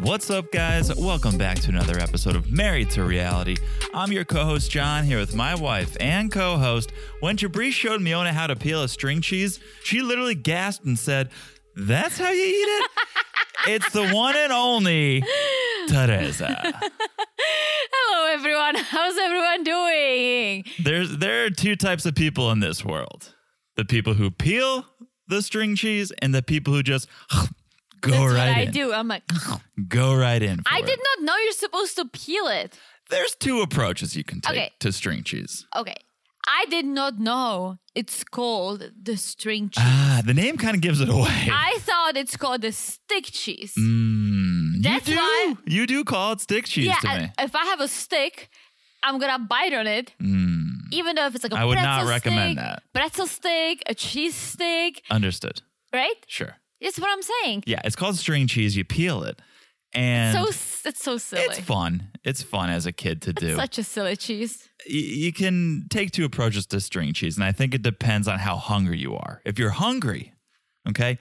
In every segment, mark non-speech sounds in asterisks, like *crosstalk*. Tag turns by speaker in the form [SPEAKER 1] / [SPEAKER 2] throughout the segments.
[SPEAKER 1] What's up, guys? Welcome back to another episode of Married to Reality. I'm your co host, John, here with my wife and co host. When Jabrice showed Miona how to peel a string cheese, she literally gasped and said, That's how you eat
[SPEAKER 2] *laughs*
[SPEAKER 1] it? it's the one and only Teresa.
[SPEAKER 2] Hello, everyone. *laughs* How's everyone doing?
[SPEAKER 1] There's, there are two types of people in this world the people who peel the string cheese and the people who just *laughs* go
[SPEAKER 2] That's
[SPEAKER 1] right
[SPEAKER 2] what I
[SPEAKER 1] in.
[SPEAKER 2] do. I'm like,
[SPEAKER 1] Go right in. for
[SPEAKER 2] I
[SPEAKER 1] it.
[SPEAKER 2] did not know you're supposed to peel it.
[SPEAKER 1] There's two approaches you can take
[SPEAKER 2] Okay.
[SPEAKER 1] to string cheese.
[SPEAKER 2] Okay. I did not know it's called the string cheese.
[SPEAKER 1] Ah, the name kind of gives it away.
[SPEAKER 2] I thought it's called the stick cheese.
[SPEAKER 1] Mm,
[SPEAKER 2] That's
[SPEAKER 1] you do.
[SPEAKER 2] why-
[SPEAKER 1] You do call it stick cheese
[SPEAKER 2] yeah,
[SPEAKER 1] to me.
[SPEAKER 2] I- if I have a stick, I'm gonna bite on it,
[SPEAKER 1] Mm,
[SPEAKER 2] even though if it's like a
[SPEAKER 1] I would not
[SPEAKER 2] pretzel
[SPEAKER 1] recommend
[SPEAKER 2] stick,
[SPEAKER 1] that.
[SPEAKER 2] Pretzel stick, a cheese stick,
[SPEAKER 1] understood.
[SPEAKER 2] right?
[SPEAKER 1] Sure.
[SPEAKER 2] It's what I'm saying.
[SPEAKER 1] Yeah, it's called string cheese. You peel it, and
[SPEAKER 2] So s- it's so silly.
[SPEAKER 1] it's fun. It's fun as a kid to do.
[SPEAKER 2] Such a silly cheese.
[SPEAKER 1] Y- you can take two approaches to string cheese, and I think it depends on how hungry you are. If you're hungry, okay,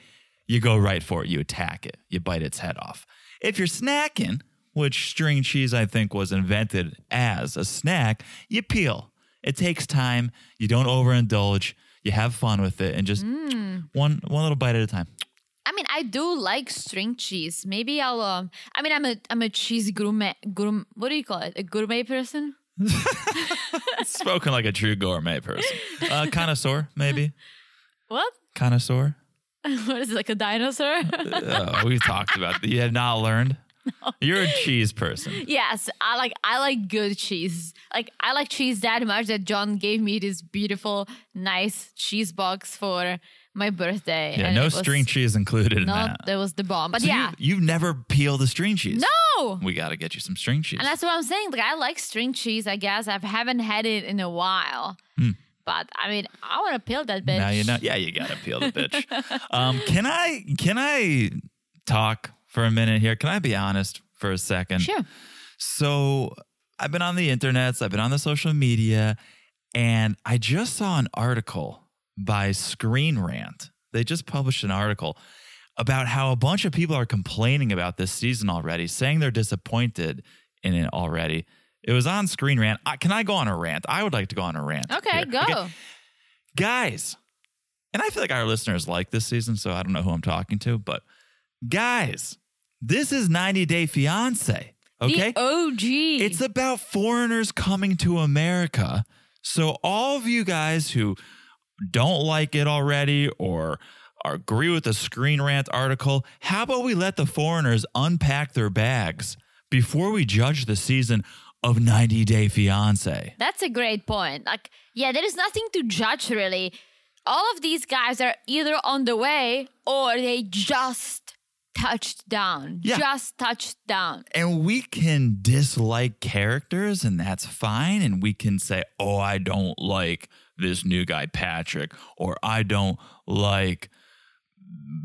[SPEAKER 1] you go right for it. You attack it. You bite its head off. If you're snacking, which string cheese I think was invented as a snack, you peel. It takes time. You don't overindulge. You have fun with it, and just one one little bite at a time.
[SPEAKER 2] I mean, I do like string cheese. Maybe I'll. Um, I mean, I'm a I'm a cheese gourmet. Gourm, what do you call it? A gourmet person.
[SPEAKER 1] Spoken like a true gourmet person, uh, connoisseur maybe
[SPEAKER 2] What? *laughs*
[SPEAKER 1] connoisseur.
[SPEAKER 2] what is it like a dinosaur? *laughs*
[SPEAKER 1] oh, we talked about that. You have not learned. You're a cheese person.
[SPEAKER 2] yes, I like I like good cheese. Like I like cheese that much that John gave me this beautiful, nice cheese box for my birthday.
[SPEAKER 1] Yeah,
[SPEAKER 2] and it
[SPEAKER 1] no
[SPEAKER 2] was
[SPEAKER 1] string cheese included in
[SPEAKER 2] No,
[SPEAKER 1] that.
[SPEAKER 2] that was the bomb. But
[SPEAKER 1] So
[SPEAKER 2] yeah,
[SPEAKER 1] you, have never peeled the string cheese.
[SPEAKER 2] no.
[SPEAKER 1] we got to get you some string cheese.
[SPEAKER 2] And that's what I'm saying. Like I like string cheese. I guess I haven't had it in a while. But I mean, I want to peel that bitch.
[SPEAKER 1] Hmm. Now you know. Yeah, you got to peel the bitch.
[SPEAKER 2] *laughs*
[SPEAKER 1] um, can I? Can I talk for a minute here? Can I be honest for a second?
[SPEAKER 2] Sure.
[SPEAKER 1] So I've been on the internets, I've been on the social media, and I just saw an article by Screen Rant. They just published an article about how a bunch of people are complaining about this season already, saying they're disappointed in it already. It was on Screen Rant. I, can I go on a rant? I would like to go on a rant.
[SPEAKER 2] Okay,
[SPEAKER 1] here.
[SPEAKER 2] go.
[SPEAKER 1] Guys, and I feel like our listeners like this season, so I don't know who I'm talking to, but guys, this is 90 Day Fiance. Okay.
[SPEAKER 2] The OG.
[SPEAKER 1] It's about foreigners coming to America. So all of you guys who don't like it already or are- agree with the Screen Rant article, how about we let the foreigners unpack their bags before we judge the season of 90 Day Fiance?
[SPEAKER 2] That's a great point. Like, yeah, there is nothing to judge really. All of these guys are either on the way or they just touched down.
[SPEAKER 1] Yeah.
[SPEAKER 2] Just touched down.
[SPEAKER 1] And we can dislike characters, and that's fine. And we can say, oh, I don't like this new guy, Patrick, or I don't like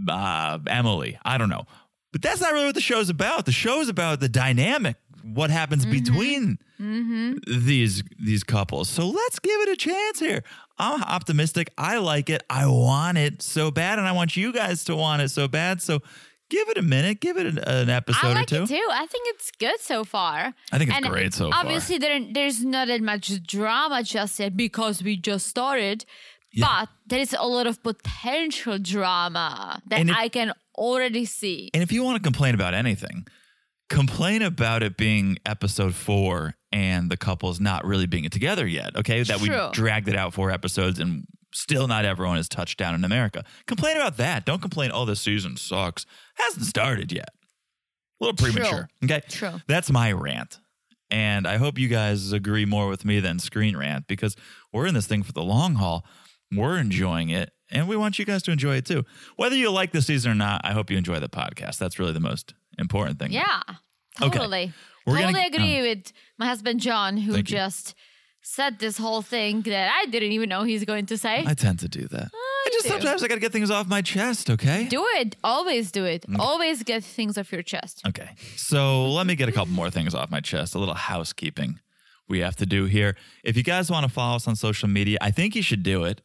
[SPEAKER 1] uh, Emily. I don't know. But that's not really what the show's about. The show's about the dynamic, what happens
[SPEAKER 2] Mm-hmm.
[SPEAKER 1] between these these couples. So let's give it a chance here. I'm optimistic. I like it. I want it so bad, and I want you guys to want it so bad. So give it a minute. Give it an, an episode
[SPEAKER 2] I like
[SPEAKER 1] or two.
[SPEAKER 2] it too. I think it's good so far.
[SPEAKER 1] I think it's great so far.
[SPEAKER 2] Obviously, there, there's not that much drama just yet because we just started, but there is a lot of potential drama that
[SPEAKER 1] And if-
[SPEAKER 2] I can already see.
[SPEAKER 1] And if you want to complain about anything, complain about it being episode four and the couples not really being together yet. Okay. That
[SPEAKER 2] True.
[SPEAKER 1] we dragged it out four episodes and still not everyone has touched down in America. Complain about that. Don't complain, oh, this season sucks. Hasn't started yet. A little
[SPEAKER 2] True.
[SPEAKER 1] premature. Okay.
[SPEAKER 2] True.
[SPEAKER 1] That's my rant. And I hope you guys agree more with me than Screen Rant because we're in this thing for the long haul. We're enjoying it and we want you guys to enjoy it too. Whether you like the season or not, I hope you enjoy the podcast. That's really the most important thing.
[SPEAKER 2] Yeah,
[SPEAKER 1] Okay.
[SPEAKER 2] totally.
[SPEAKER 1] We're gonna- oh.
[SPEAKER 2] totally agree with my husband John, who
[SPEAKER 1] Thank you.
[SPEAKER 2] just said this whole thing that I didn't even know he's going to say.
[SPEAKER 1] I tend to do that. I
[SPEAKER 2] you
[SPEAKER 1] just
[SPEAKER 2] do.
[SPEAKER 1] sometimes I got to get things off my chest, okay?
[SPEAKER 2] do it. Always do it.
[SPEAKER 1] Mm.
[SPEAKER 2] Always get things off your chest.
[SPEAKER 1] Okay. So let me get a couple more things off my chest, a little housekeeping. we have to do here. If you guys want to follow us on social media, I think you should do it.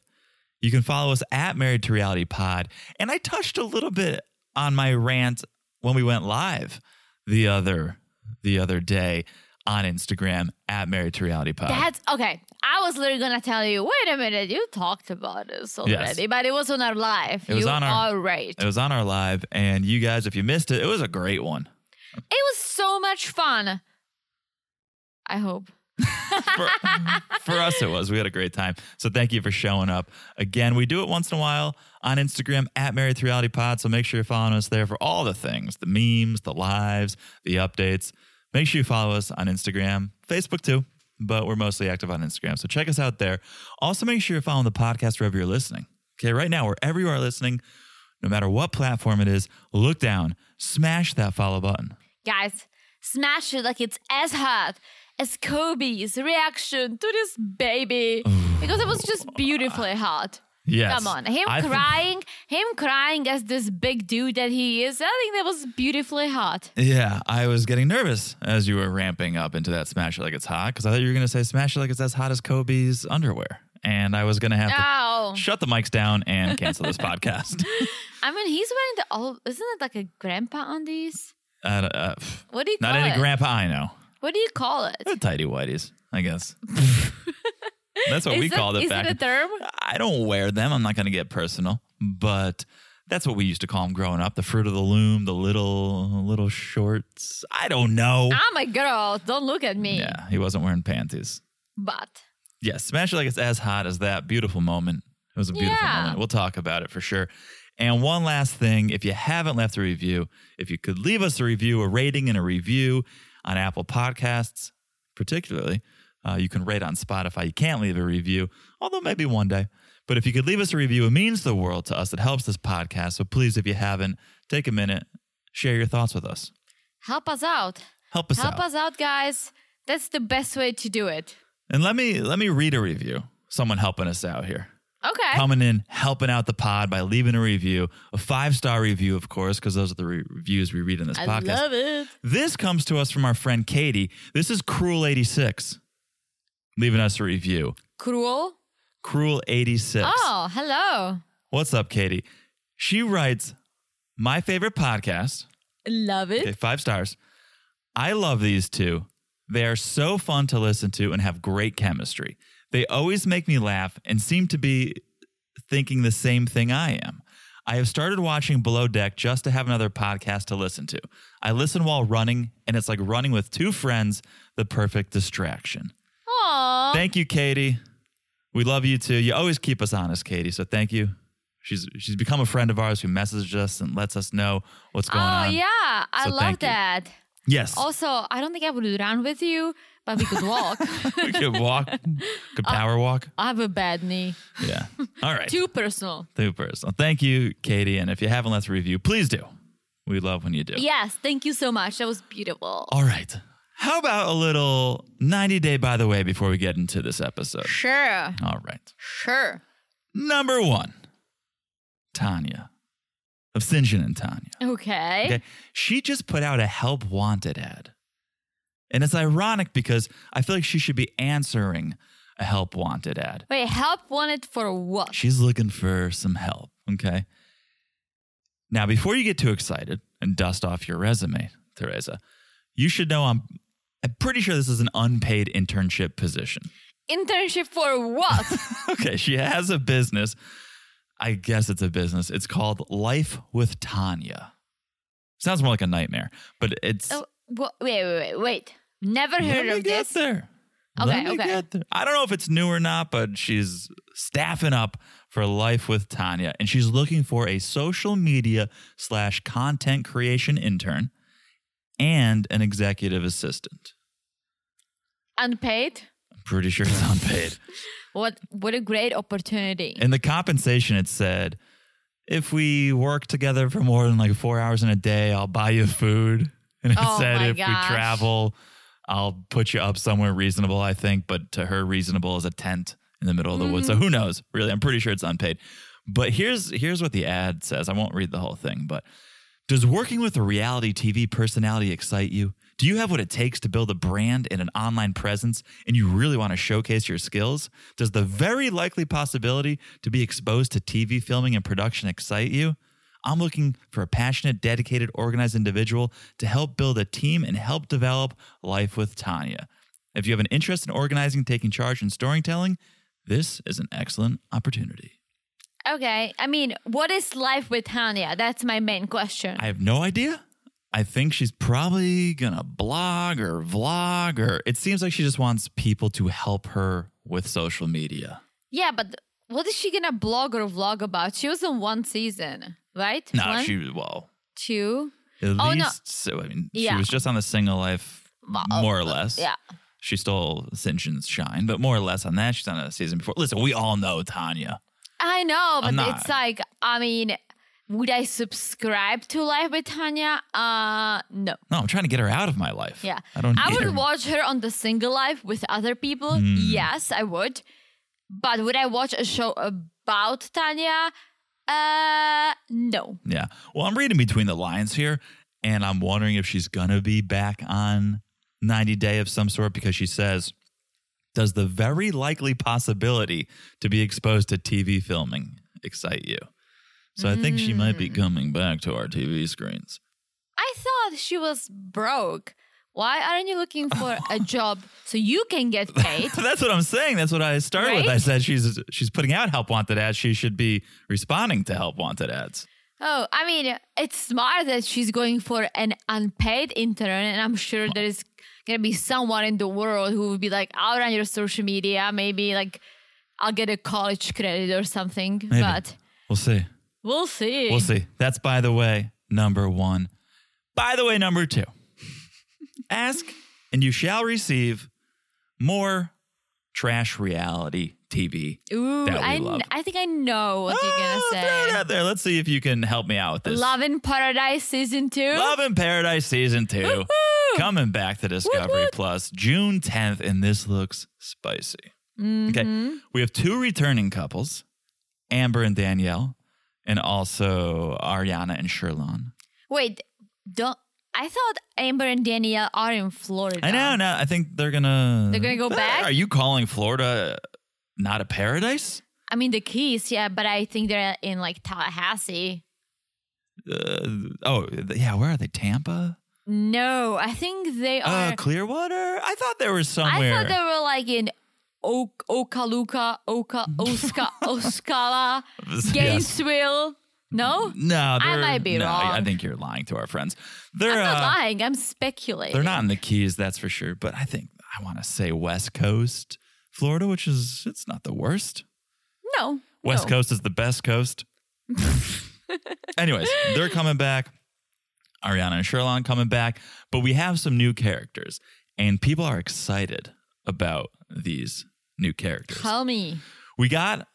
[SPEAKER 1] You can follow us at Married to Reality Pod. And I touched a little bit on my rant when we went live the other the other day on Instagram at Married to Reality Pod.
[SPEAKER 2] That's okay. I was literally gonna tell you. Wait a minute, you talked about this already, but it was on our live.
[SPEAKER 1] It was
[SPEAKER 2] you
[SPEAKER 1] on our-
[SPEAKER 2] are right.
[SPEAKER 1] it was on our live, and you guys, if you missed it, it was a great one.
[SPEAKER 2] It was so much fun. I hope.
[SPEAKER 1] for, for us it was we had a great time so thank you for showing up again we do it once in a while on instagram at married to reality pod so make sure you're following us there for all the things the memes the lives the updates make sure you follow us on instagram facebook too but we're mostly active on instagram so check us out there also make sure you're following the podcast wherever you're listening okay right now wherever you are listening no matter what platform it is look down smash that follow button
[SPEAKER 2] Guys, smash it like it's as hot as Kobe's reaction to
[SPEAKER 1] *sighs*
[SPEAKER 2] this baby. because it was just beautifully hot.
[SPEAKER 1] yes
[SPEAKER 2] Come on. Him
[SPEAKER 1] I think-
[SPEAKER 2] crying, him crying as this big dude that he is. I think that was beautifully hot.
[SPEAKER 1] Yeah, I was getting nervous as you were ramping up into that smash it like it's hot because I thought you were going to say smash it like it's as hot as Kobe's underwear. And I was going to have to
[SPEAKER 2] Oh.
[SPEAKER 1] shut the mics down and cancel
[SPEAKER 2] *laughs*
[SPEAKER 1] this podcast.
[SPEAKER 2] I mean, he's wearing the all isn't it like a grandpa undies?
[SPEAKER 1] Uh, uh, pff,
[SPEAKER 2] What do you
[SPEAKER 1] not
[SPEAKER 2] call
[SPEAKER 1] any
[SPEAKER 2] it?
[SPEAKER 1] grandpa I know.
[SPEAKER 2] what do you call it?
[SPEAKER 1] They're tidy whities, I
[SPEAKER 2] *laughs*
[SPEAKER 1] guess. That's what we
[SPEAKER 2] Is it-
[SPEAKER 1] called it
[SPEAKER 2] is
[SPEAKER 1] back.
[SPEAKER 2] it
[SPEAKER 1] *laughs*
[SPEAKER 2] a term?
[SPEAKER 1] I don't wear them. I'm not going to get personal, but that's what we used to call them growing up. The fruit of the loom, the little little shorts. I don't know.
[SPEAKER 2] I'm a Ah, girl. Don't look at me.
[SPEAKER 1] yeah, he wasn't wearing panties.
[SPEAKER 2] But
[SPEAKER 1] Yeah, smash it like it's as hot as that beautiful moment. It was a beautiful
[SPEAKER 2] Yeah.
[SPEAKER 1] moment. We'll talk about it for sure. And one last thing, if you haven't left a review, if you could leave us a review, a rating and a review on Apple Podcasts, particularly, uh, you can rate on Spotify. You can't leave a review, although maybe one day. But if you could leave us a review, it means the world to us. It helps this podcast. So please, if you haven't, take a minute, share your thoughts with us.
[SPEAKER 2] help us out.
[SPEAKER 1] Help us
[SPEAKER 2] Help
[SPEAKER 1] out.
[SPEAKER 2] us out, guys. That's the best way to do it.
[SPEAKER 1] And let me let me read a review. Someone helping us out here.
[SPEAKER 2] Okay.
[SPEAKER 1] coming in, helping out the pod by leaving a review, a five star review, of course, because those are the re- reviews we read in this
[SPEAKER 2] I
[SPEAKER 1] podcast.
[SPEAKER 2] love it.
[SPEAKER 1] This comes to us from our friend Katie. This is Cruel 86, leaving us a review.
[SPEAKER 2] Cruel.
[SPEAKER 1] Cruel 86.
[SPEAKER 2] Oh, hello.
[SPEAKER 1] What's up, Katie? She writes, My favorite podcast.
[SPEAKER 2] Love it.
[SPEAKER 1] Okay, five stars. I love these two. They are so fun to listen to and have great chemistry. They always make me laugh and seem to be thinking the same thing I am. I have started watching Below Deck just to have another podcast to listen to. I listen while running, and it's like running with two friends, the perfect distraction.
[SPEAKER 2] Aw.
[SPEAKER 1] Thank you, Katie. We love you too. You always keep us honest, Katie. So thank you. She's she's become a friend of ours who messages us and lets us know what's
[SPEAKER 2] Oh,
[SPEAKER 1] going on.
[SPEAKER 2] yeah. I
[SPEAKER 1] So
[SPEAKER 2] love
[SPEAKER 1] thank you.
[SPEAKER 2] that.
[SPEAKER 1] Yes.
[SPEAKER 2] Also, I don't think I would run with you, but we could
[SPEAKER 1] *laughs*
[SPEAKER 2] walk.
[SPEAKER 1] we could walk, could power walk.
[SPEAKER 2] I have a bad knee.
[SPEAKER 1] Yeah. All right.
[SPEAKER 2] Too personal.
[SPEAKER 1] Two personal. Thank you, Katie. And if you haven't left a review, please do. We love when you do.
[SPEAKER 2] Yes. Thank you so much. That was beautiful.
[SPEAKER 1] All right. How about a little 90 day by the way before we get into this episode?
[SPEAKER 2] Sure.
[SPEAKER 1] All right.
[SPEAKER 2] Sure.
[SPEAKER 1] Number one, Tanya of Sinjin and Tanya.
[SPEAKER 2] Okay.
[SPEAKER 1] Okay. She just put out a help wanted ad. And it's ironic because I feel like she should be answering a help wanted ad.
[SPEAKER 2] Wait, help wanted for what?
[SPEAKER 1] She's looking for some help. Okay. Now, before you get too excited and dust off your resume, Teresa, you should know I'm, I'm pretty sure this is an unpaid internship position. *laughs*
[SPEAKER 2] Internship for what?
[SPEAKER 1] Okay. She has a business. I guess it's a business. It's called Life with Tanya. Sounds more like a nightmare, but it's.
[SPEAKER 2] oh, wha- wait, wait, wait, wait. Never
[SPEAKER 1] Let
[SPEAKER 2] heard
[SPEAKER 1] me
[SPEAKER 2] of
[SPEAKER 1] get
[SPEAKER 2] this.
[SPEAKER 1] there.
[SPEAKER 2] Okay,
[SPEAKER 1] Let me
[SPEAKER 2] okay.
[SPEAKER 1] get there. I don't know if it's new or not, but she's staffing up for life with Tanya, and she's looking for a social media slash content creation intern and an executive assistant.
[SPEAKER 2] Unpaid?
[SPEAKER 1] I'm pretty sure it's unpaid.
[SPEAKER 2] What what a great opportunity.
[SPEAKER 1] In the compensation, it said, "If we work together for more than like four hours in a day, I'll buy you food." And it
[SPEAKER 2] Oh
[SPEAKER 1] said,
[SPEAKER 2] my
[SPEAKER 1] "If
[SPEAKER 2] gosh.
[SPEAKER 1] we travel, I'll put you up somewhere reasonable." I think, but to her, reasonable is a tent in the middle of the woods.
[SPEAKER 2] Mm-hmm.
[SPEAKER 1] So who knows? Really, I'm pretty sure it's unpaid. But here's here's what the ad says. I won't read the whole thing, but does working with a reality TV personality excite you? Do you have what it takes to build a brand and an online presence and you really want to showcase your skills? Does the very likely possibility to be exposed to TV filming and production excite you? I'm looking for a passionate, dedicated, organized individual to help build a team and help develop life with Tanya. If you have an interest in organizing, taking charge, and storytelling, this is an excellent opportunity.
[SPEAKER 2] Okay. I mean, what is life with Tanya? That's my main question.
[SPEAKER 1] I have no idea. I think she's probably gonna blog or vlog, or it seems like she just wants people to help her with social media.
[SPEAKER 2] yeah, but what is she gonna blog or vlog about? She was on one season, right?
[SPEAKER 1] No,
[SPEAKER 2] One,
[SPEAKER 1] she well,
[SPEAKER 2] two.
[SPEAKER 1] at
[SPEAKER 2] Oh,
[SPEAKER 1] least
[SPEAKER 2] no.
[SPEAKER 1] so. I mean, she
[SPEAKER 2] Yeah.
[SPEAKER 1] was just on the single life,
[SPEAKER 2] Well, oh,
[SPEAKER 1] more or less.
[SPEAKER 2] Yeah.
[SPEAKER 1] She stole St. John's shine, but more or less on that, she's on a season before. Listen, we all know Tanya.
[SPEAKER 2] I know, but
[SPEAKER 1] I'm not-
[SPEAKER 2] it's like, I mean, would I subscribe to Life with Tanya? Uh, no.
[SPEAKER 1] No, I'm trying to get her out of my life.
[SPEAKER 2] Yeah.
[SPEAKER 1] I don't.
[SPEAKER 2] I
[SPEAKER 1] need
[SPEAKER 2] would
[SPEAKER 1] her.
[SPEAKER 2] watch her on the single life with other people.
[SPEAKER 1] Hmm.
[SPEAKER 2] Yes, I would. But would I watch a show about Tanya? Uh, no.
[SPEAKER 1] Yeah. Well, I'm reading between the lines here, and I'm wondering if she's going to be back on 90 Day of some sort because she says, Does the very likely possibility to be exposed to TV filming excite you? So I think she might be coming back to our TV screens.
[SPEAKER 2] I thought she was broke. Why aren't you looking for
[SPEAKER 1] *laughs*
[SPEAKER 2] a job so you can get paid?
[SPEAKER 1] That's what I'm saying. That's what I start with. I
[SPEAKER 2] Right?
[SPEAKER 1] said she's she's putting out help wanted ads. She should be responding to help wanted ads.
[SPEAKER 2] Oh, I mean, it's smart that she's going for an unpaid intern, and I'm sure there is gonna be someone in the world who will be like, "I'll run your social media, maybe like I'll get a college credit or something." But
[SPEAKER 1] We'll see.
[SPEAKER 2] we'll see.
[SPEAKER 1] We'll see. That's by the way, number one. By the way, number two. Ask and you shall receive more trash reality TV.
[SPEAKER 2] Ooh,
[SPEAKER 1] That we
[SPEAKER 2] I,
[SPEAKER 1] love.
[SPEAKER 2] kn- I think I know what
[SPEAKER 1] Oh,
[SPEAKER 2] you're
[SPEAKER 1] Throw
[SPEAKER 2] gonna
[SPEAKER 1] it
[SPEAKER 2] say.
[SPEAKER 1] out there. Let's see if you can help me out with this.
[SPEAKER 2] Love in Paradise season two.
[SPEAKER 1] Love in Paradise season two.
[SPEAKER 2] Woo-hoo!
[SPEAKER 1] Coming back to Discovery
[SPEAKER 2] Woot, woot.
[SPEAKER 1] Plus June 10th, and this looks spicy.
[SPEAKER 2] Mm-hmm.
[SPEAKER 1] Okay. We have two returning couples, Amber and Danielle, and also Ariana and Sherlon.
[SPEAKER 2] Wait, don't. I thought Amber and Danielle are in Florida.
[SPEAKER 1] I know. No, I think they're gonna.
[SPEAKER 2] They're gonna go back?
[SPEAKER 1] Are you calling Florida not a paradise?
[SPEAKER 2] I mean the Keys, yeah, but I think they're in like Tallahassee.
[SPEAKER 1] Uh, oh, th- yeah. Where are they? Tampa?
[SPEAKER 2] No, I think they are.
[SPEAKER 1] Uh, Clearwater? I thought they were
[SPEAKER 2] I
[SPEAKER 1] somewhere. *laughs*
[SPEAKER 2] thought they were like in o- Okaluka, Oka,
[SPEAKER 1] *laughs*
[SPEAKER 2] Oska, Oskala,
[SPEAKER 1] Yes.
[SPEAKER 2] Gainesville. No,
[SPEAKER 1] no,
[SPEAKER 2] I
[SPEAKER 1] they're-
[SPEAKER 2] might be
[SPEAKER 1] no, I
[SPEAKER 2] wrong.
[SPEAKER 1] think you're lying to our friends. They're
[SPEAKER 2] I'm not
[SPEAKER 1] uh,
[SPEAKER 2] lying. I'm speculating.
[SPEAKER 1] they're not in the Keys, that's for sure. But I think I want to say West Coast, Florida, which is it's not the worst.
[SPEAKER 2] No.
[SPEAKER 1] West
[SPEAKER 2] no.
[SPEAKER 1] Coast is the best coast. Anyways, they're coming back. Ariana and Sherlon coming back, but we have some new characters, and people are excited about these new characters.
[SPEAKER 2] Tell me.
[SPEAKER 1] We got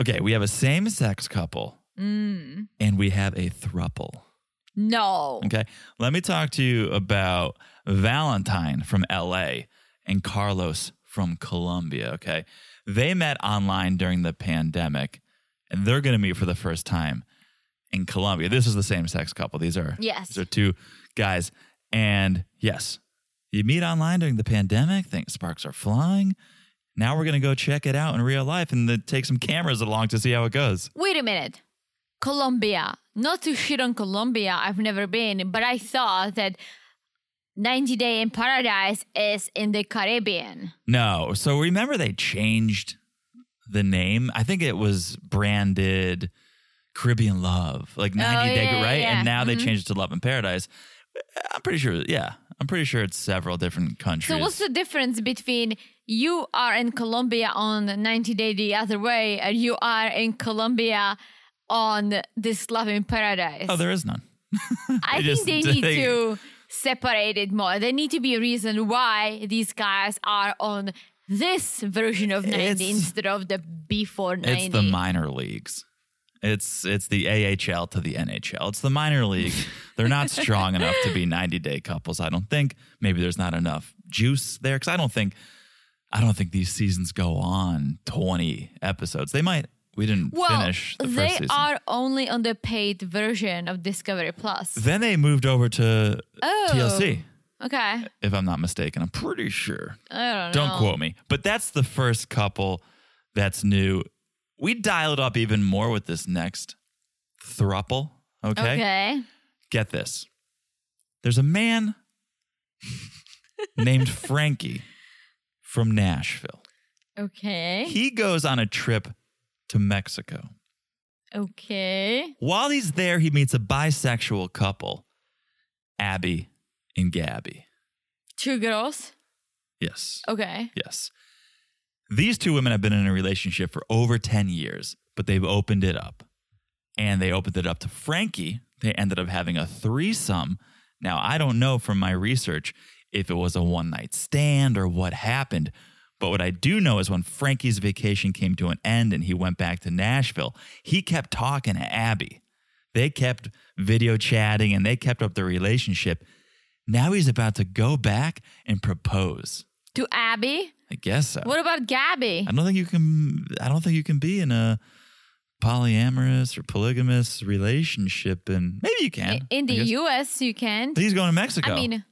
[SPEAKER 1] okay. We have a same-sex couple, and we have a thruple.
[SPEAKER 2] Mm, No.
[SPEAKER 1] Okay, let me talk to you about Valentine from LA and Carlos from Colombia. Okay, they met online during the pandemic, and they're going to meet for the first time in Colombia. This is the same-sex couple. These are
[SPEAKER 2] Yes.
[SPEAKER 1] these are two guys, and yes, you meet online during the pandemic. Think sparks are flying. Now we're going to go check it out in real life and then take some cameras along to see how it goes.
[SPEAKER 2] Wait a minute. Colombia. Not to shit on Colombia. I've never been, but I thought that 90 Day in Paradise is in the Caribbean.
[SPEAKER 1] No. So remember they changed the name. I think it was branded Caribbean Love, like 90
[SPEAKER 2] Oh,
[SPEAKER 1] Day,
[SPEAKER 2] yeah,
[SPEAKER 1] right?
[SPEAKER 2] yeah. Mm-hmm.
[SPEAKER 1] And now they changed it to Love in Paradise. I'm pretty sure, yeah. I'm pretty sure it's several different countries.
[SPEAKER 2] So what's the difference between you are in Colombia on 90 Day the other way and you are in Colombia on this love in paradise?
[SPEAKER 1] oh, there is none. they
[SPEAKER 2] I think
[SPEAKER 1] just-
[SPEAKER 2] they need
[SPEAKER 1] they-
[SPEAKER 2] to separate it more. There need to be a reason why these guys are on this version of 90
[SPEAKER 1] It's-
[SPEAKER 2] instead of the before 90.
[SPEAKER 1] It's the minor leagues. It's it's the AHL to the NHL. It's the minor league. They're
[SPEAKER 2] *laughs*
[SPEAKER 1] not strong enough to be 90 day couples, I don't think. Maybe there's not enough juice there cuz I don't think I don't think these seasons go on 20 episodes. They might. We didn't
[SPEAKER 2] well,
[SPEAKER 1] finish the
[SPEAKER 2] they
[SPEAKER 1] first season.
[SPEAKER 2] are only on the paid version of Discovery Plus.
[SPEAKER 1] then they moved over to
[SPEAKER 2] Oh.
[SPEAKER 1] TLC.
[SPEAKER 2] Okay.
[SPEAKER 1] if I'm not mistaken. I'm pretty sure.
[SPEAKER 2] I don't know.
[SPEAKER 1] Don't quote me. But that's the first couple that's new. We dial it up even more with this next thruple. Okay.
[SPEAKER 2] Okay.
[SPEAKER 1] Get this. There's a man
[SPEAKER 2] *laughs*
[SPEAKER 1] named Frankie from Nashville.
[SPEAKER 2] Okay.
[SPEAKER 1] He goes on a trip to Mexico.
[SPEAKER 2] Okay.
[SPEAKER 1] While he's there, he meets a bisexual couple, Abby and Gabby.
[SPEAKER 2] Two girls.
[SPEAKER 1] Yes.
[SPEAKER 2] Okay.
[SPEAKER 1] Yes. These two women have been in a relationship for over 10 years, but they've opened it up. And they opened it up to Frankie. They ended up having a threesome. Now, I don't know from my research if it was a one night stand or what happened, but what I do know is when Frankie's vacation came to an end and he went back to Nashville, he kept talking to Abby. They kept video chatting and they kept up their relationship. Now he's about to go back and propose.
[SPEAKER 2] To Abby.
[SPEAKER 1] I guess so.
[SPEAKER 2] What about Gabby?
[SPEAKER 1] I don't think you can. I don't think you can be in a polyamorous or polygamous relationship, and maybe you
[SPEAKER 2] I-
[SPEAKER 1] can
[SPEAKER 2] In the
[SPEAKER 1] I guess.
[SPEAKER 2] U.S., you can.
[SPEAKER 1] But He's going to Mexico.
[SPEAKER 2] I mean,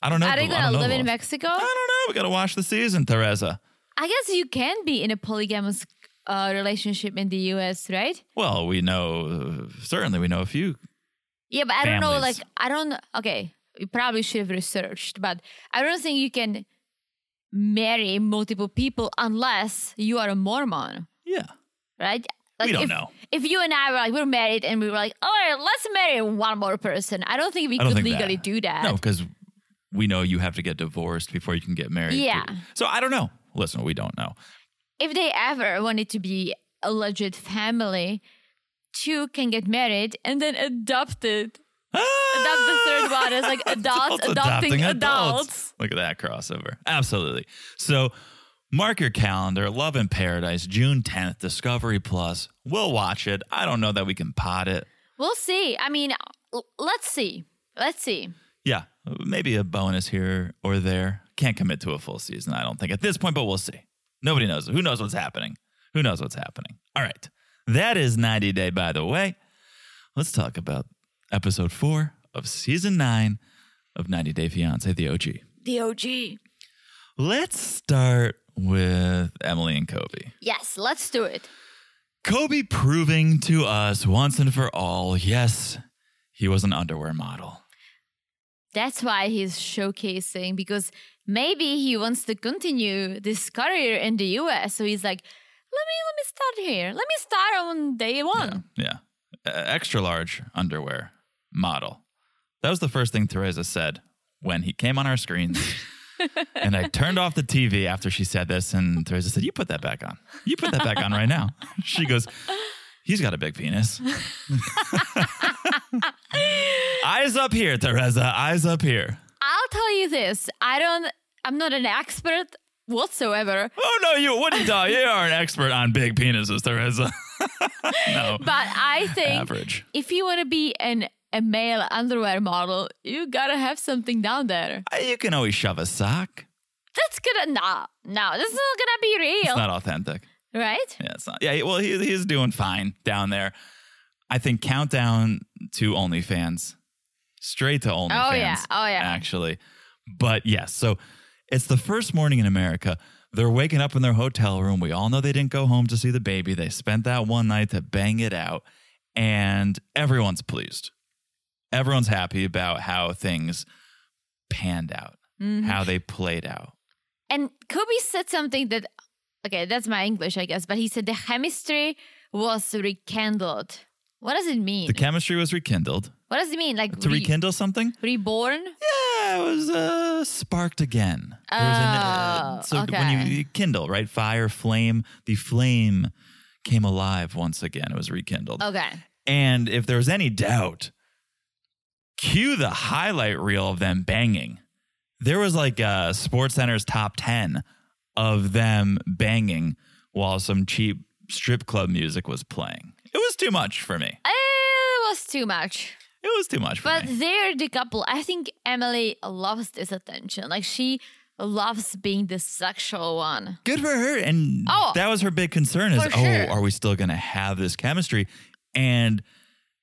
[SPEAKER 1] I don't know.
[SPEAKER 2] are they
[SPEAKER 1] the- I don't
[SPEAKER 2] gonna
[SPEAKER 1] know
[SPEAKER 2] live
[SPEAKER 1] the
[SPEAKER 2] in
[SPEAKER 1] laws.
[SPEAKER 2] Mexico?
[SPEAKER 1] I don't know. We got to watch the season, Teresa.
[SPEAKER 2] I guess you can be in a polygamous uh, relationship in the U.S., right?
[SPEAKER 1] Well, we know. uh, Certainly, we know a few.
[SPEAKER 2] Yeah, but I don't know. Like,
[SPEAKER 1] Families.
[SPEAKER 2] I don't. Okay, you probably should have researched, but I don't think you can marry multiple people unless you are a Mormon,
[SPEAKER 1] Yeah.
[SPEAKER 2] right? Like
[SPEAKER 1] don't
[SPEAKER 2] if,
[SPEAKER 1] know.
[SPEAKER 2] If you and I were like we're married and we were like, all right, let's marry one more person. I don't think we
[SPEAKER 1] don't
[SPEAKER 2] could
[SPEAKER 1] think that-
[SPEAKER 2] legally do that.
[SPEAKER 1] No, because we know you have to get divorced before you can get married.
[SPEAKER 2] Yeah.
[SPEAKER 1] So I don't know. Listen, we don't know.
[SPEAKER 2] if they ever wanted to be a legit family, two can get married and then adopted. Adopt the third one
[SPEAKER 1] *laughs*
[SPEAKER 2] is like adults adopting adults.
[SPEAKER 1] Look at that crossover. Absolutely. So mark your calendar. Love in Paradise, June 10th, Discovery Plus. We'll watch it. I don't know that we can pot it.
[SPEAKER 2] We'll see. I mean, l- let's see. Let's see.
[SPEAKER 1] Yeah, maybe a bonus here or there. Can't commit to a full season, I don't think, at this point, but we'll see. Nobody knows. Who knows what's happening? Who knows what's happening? All right. That is 90 Day, by the way. Let's talk about episode four of season nine of 90 Day Fiance, the OG.
[SPEAKER 2] The OG.
[SPEAKER 1] Let's start with Emily and Kobe.
[SPEAKER 2] Yes, let's do it.
[SPEAKER 1] Kobe proving to us once and for all yes, he was an underwear model.
[SPEAKER 2] That's why he's showcasing because maybe he wants to continue this career in the US. So he's like, let me let me start here. Let me start on day one.
[SPEAKER 1] Yeah. Uh, extra large underwear model. That was the first thing Teresa said when he came on our screens. and I turned off the TV after she said this. And Teresa said, You put that back on. You put that back on right now. *laughs* She goes, He's got a big penis. *laughs* Eyes up here, Teresa. Eyes up here.
[SPEAKER 2] I'll tell you this. I don't I'm not an expert whatsoever,
[SPEAKER 1] Oh no, you what are you talking? You are an expert on big penises, Teresa. *laughs* no,
[SPEAKER 2] but
[SPEAKER 1] *laughs*
[SPEAKER 2] I think
[SPEAKER 1] average.
[SPEAKER 2] if you want to be an a male underwear model, you got to have something down there.
[SPEAKER 1] Uh, You can always shove a sock.
[SPEAKER 2] That's gonna no, no, this is not gonna be real,
[SPEAKER 1] It's not authentic.
[SPEAKER 2] right?
[SPEAKER 1] Yeah, it's not. Yeah, well, he, he's doing fine down there. I think countdown to OnlyFans, straight to OnlyFans.
[SPEAKER 2] yeah. Oh, yeah.
[SPEAKER 1] Actually, but yes. so it's the first morning in America. They're waking up in their hotel room. We all know they didn't go home to see the baby. They spent that one night to bang it out, and everyone's pleased. Everyone's happy about how things panned out, how they played out.
[SPEAKER 2] And Kobe said something that, okay, that's my English, I guess, but he said the chemistry was rekindled. What does it mean?
[SPEAKER 1] The chemistry was rekindled.
[SPEAKER 2] what does it mean? Like
[SPEAKER 1] To
[SPEAKER 2] re-
[SPEAKER 1] rekindle something,
[SPEAKER 2] reborn?
[SPEAKER 1] Yeah, it was uh, sparked again. There was uh,
[SPEAKER 2] Oh,
[SPEAKER 1] so when
[SPEAKER 2] okay.
[SPEAKER 1] you, you kindle, right? Fire, flame, the flame came alive once again. It was rekindled.
[SPEAKER 2] Okay.
[SPEAKER 1] And if there's any doubt, cue the highlight reel of them banging. There was like a Sports Center's top 10 of them banging while some cheap strip club music was playing. It was too much for me.
[SPEAKER 2] It was too much.
[SPEAKER 1] It was too much for
[SPEAKER 2] But
[SPEAKER 1] me.
[SPEAKER 2] they're the couple. I think Emily loves this attention. Like she loves being the sexual one.
[SPEAKER 1] good for her. And
[SPEAKER 2] Oh,
[SPEAKER 1] that was her big concern is,
[SPEAKER 2] for
[SPEAKER 1] oh,
[SPEAKER 2] sure.
[SPEAKER 1] are we still going to have this chemistry? And
[SPEAKER 2] Mm-hmm,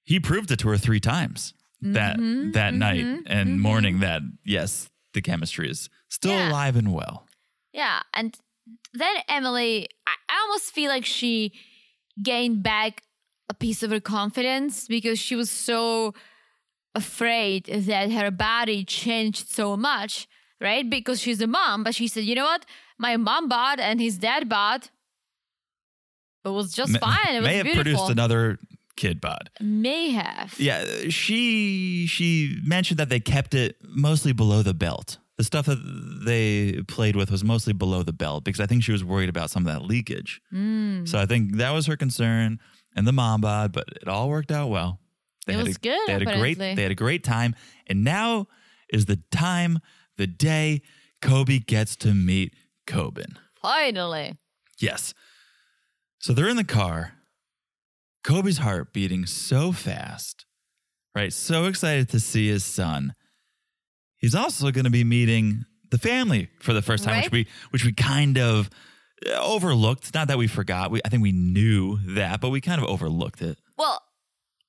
[SPEAKER 1] he proved it to her three times that that night and morning that yes, the chemistry is still
[SPEAKER 2] Yeah.
[SPEAKER 1] alive and well.
[SPEAKER 2] Yeah, and then Emily, I, I almost feel like she gained back a piece of her confidence because she was so afraid that her body changed so much, right? Because she's a mom, but she said, you know what? My mom bought and his dad bought. It was just
[SPEAKER 1] Ma-
[SPEAKER 2] fine. It was
[SPEAKER 1] may have
[SPEAKER 2] beautiful.
[SPEAKER 1] produced another kid bod.
[SPEAKER 2] May have.
[SPEAKER 1] Yeah, she she mentioned that they kept it mostly below the belt. The stuff that they played with was mostly below the belt because I think she was worried about some of that leakage.
[SPEAKER 2] Mm.
[SPEAKER 1] So I think that was her concern and the mom bod, but it all worked out well.
[SPEAKER 2] It
[SPEAKER 1] had
[SPEAKER 2] was
[SPEAKER 1] a,
[SPEAKER 2] good,
[SPEAKER 1] They had a
[SPEAKER 2] apparently.
[SPEAKER 1] great they had a great time. And now is the time, the day Kobe gets to meet Coben.
[SPEAKER 2] Finally.
[SPEAKER 1] Yes. So they're in the car. Kobe's heart beating so fast, right? So excited to see his son. He's also going to be meeting the family for the first time, which
[SPEAKER 2] Right.
[SPEAKER 1] we which we kind of eh, overlooked. Not that we forgot. We, I think we knew that, but we kind of overlooked it.
[SPEAKER 2] Well,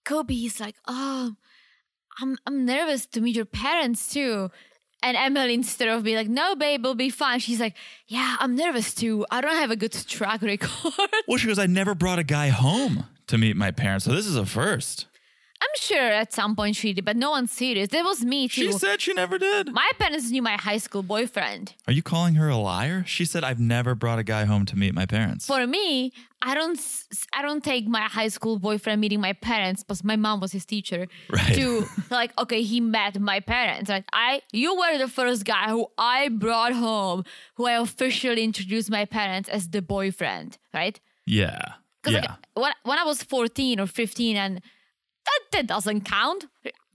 [SPEAKER 2] Kobe is like, oh, I'm I'm nervous to meet your parents too. And Emily, instead of being like, no, babe, we'll be fine, she's like, yeah, I'm nervous too. I don't have a good track record. *laughs* I'm
[SPEAKER 1] Well, she goes, "I never brought a guy home to meet my parents, so this is a first.
[SPEAKER 2] sure at some point she did, but no one's serious. That was me
[SPEAKER 1] She
[SPEAKER 2] too.
[SPEAKER 1] said she never did.
[SPEAKER 2] my parents knew my high school boyfriend.
[SPEAKER 1] Are you calling her a liar? She said, "I've never brought a guy home to meet my parents."
[SPEAKER 2] For me, I don't s- s- I don't take my high school boyfriend meeting my parents because my mom was his teacher
[SPEAKER 1] Right.
[SPEAKER 2] to like okay he met my parents like I you were the first guy who I brought home who I officially introduced my parents as the boyfriend right
[SPEAKER 1] yeah,
[SPEAKER 2] because
[SPEAKER 1] yeah.
[SPEAKER 2] like, when when I was fourteen or fifteen and that that doesn't count.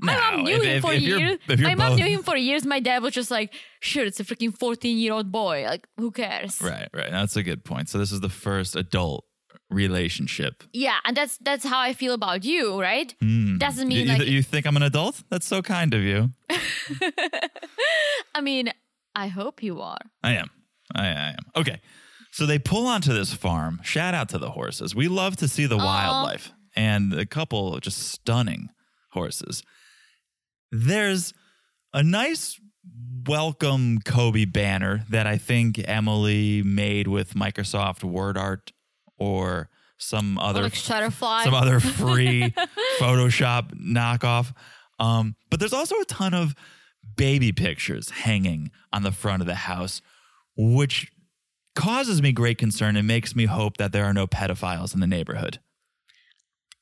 [SPEAKER 2] My
[SPEAKER 1] No,
[SPEAKER 2] mom knew
[SPEAKER 1] if-
[SPEAKER 2] him
[SPEAKER 1] if-
[SPEAKER 2] for
[SPEAKER 1] if you're-
[SPEAKER 2] years.
[SPEAKER 1] if you're
[SPEAKER 2] My mom knew
[SPEAKER 1] both-
[SPEAKER 2] him for years. My dad was just like, sure, it's a freaking fourteen-year-old boy. Like, who cares?
[SPEAKER 1] Right, right. That's a good point. So this is the first adult relationship.
[SPEAKER 2] yeah and that's that's how i feel about you right
[SPEAKER 1] You, Hmm.
[SPEAKER 2] doesn't mean
[SPEAKER 1] you
[SPEAKER 2] like
[SPEAKER 1] th- you think I'm an adult? That's so kind of you.
[SPEAKER 2] i mean i hope you are
[SPEAKER 1] I am. I, I am. Okay. So they pull onto this farm. Shout out to the horses. We love to see the wildlife and a couple of just stunning horses. There's a nice welcome Kobe banner that I think Emily made with Microsoft Word Art or some
[SPEAKER 2] Or
[SPEAKER 1] other
[SPEAKER 2] Oh, like shutterfly
[SPEAKER 1] some
[SPEAKER 2] *laughs*
[SPEAKER 1] other free Photoshop knockoff. Um, but there's also a ton of baby pictures hanging on the front of the house, which causes me great concern and makes me hope that there are no pedophiles in the neighborhood.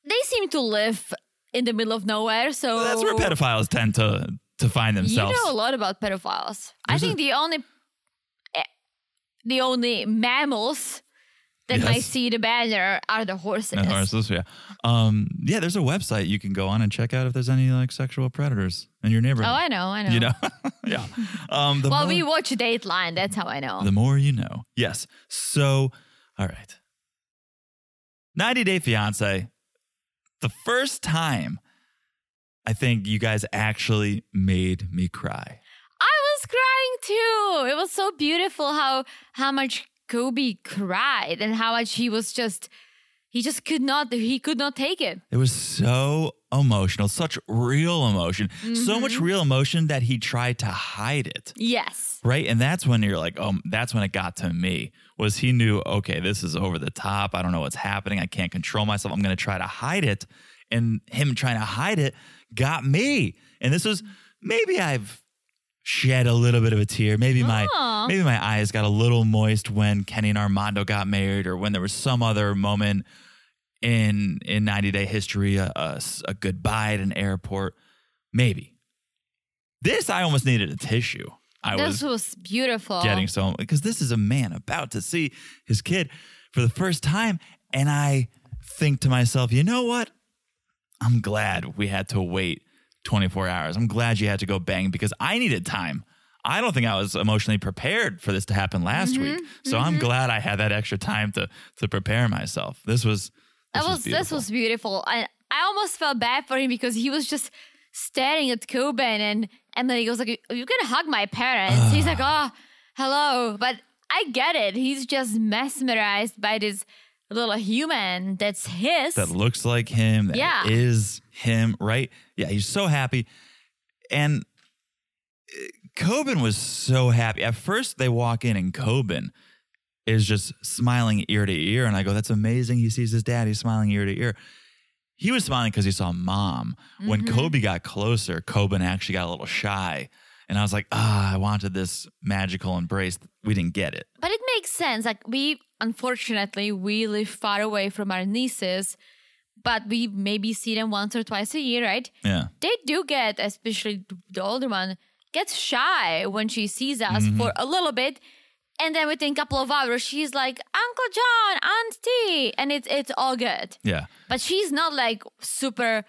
[SPEAKER 2] they seem to live in the middle of nowhere so
[SPEAKER 1] That's where pedophiles tend to to find
[SPEAKER 2] Oh. you
[SPEAKER 1] themselves.
[SPEAKER 2] know a lot about pedophiles i
[SPEAKER 1] There's a-
[SPEAKER 2] think the only eh, the only mammals that might
[SPEAKER 1] Yes.
[SPEAKER 2] see the banner are the horses
[SPEAKER 1] And horses, Uh-huh, yeah. Um, yeah, there's a website you can go on and check out if there's any like sexual predators in your
[SPEAKER 2] oh
[SPEAKER 1] neighborhood.
[SPEAKER 2] i know i know,
[SPEAKER 1] You know, *laughs* yeah. Um, the
[SPEAKER 2] well
[SPEAKER 1] more-
[SPEAKER 2] we watch dateline that's how i know
[SPEAKER 1] The more you know. Yes. So, all right. 90 Day Fiance, the first time I think you guys actually made me cry.
[SPEAKER 2] I was crying too. It was so beautiful how how much Kobe cried and how much he was just he just could not he could not take it.
[SPEAKER 1] It was so emotional, such real emotion, so much real emotion that he tried to hide it.
[SPEAKER 2] Yes.
[SPEAKER 1] Right. And that's when you're like, oh, that's when it got to me was he knew, okay, this is over the top. I don't know what's happening. I can't control myself. I'm going to try to hide it. And him trying to hide it got me. And this was maybe I've shed a little bit of a tear. Maybe my
[SPEAKER 2] Aw.
[SPEAKER 1] maybe my eyes got a little moist when Kenny and Armando got married or when there was some other moment in in 90 day history, a, a s- a goodbye at an airport. Maybe. This I almost needed a tissue. I was
[SPEAKER 2] this was, beautiful.
[SPEAKER 1] getting so because this is a man about to see his kid for the first time and i think to myself you know what i'm glad we had to wait 24 hours i'm glad you had to go bang because i needed time i don't think i was emotionally prepared for this to happen last
[SPEAKER 2] Mm-hmm,
[SPEAKER 1] week so i'm glad i had that extra time to to prepare myself this was
[SPEAKER 2] that
[SPEAKER 1] this
[SPEAKER 2] was,
[SPEAKER 1] was,
[SPEAKER 2] this
[SPEAKER 1] beautiful.
[SPEAKER 2] was beautiful. I I almost felt bad for him because he was just staring at Kobe and and then he goes like you can hug my parents. He's
[SPEAKER 1] *sighs*
[SPEAKER 2] like, "Oh, hello." But I get it. He's just mesmerized by this little human that's his.
[SPEAKER 1] that looks like him, that
[SPEAKER 2] Yeah.
[SPEAKER 1] is him, right? Yeah, he's so happy. And uh, Coben was so happy. At first, they walk in and Coben is just smiling ear to ear. And I go, that's amazing. He sees his dad. He's smiling ear to ear. He was smiling because he saw mom. When
[SPEAKER 2] Mhm.
[SPEAKER 1] Kobe got closer, Coben actually got a little shy. And I was like, ah, I wanted this magical embrace. We didn't get it.
[SPEAKER 2] But it makes sense. Like we unfortunately we live far away from our nieces, but we maybe see them once or twice a year, right?
[SPEAKER 1] Yeah.
[SPEAKER 2] They do get, especially the older one, gets shy when she sees us
[SPEAKER 1] Mhm.
[SPEAKER 2] for a little bit. And then within a couple of hours, she's like, Uncle John, Auntie, and it's it's all good.
[SPEAKER 1] Yeah.
[SPEAKER 2] But she's not like super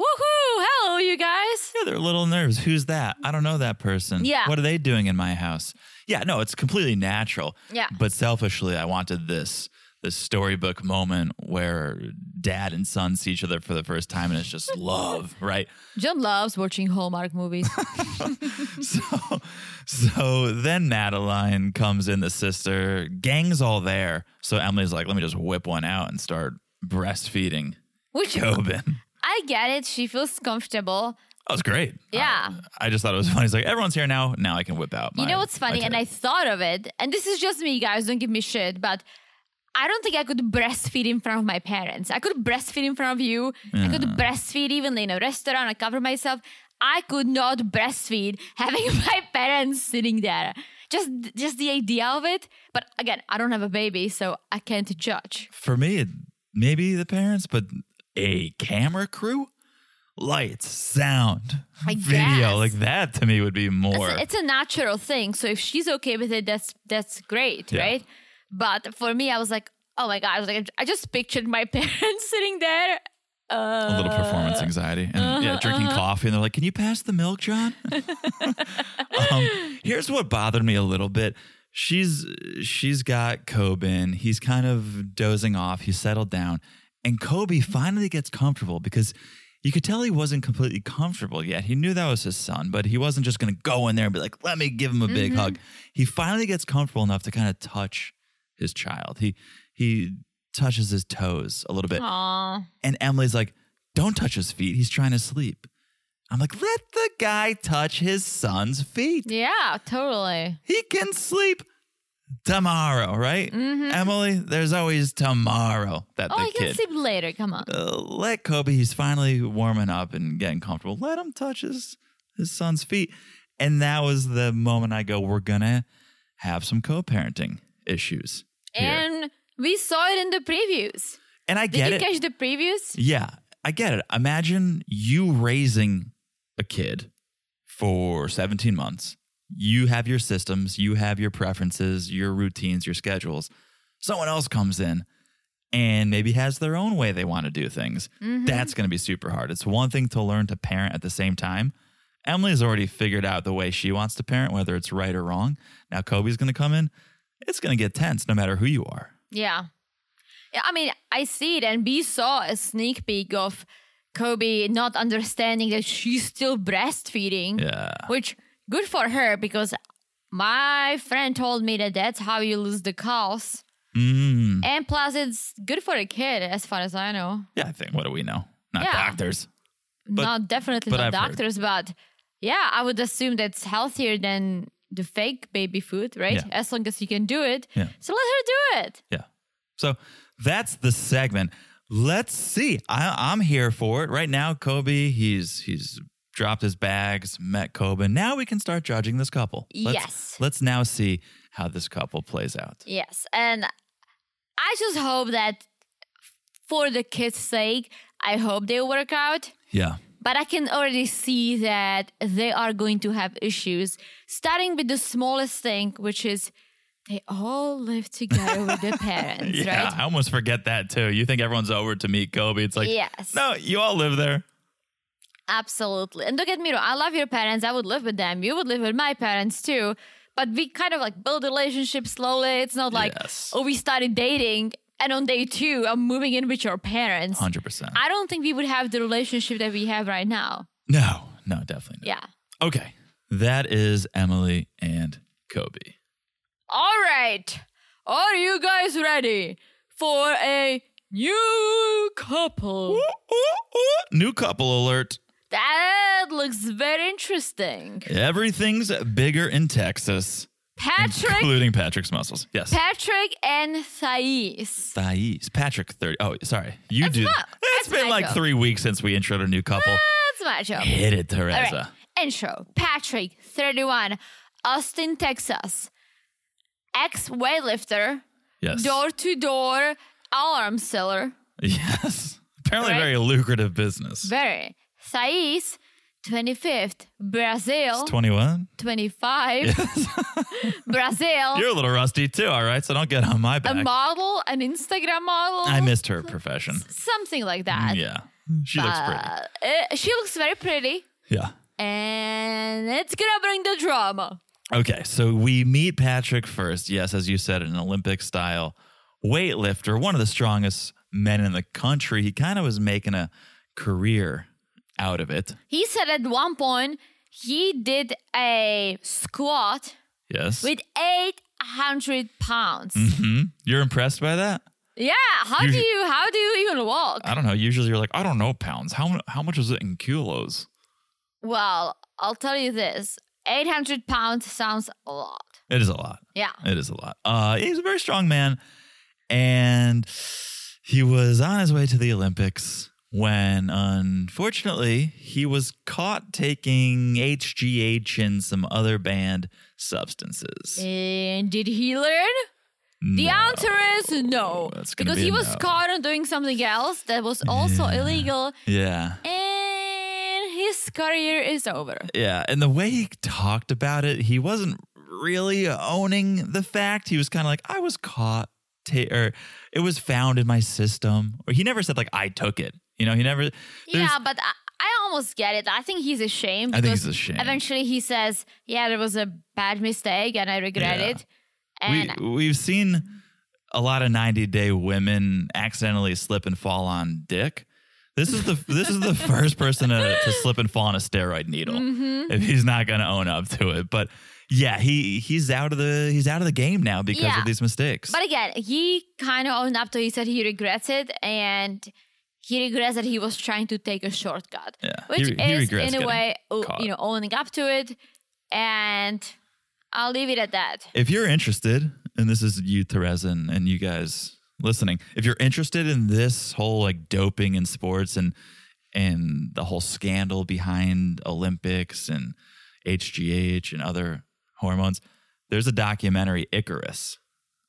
[SPEAKER 2] woohoo, hello you guys.
[SPEAKER 1] Yeah, they're little nerves. Who's that? I don't know that person.
[SPEAKER 2] Yeah.
[SPEAKER 1] What are they doing in my house? Yeah, no, it's completely natural.
[SPEAKER 2] Yeah.
[SPEAKER 1] But selfishly, I wanted this this storybook moment where dad and son see each other for the first time and it's
[SPEAKER 2] *laughs*
[SPEAKER 1] just love, right?
[SPEAKER 2] John loves watching Hallmark movies.
[SPEAKER 1] So so then Madeline comes in, the sister, gang's all there. So Emily's like, let me just whip one out and start breastfeeding
[SPEAKER 2] *laughs* Which
[SPEAKER 1] Coben.
[SPEAKER 2] I get it. She feels comfortable.
[SPEAKER 1] That was great.
[SPEAKER 2] Yeah.
[SPEAKER 1] I, I just thought it was funny. He's like, everyone's here now. Now I can whip out.
[SPEAKER 2] You
[SPEAKER 1] my-
[SPEAKER 2] know what's
[SPEAKER 1] my
[SPEAKER 2] funny? And
[SPEAKER 1] kid."
[SPEAKER 2] I thought of it, and this is just me, guys, don't give me shit, but I don't think I could breastfeed in front of my parents. I could breastfeed in front of you. I could breastfeed even in a restaurant. I cover myself. I could not breastfeed *laughs* having my parents sitting there. Just just the idea of it. But again, I don't have a baby, so I can't judge.
[SPEAKER 1] for me, it, maybe the parents, but a camera crew, lights, sound,
[SPEAKER 2] I
[SPEAKER 1] video,
[SPEAKER 2] guess.
[SPEAKER 1] like that to me would be more.
[SPEAKER 2] It's a, it's a natural thing. So if she's okay with it, that's that's great,
[SPEAKER 1] Yeah.
[SPEAKER 2] right? But for me, I was like, oh my god, I was like, I just pictured my *laughs* parents sitting there. Uh,
[SPEAKER 1] a little performance anxiety and yeah, drinking coffee. And they're like, Can you pass the milk, John? *laughs* um, here's what bothered me a little bit. She's she's got Coben. He's kind of dozing off. He's settled down. And Kobe finally gets comfortable because you could tell he wasn't completely comfortable yet. He knew that was his son, but he wasn't just gonna go in there and be like, let me give him a big hug. He finally gets comfortable enough to kind of touch his child. He he touches his toes a little bit.
[SPEAKER 2] Aw.
[SPEAKER 1] And Emily's like, don't touch his feet. He's trying to sleep. I'm like, let the guy touch his son's feet.
[SPEAKER 2] yeah, totally.
[SPEAKER 1] He can sleep tomorrow, right? Emily, there's always tomorrow that
[SPEAKER 2] Mm-hmm. Oh,
[SPEAKER 1] the
[SPEAKER 2] I can
[SPEAKER 1] kid.
[SPEAKER 2] sleep later. Come on.
[SPEAKER 1] Uh, let Kobe, he's finally warming up and getting comfortable. Let him touch his, his son's feet. And that was the moment I go, we're going to have some co parenting issues. here."
[SPEAKER 2] And we saw it in the previews.
[SPEAKER 1] and I
[SPEAKER 2] Did
[SPEAKER 1] get
[SPEAKER 2] you
[SPEAKER 1] it.
[SPEAKER 2] catch the previews?
[SPEAKER 1] Yeah, I get it. Imagine you raising a kid for 17 months. You have your systems, you have your preferences, your routines, your schedules. Someone else comes in and maybe has their own way they want to do things. That's going to be super hard. It's one thing to learn to parent at the same time. Emily's already figured out the way she wants to parent, whether it's right or wrong. Now Kobe's going to come in. It's going to get tense no matter who you are.
[SPEAKER 2] Yeah. Yeah, I mean, I see it, and we saw a sneak peek of Kobe not understanding that she's still breastfeeding.
[SPEAKER 1] Yeah.
[SPEAKER 2] Which good for her because my friend told me that that's how you lose the cows.
[SPEAKER 1] Mm.
[SPEAKER 2] And plus, it's good for the kid, as far as I know.
[SPEAKER 1] Yeah, I think. What do we know? Not
[SPEAKER 2] Yeah.
[SPEAKER 1] doctors. But-
[SPEAKER 2] not definitely
[SPEAKER 1] but
[SPEAKER 2] not
[SPEAKER 1] I've heard.
[SPEAKER 2] doctors, but yeah, I would assume that's healthier than the fake baby food, right?
[SPEAKER 1] Yeah.
[SPEAKER 2] As long as you can do it,
[SPEAKER 1] Yeah.
[SPEAKER 2] so let her do it.
[SPEAKER 1] Yeah. So that's the segment. Let's see. I, I'm here for it right now. Kobe, he's he's dropped his bags, met Kobe. Now we can start judging this couple. Let's,
[SPEAKER 2] Yes.
[SPEAKER 1] Let's now see how this couple plays out.
[SPEAKER 2] Yes. And I just hope that for the kids' sake, I hope they work out.
[SPEAKER 1] Yeah.
[SPEAKER 2] But I can already see that they are going to have issues, starting with the smallest thing, which is they all live together with
[SPEAKER 1] *laughs*
[SPEAKER 2] their parents,
[SPEAKER 1] yeah.
[SPEAKER 2] right?
[SPEAKER 1] I almost forget that too. You think everyone's over to meet Kobe? It's like
[SPEAKER 2] yes,
[SPEAKER 1] no, you all live there.
[SPEAKER 2] absolutely. And don't get me wrong, I love your parents. I would live with them. You would live with my parents too. But we kind of like build a relationship slowly. It's not like,
[SPEAKER 1] Yes.
[SPEAKER 2] oh, we started dating and on day two, I'm moving in with your parents.
[SPEAKER 1] Hundred percent.
[SPEAKER 2] I don't think we would have the relationship that we have right now.
[SPEAKER 1] No, no, definitely
[SPEAKER 2] Yeah.
[SPEAKER 1] not. Okay. That is Emily and Kobe.
[SPEAKER 2] All right. Are you guys ready for a new couple?
[SPEAKER 1] New couple alert.
[SPEAKER 2] That looks very interesting.
[SPEAKER 1] Everything's bigger in Texas,
[SPEAKER 2] Patrick,
[SPEAKER 1] including Patrick's muscles. Yes.
[SPEAKER 2] Patrick and Thais.
[SPEAKER 1] Thais. Patrick 30. Oh, sorry. You do.
[SPEAKER 2] not-
[SPEAKER 1] it's
[SPEAKER 2] that's
[SPEAKER 1] been
[SPEAKER 2] my
[SPEAKER 1] like
[SPEAKER 2] joke.
[SPEAKER 1] three weeks since we introed a new couple.
[SPEAKER 2] That's my job.
[SPEAKER 1] Hit it,
[SPEAKER 2] All
[SPEAKER 1] Teresa.
[SPEAKER 2] right. Intro Patrick, 31, Austin, Texas. Ex weightlifter,
[SPEAKER 1] Yes.
[SPEAKER 2] door to door alarm seller.
[SPEAKER 1] *laughs* Yes. Apparently,
[SPEAKER 2] Right?
[SPEAKER 1] very lucrative business.
[SPEAKER 2] Very. Thais, 25th, Brazil,
[SPEAKER 1] 21.
[SPEAKER 2] 25. *laughs* Brazil,
[SPEAKER 1] You're a little rusty too, all right? So don't get on my
[SPEAKER 2] a
[SPEAKER 1] back.
[SPEAKER 2] model, an Instagram model.
[SPEAKER 1] I missed her profession.
[SPEAKER 2] something like that.
[SPEAKER 1] Yeah. She looks pretty.
[SPEAKER 2] Uh, uh, she looks very pretty,
[SPEAKER 1] Yeah.
[SPEAKER 2] and it's gonna bring the drama.
[SPEAKER 1] Okay, so we meet Patrick first. Yes, as you said, an Olympic style weightlifter, one of the strongest men in the country. He kind of was making a career out of it.
[SPEAKER 2] He said at one point he did a squat
[SPEAKER 1] Yes.
[SPEAKER 2] with 800 pounds.
[SPEAKER 1] hmm You're impressed by that?
[SPEAKER 2] Yeah,
[SPEAKER 1] *laughs*
[SPEAKER 2] how
[SPEAKER 1] You-
[SPEAKER 2] do you how do you even walk?
[SPEAKER 1] I don't know. Usually you're like, I don't know pounds. How, mu- how much is it in kilos?
[SPEAKER 2] Well, I'll tell you this: 800 pounds sounds a lot.
[SPEAKER 1] It is a lot.
[SPEAKER 2] Yeah,
[SPEAKER 1] It is a lot. Uh, he's a very strong man, and he was on his way to the Olympics when, unfortunately, he was caught taking HGH and some other banned substances.
[SPEAKER 2] and did he learn? Eh, The
[SPEAKER 1] No.
[SPEAKER 2] answer is no,
[SPEAKER 1] That's gonna
[SPEAKER 2] because
[SPEAKER 1] be
[SPEAKER 2] he
[SPEAKER 1] a
[SPEAKER 2] was
[SPEAKER 1] no.
[SPEAKER 2] caught on doing something else that was also
[SPEAKER 1] Yeah.
[SPEAKER 2] illegal,
[SPEAKER 1] Yeah.
[SPEAKER 2] and his career is over.
[SPEAKER 1] Yeah, and the way he talked about it, he wasn't really owning the fact. He was kind of like, "I was caught," ta- or "It was found in my system." Or he never said like, "I took it." You know, he never. there's-
[SPEAKER 2] yeah, but I, I almost get it. I think he's ashamed.
[SPEAKER 1] I think
[SPEAKER 2] because
[SPEAKER 1] it's a shame.
[SPEAKER 2] Eventually, he says, "Yeah, there was a bad mistake, and I regret
[SPEAKER 1] Yeah.
[SPEAKER 2] it." And
[SPEAKER 1] we, we've seen a lot of 90 day women accidentally slip and fall on dick. This is the this is the first person to, to slip and fall on a steroid needle
[SPEAKER 2] Mhm.
[SPEAKER 1] if he's not going to own up to it. But yeah, he he's out of the he's out of the game now because
[SPEAKER 2] Yeah.
[SPEAKER 1] of these mistakes.
[SPEAKER 2] But again, he kind of owned up to. it. He said he regrets it, and he regrets that he was trying to take a shortcut,
[SPEAKER 1] yeah,
[SPEAKER 2] which
[SPEAKER 1] he, he
[SPEAKER 2] is
[SPEAKER 1] regrets
[SPEAKER 2] in a
[SPEAKER 1] getting-
[SPEAKER 2] way, o-
[SPEAKER 1] caught.
[SPEAKER 2] you know, owning up to it. And I'll leave it at that.
[SPEAKER 1] If you're interested, and this is you, Therese, and, and you guys listening, if you're interested in this whole like doping in sports and and the whole scandal behind Olympics and HGH and other hormones, there's a documentary Icarus.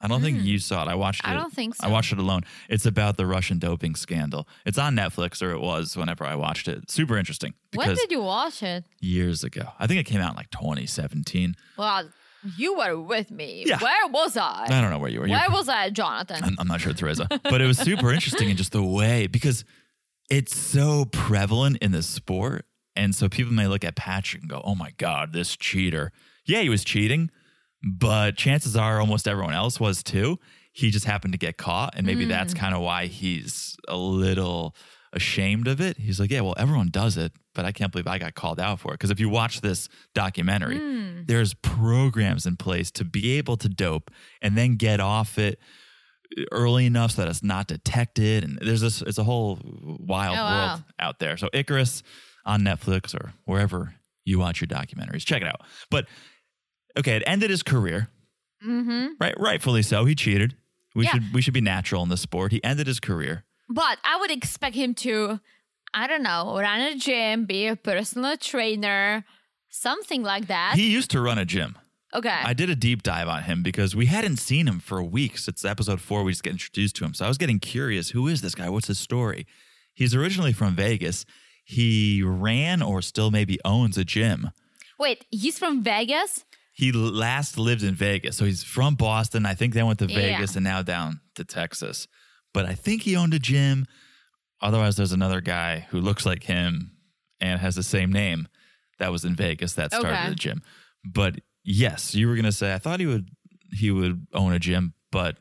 [SPEAKER 1] I don't think you saw it. I watched it.
[SPEAKER 2] Hmm. I don't think so.
[SPEAKER 1] I watched it alone. It's about the Russian doping scandal. It's on Netflix, or it was whenever I watched it. Super interesting
[SPEAKER 2] when
[SPEAKER 1] because
[SPEAKER 2] did you watch it?
[SPEAKER 1] years ago, I think it came out in like 2017.
[SPEAKER 2] Well, you were with me.
[SPEAKER 1] Yeah.
[SPEAKER 2] Where was I?
[SPEAKER 1] I don't know where you were. You were
[SPEAKER 2] Where was I, Jonathan?
[SPEAKER 1] I'm, I'm not sure, Teresa, but it was super interesting in just the way because it's so prevalent in the sport. And so people may look at Patrick and go, oh my God, this cheater. Yeah, he was cheating, but chances are almost everyone else was too. He just happened to get caught. And maybe that's kind of why he's a little ashamed of it. He's like, yeah, well, everyone does it, but I can't believe I got called out for it. Because if you watch this documentary,
[SPEAKER 2] Hmm.
[SPEAKER 1] there's programs in place to be able to dope and then get off it early enough so that it's not detected. And there's this, it's a whole wild
[SPEAKER 2] Oh, wow.
[SPEAKER 1] world out there. So Icarus on Netflix or wherever you watch your documentaries, check it out. But okay, it ended his career,
[SPEAKER 2] hmm
[SPEAKER 1] right? Rightfully so. He cheated. We
[SPEAKER 2] Yeah.
[SPEAKER 1] should we should be natural in the sport. He ended his career.
[SPEAKER 2] But I would expect him to, I don't know, run a gym, be a personal trainer, something like that.
[SPEAKER 1] He used to run a gym.
[SPEAKER 2] okay.
[SPEAKER 1] I did a deep dive on him because we hadn't seen him for weeks. It's episode four. We just get introduced to him. So I was getting curious who is this guy? What's his story? He's originally from Vegas. He ran or still maybe owns a gym.
[SPEAKER 2] Wait, he's from Vegas?
[SPEAKER 1] He last lived in Vegas. So he's from Boston. I think they went to
[SPEAKER 2] Yeah.
[SPEAKER 1] Vegas and now down to Texas. But I think he owned a gym. Otherwise, there's another guy who looks like him and has the same name that was in Vegas that started
[SPEAKER 2] Okay.
[SPEAKER 1] the gym. But yes, you were gonna say I thought he would he would own a gym, but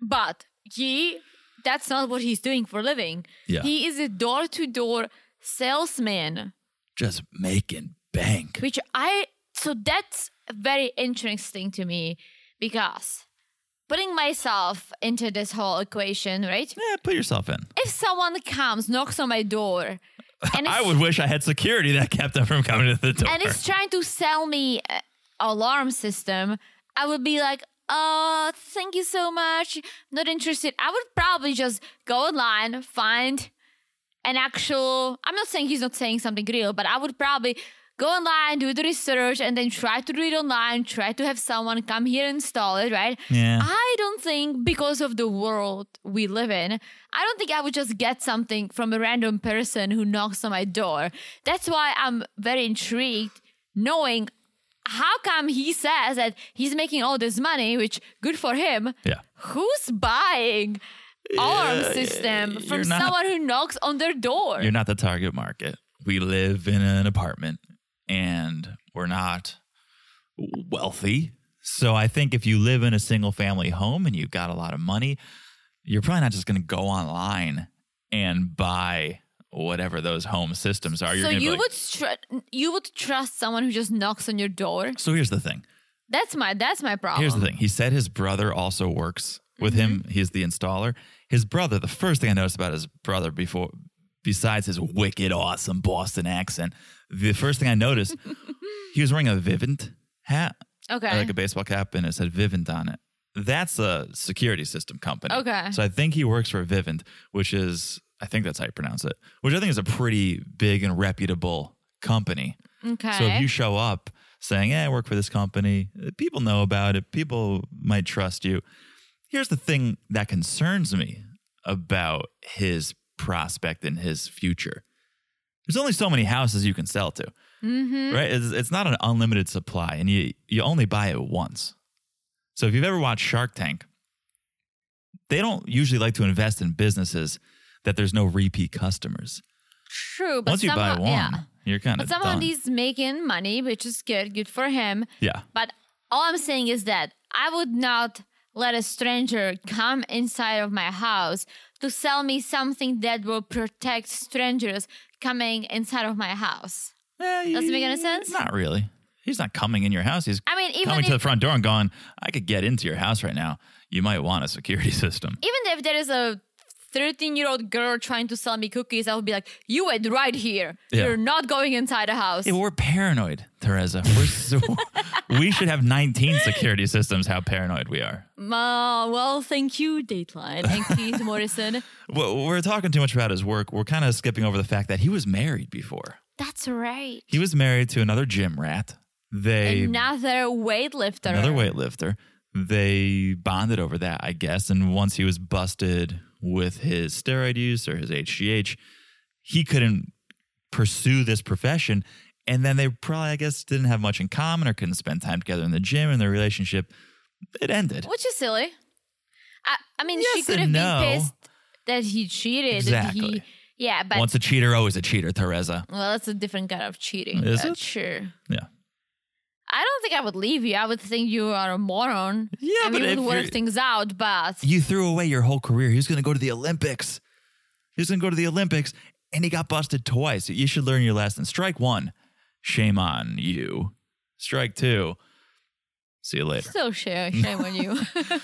[SPEAKER 2] But he, that's not what he's doing for a living.
[SPEAKER 1] yeah,
[SPEAKER 2] He is a door to door salesman,
[SPEAKER 1] just making bank.
[SPEAKER 2] which I, so that's very interesting to me because putting myself into this whole equation, right?
[SPEAKER 1] Yeah, put Eh, yourself in. *laughs*
[SPEAKER 2] If someone comes, knocks on my door, And
[SPEAKER 1] I
[SPEAKER 2] it's-
[SPEAKER 1] would wish I had security that kept them from coming to the door.
[SPEAKER 2] and it's trying to sell me a alarm system, I would be like, "Oh, thank you so much. Not interested." I would probably just go online, find an actual. I'm not saying he's not saying something real, but I would probably go online, do the research, and then try to do it online. Try to have someone come here and install it, right?
[SPEAKER 1] yeah.
[SPEAKER 2] I don't think because of the world we live in, I don't think I would just get something from a random person who knocks on my door. That's why I'm very intrigued knowing how come he says that he's making all this money, which good for him.
[SPEAKER 1] yeah.
[SPEAKER 2] Who's buying alarm
[SPEAKER 1] Yeah,
[SPEAKER 2] system
[SPEAKER 1] yeah,
[SPEAKER 2] from
[SPEAKER 1] you're not-
[SPEAKER 2] someone who knocks on their door?
[SPEAKER 1] You're not the target market. We live in an apartment and we're not wealthy. So I think if you live in a single family home and you've got a lot of money, you're probably not just going to go online and buy whatever those home systems are. You're
[SPEAKER 2] so
[SPEAKER 1] gonna be
[SPEAKER 2] you
[SPEAKER 1] like-
[SPEAKER 2] would tr- you would trust someone who just knocks on your door?
[SPEAKER 1] So here's the thing.
[SPEAKER 2] That's my that's my problem.
[SPEAKER 1] Here's the thing. He said his brother also works with
[SPEAKER 2] Mm-hmm.
[SPEAKER 1] him. He's the installer. His brother, the first thing I noticed about his brother before besides his wicked awesome Boston accent, the first thing I
[SPEAKER 2] *laughs*
[SPEAKER 1] noticed he was wearing a Vivint hat,
[SPEAKER 2] Okay.
[SPEAKER 1] like a baseball cap and it said Vivint on it. That's a security system company.
[SPEAKER 2] Okay.
[SPEAKER 1] So I think he works for Vivint, which is I think that's how you pronounce it, which I think is a pretty big and reputable company.
[SPEAKER 2] okay.
[SPEAKER 1] So if you show up saying, "Hey, I work for this company," uh, people know about it. People might trust you. Here's the thing that concerns me about his prospect and his future. There's only so many houses you can sell to,
[SPEAKER 2] Mm-hmm.
[SPEAKER 1] right? It's, it's not an unlimited supply, and you you only buy it once. So if you've ever watched Shark Tank, they don't usually like to invest in businesses that there's no repeat customers.
[SPEAKER 2] True, but
[SPEAKER 1] Once you
[SPEAKER 2] somehow,
[SPEAKER 1] buy one,
[SPEAKER 2] yeah.
[SPEAKER 1] you're kind
[SPEAKER 2] But
[SPEAKER 1] of
[SPEAKER 2] somehow
[SPEAKER 1] done.
[SPEAKER 2] he's making money, which is good, good for him.
[SPEAKER 1] yeah.
[SPEAKER 2] But all I'm saying is that I would not let a stranger come inside of my house to sell me something that will protect strangers coming inside of my house.
[SPEAKER 1] Does
[SPEAKER 2] it make any sense?
[SPEAKER 1] Eh, Not really. He's not coming in your house. He's
[SPEAKER 2] I mean, even
[SPEAKER 1] coming
[SPEAKER 2] if,
[SPEAKER 1] to the front door and going, I could get into your house right now. You might want a security *laughs* system.
[SPEAKER 2] even if there is a 13 year old girl trying to sell me cookies, I would be like, "You wait right here.
[SPEAKER 1] Yeah.
[SPEAKER 2] You're not going inside the house."
[SPEAKER 1] Yeah, we're paranoid, Teresa. We're
[SPEAKER 2] *laughs*
[SPEAKER 1] so, we should have 19 security systems, how paranoid we are.
[SPEAKER 2] Ma, well, thank you, Dateline, and Keith Morrison.
[SPEAKER 1] Well, we're talking too much about his work. We're kind of skipping over the fact that he was married before.
[SPEAKER 2] *laughs* That's right.
[SPEAKER 1] He was married to another gym rat. They
[SPEAKER 2] Another weightlifter.
[SPEAKER 1] another weightlifter. They bonded over that, I guess. And once he was busted with his steroid use or his HGH, he couldn't pursue this profession. And then they probably, I guess, didn't have much in common or couldn't spend time together in the gym and their relationship. It ended.
[SPEAKER 2] Which is silly. I, I mean, she
[SPEAKER 1] Yes
[SPEAKER 2] could have
[SPEAKER 1] and
[SPEAKER 2] been
[SPEAKER 1] no.
[SPEAKER 2] pissed that he cheated. That
[SPEAKER 1] Exactly.
[SPEAKER 2] he, yeah, but
[SPEAKER 1] Once a cheater, always a cheater, Teresa.
[SPEAKER 2] well, that's a different kind of cheating.
[SPEAKER 1] Is
[SPEAKER 2] but
[SPEAKER 1] it?
[SPEAKER 2] Sure.
[SPEAKER 1] Yeah.
[SPEAKER 2] I don't think I would leave you. I would think you are a moron.
[SPEAKER 1] Yeah,
[SPEAKER 2] and
[SPEAKER 1] but
[SPEAKER 2] we
[SPEAKER 1] if
[SPEAKER 2] would work
[SPEAKER 1] you're-
[SPEAKER 2] things out. But
[SPEAKER 1] You threw away your whole career. He was going to go to the Olympics. He was going to go to the Olympics and he got busted twice. You should learn your lesson. Strike one, shame on you. Strike two, see you
[SPEAKER 2] *laughs*
[SPEAKER 1] later.
[SPEAKER 2] still, shame, shame on you.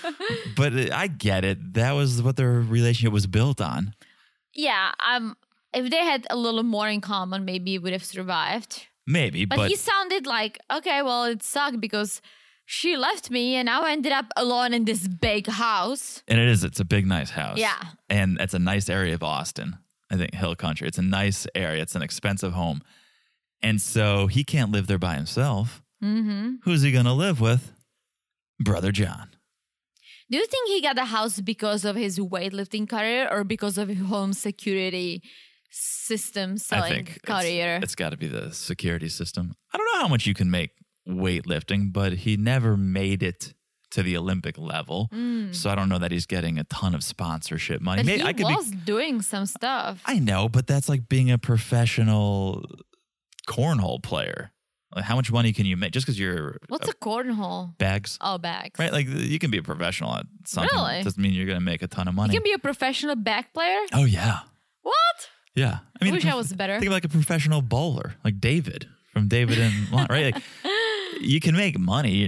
[SPEAKER 2] *laughs*
[SPEAKER 1] But uh, I get it. That was what their relationship was built on.
[SPEAKER 2] yeah. Um. If they had a little more in common, maybe it would have survived.
[SPEAKER 1] Maybe,
[SPEAKER 2] But,
[SPEAKER 1] but,
[SPEAKER 2] he sounded like, okay, well, it sucked because she left me and I ended up alone in this big house.
[SPEAKER 1] and it is. It's a big, nice house.
[SPEAKER 2] Yeah.
[SPEAKER 1] and it's a nice area of Austin. I think Hill Country. It's a nice area. It's an expensive home, and so he can't live there by himself.
[SPEAKER 2] Mm-hmm.
[SPEAKER 1] Who's he going to live with? Brother John.
[SPEAKER 2] Do you think he got the house because of his weightlifting career or because of his home security system selling
[SPEAKER 1] it's-
[SPEAKER 2] career?
[SPEAKER 1] it's got to be the security system. I don't know how much you can make weightlifting, but he never made it to the Olympic level. So I don't know that he's getting a ton of sponsorship money.
[SPEAKER 2] Mm-hmm.
[SPEAKER 1] Maybe
[SPEAKER 2] Mm. but he
[SPEAKER 1] I could be-
[SPEAKER 2] was doing some stuff.
[SPEAKER 1] I know, but that's like being a professional cornhole player. Like how much money can you make just because you're
[SPEAKER 2] What's a cornhole?
[SPEAKER 1] bags,
[SPEAKER 2] Oh, bags.
[SPEAKER 1] right? Like you can be a professional at something.
[SPEAKER 2] Really?
[SPEAKER 1] Doesn't mean you're going to make a ton of
[SPEAKER 2] You
[SPEAKER 1] money.
[SPEAKER 2] can be a professional bag player?
[SPEAKER 1] oh yeah,
[SPEAKER 2] What?
[SPEAKER 1] yeah. I
[SPEAKER 2] I
[SPEAKER 1] mean,
[SPEAKER 2] wish
[SPEAKER 1] prof-
[SPEAKER 2] I was better.
[SPEAKER 1] Think of like a professional bowler, like David from David
[SPEAKER 2] *laughs*
[SPEAKER 1] and Lon, right? Like you can make money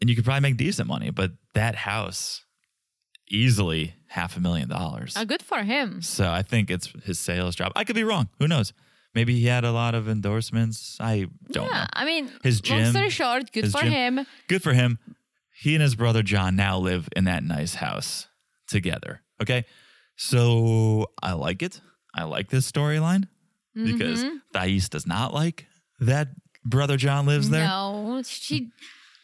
[SPEAKER 1] and you could probably make decent money, but that house easily half a million dollars.
[SPEAKER 2] Uh, good for him.
[SPEAKER 1] So I think it's his sales job. I could be wrong. Who knows? Maybe he had a lot of endorsements. I don't
[SPEAKER 2] yeah,
[SPEAKER 1] know.
[SPEAKER 2] I mean,
[SPEAKER 1] His
[SPEAKER 2] long
[SPEAKER 1] gym,
[SPEAKER 2] story short, good
[SPEAKER 1] his
[SPEAKER 2] for
[SPEAKER 1] gym.
[SPEAKER 2] him.
[SPEAKER 1] Good for him. He and his brother John now live in that nice house together. Okay. So I like it. I like this storyline because
[SPEAKER 2] Mm-hmm.
[SPEAKER 1] Thais does not like that brother John lives there.
[SPEAKER 2] No, she.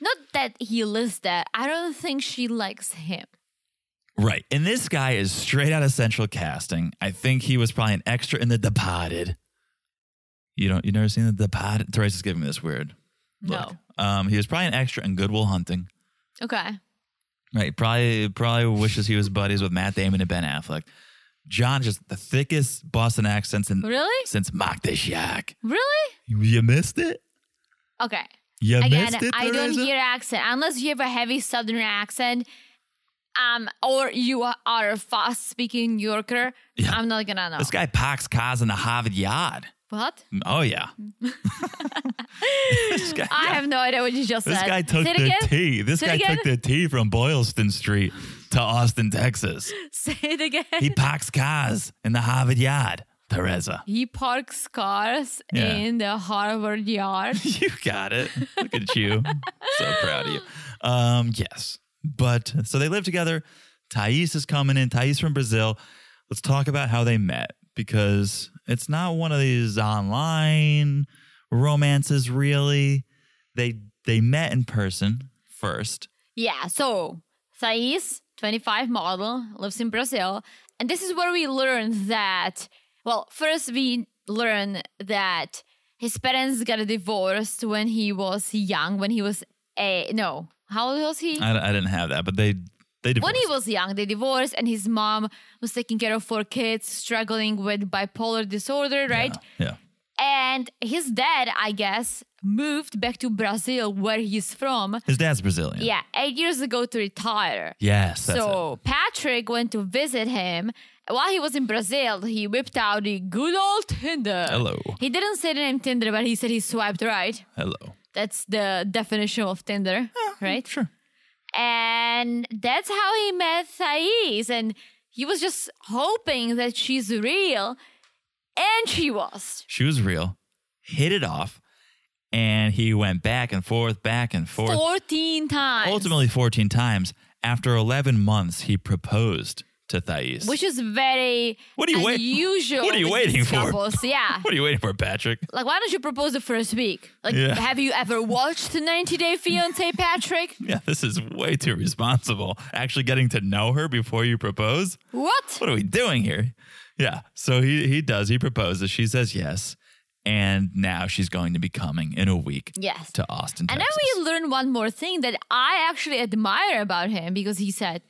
[SPEAKER 2] Not that he lives there. I don't think she likes him.
[SPEAKER 1] Right. And this guy is straight out of central casting. I think he was probably an extra in The Departed. You don't you never seen The Departed? Teresa's giving me this weird look. Um, he was probably an extra in Goodwill Hunting.
[SPEAKER 2] Okay.
[SPEAKER 1] Right. Probably probably wishes he was buddies with Matt Damon and Ben Affleck. John just the thickest Boston accent since
[SPEAKER 2] Really?
[SPEAKER 1] since Mock the Shack.
[SPEAKER 2] Really?
[SPEAKER 1] You missed it?
[SPEAKER 2] Okay.
[SPEAKER 1] You
[SPEAKER 2] Again,
[SPEAKER 1] missed it.
[SPEAKER 2] I don't
[SPEAKER 1] Teresa?
[SPEAKER 2] hear accent unless you have a heavy southern accent, um, or you are- are a fast speaking New Yorker.
[SPEAKER 1] Yeah.
[SPEAKER 2] I'm not gonna know.
[SPEAKER 1] This guy parks cars in the Harvard Yard. *laughs*
[SPEAKER 2] what?
[SPEAKER 1] Oh yeah. this guy,
[SPEAKER 2] I have no idea what you just
[SPEAKER 1] This
[SPEAKER 2] said.
[SPEAKER 1] guy took
[SPEAKER 2] Say it
[SPEAKER 1] the
[SPEAKER 2] again.
[SPEAKER 1] *laughs* tea. This
[SPEAKER 2] Say
[SPEAKER 1] guy
[SPEAKER 2] it again.
[SPEAKER 1] took the tea from Boylston Street to Austin, Texas.
[SPEAKER 2] Say it again. *laughs*
[SPEAKER 1] He parks cars in the Harvard Yard, Teresa. *laughs*
[SPEAKER 2] He parks cars
[SPEAKER 1] Yeah.
[SPEAKER 2] in the Harvard yard.
[SPEAKER 1] *laughs* You got it. Look at you. so proud of you. Um, yes. But so they live together. Thais is coming in. Thais from Brazil. Let's talk about how they met because it's not one of these online romances, really. They they met in person first.
[SPEAKER 2] yeah, so Thais, 25 model, lives in Brazil. And this is where we learn that, well, first we learn that his parents got divorced when he was young, when he was a, no, how old was he?
[SPEAKER 1] I, I didn't have that, but they they divorced.
[SPEAKER 2] when he was young, they divorced, and his mom was taking care of four kids struggling with bipolar disorder, right?
[SPEAKER 1] Yeah.
[SPEAKER 2] And his dad, I guess, moved back to Brazil, where he's from.
[SPEAKER 1] His dad's Brazilian.
[SPEAKER 2] Yeah, eight years ago to retire.
[SPEAKER 1] Yes. That's it.
[SPEAKER 2] so Patrick went to visit him. While he was in Brazil, he whipped out the good old Tinder.
[SPEAKER 1] Hello.
[SPEAKER 2] He didn't say the name Tinder, but he said he swiped right.
[SPEAKER 1] Hello.
[SPEAKER 2] That's the definition of Tinder, right?
[SPEAKER 1] Sure.
[SPEAKER 2] And that's how he met Thais. And he was just hoping that she's real. And she was.
[SPEAKER 1] She was real. Hit it off. And he went back and forth, back and forth.
[SPEAKER 2] 14 times.
[SPEAKER 1] Ultimately 14 times. After 11 months, he proposed to Thais.
[SPEAKER 2] Which is very
[SPEAKER 1] What are you wait-
[SPEAKER 2] unusual.
[SPEAKER 1] what are you
[SPEAKER 2] with
[SPEAKER 1] waiting
[SPEAKER 2] these
[SPEAKER 1] for? *laughs*
[SPEAKER 2] Couples. Yeah.
[SPEAKER 1] what are you waiting for, Patrick?
[SPEAKER 2] Like, why don't you propose the first week? Like,
[SPEAKER 1] Yeah.
[SPEAKER 2] have you ever watched 90 Day Fiance, Patrick?
[SPEAKER 1] Yeah, this is way too responsible. Actually getting to know her before you propose?
[SPEAKER 2] What?
[SPEAKER 1] What are we doing here? Yeah. So he, he does. He proposes. She says yes. And now she's going to be coming in a week
[SPEAKER 2] Yes.
[SPEAKER 1] to Austin,
[SPEAKER 2] And then
[SPEAKER 1] Texas.
[SPEAKER 2] we learn one more thing that I actually admire about him because he said,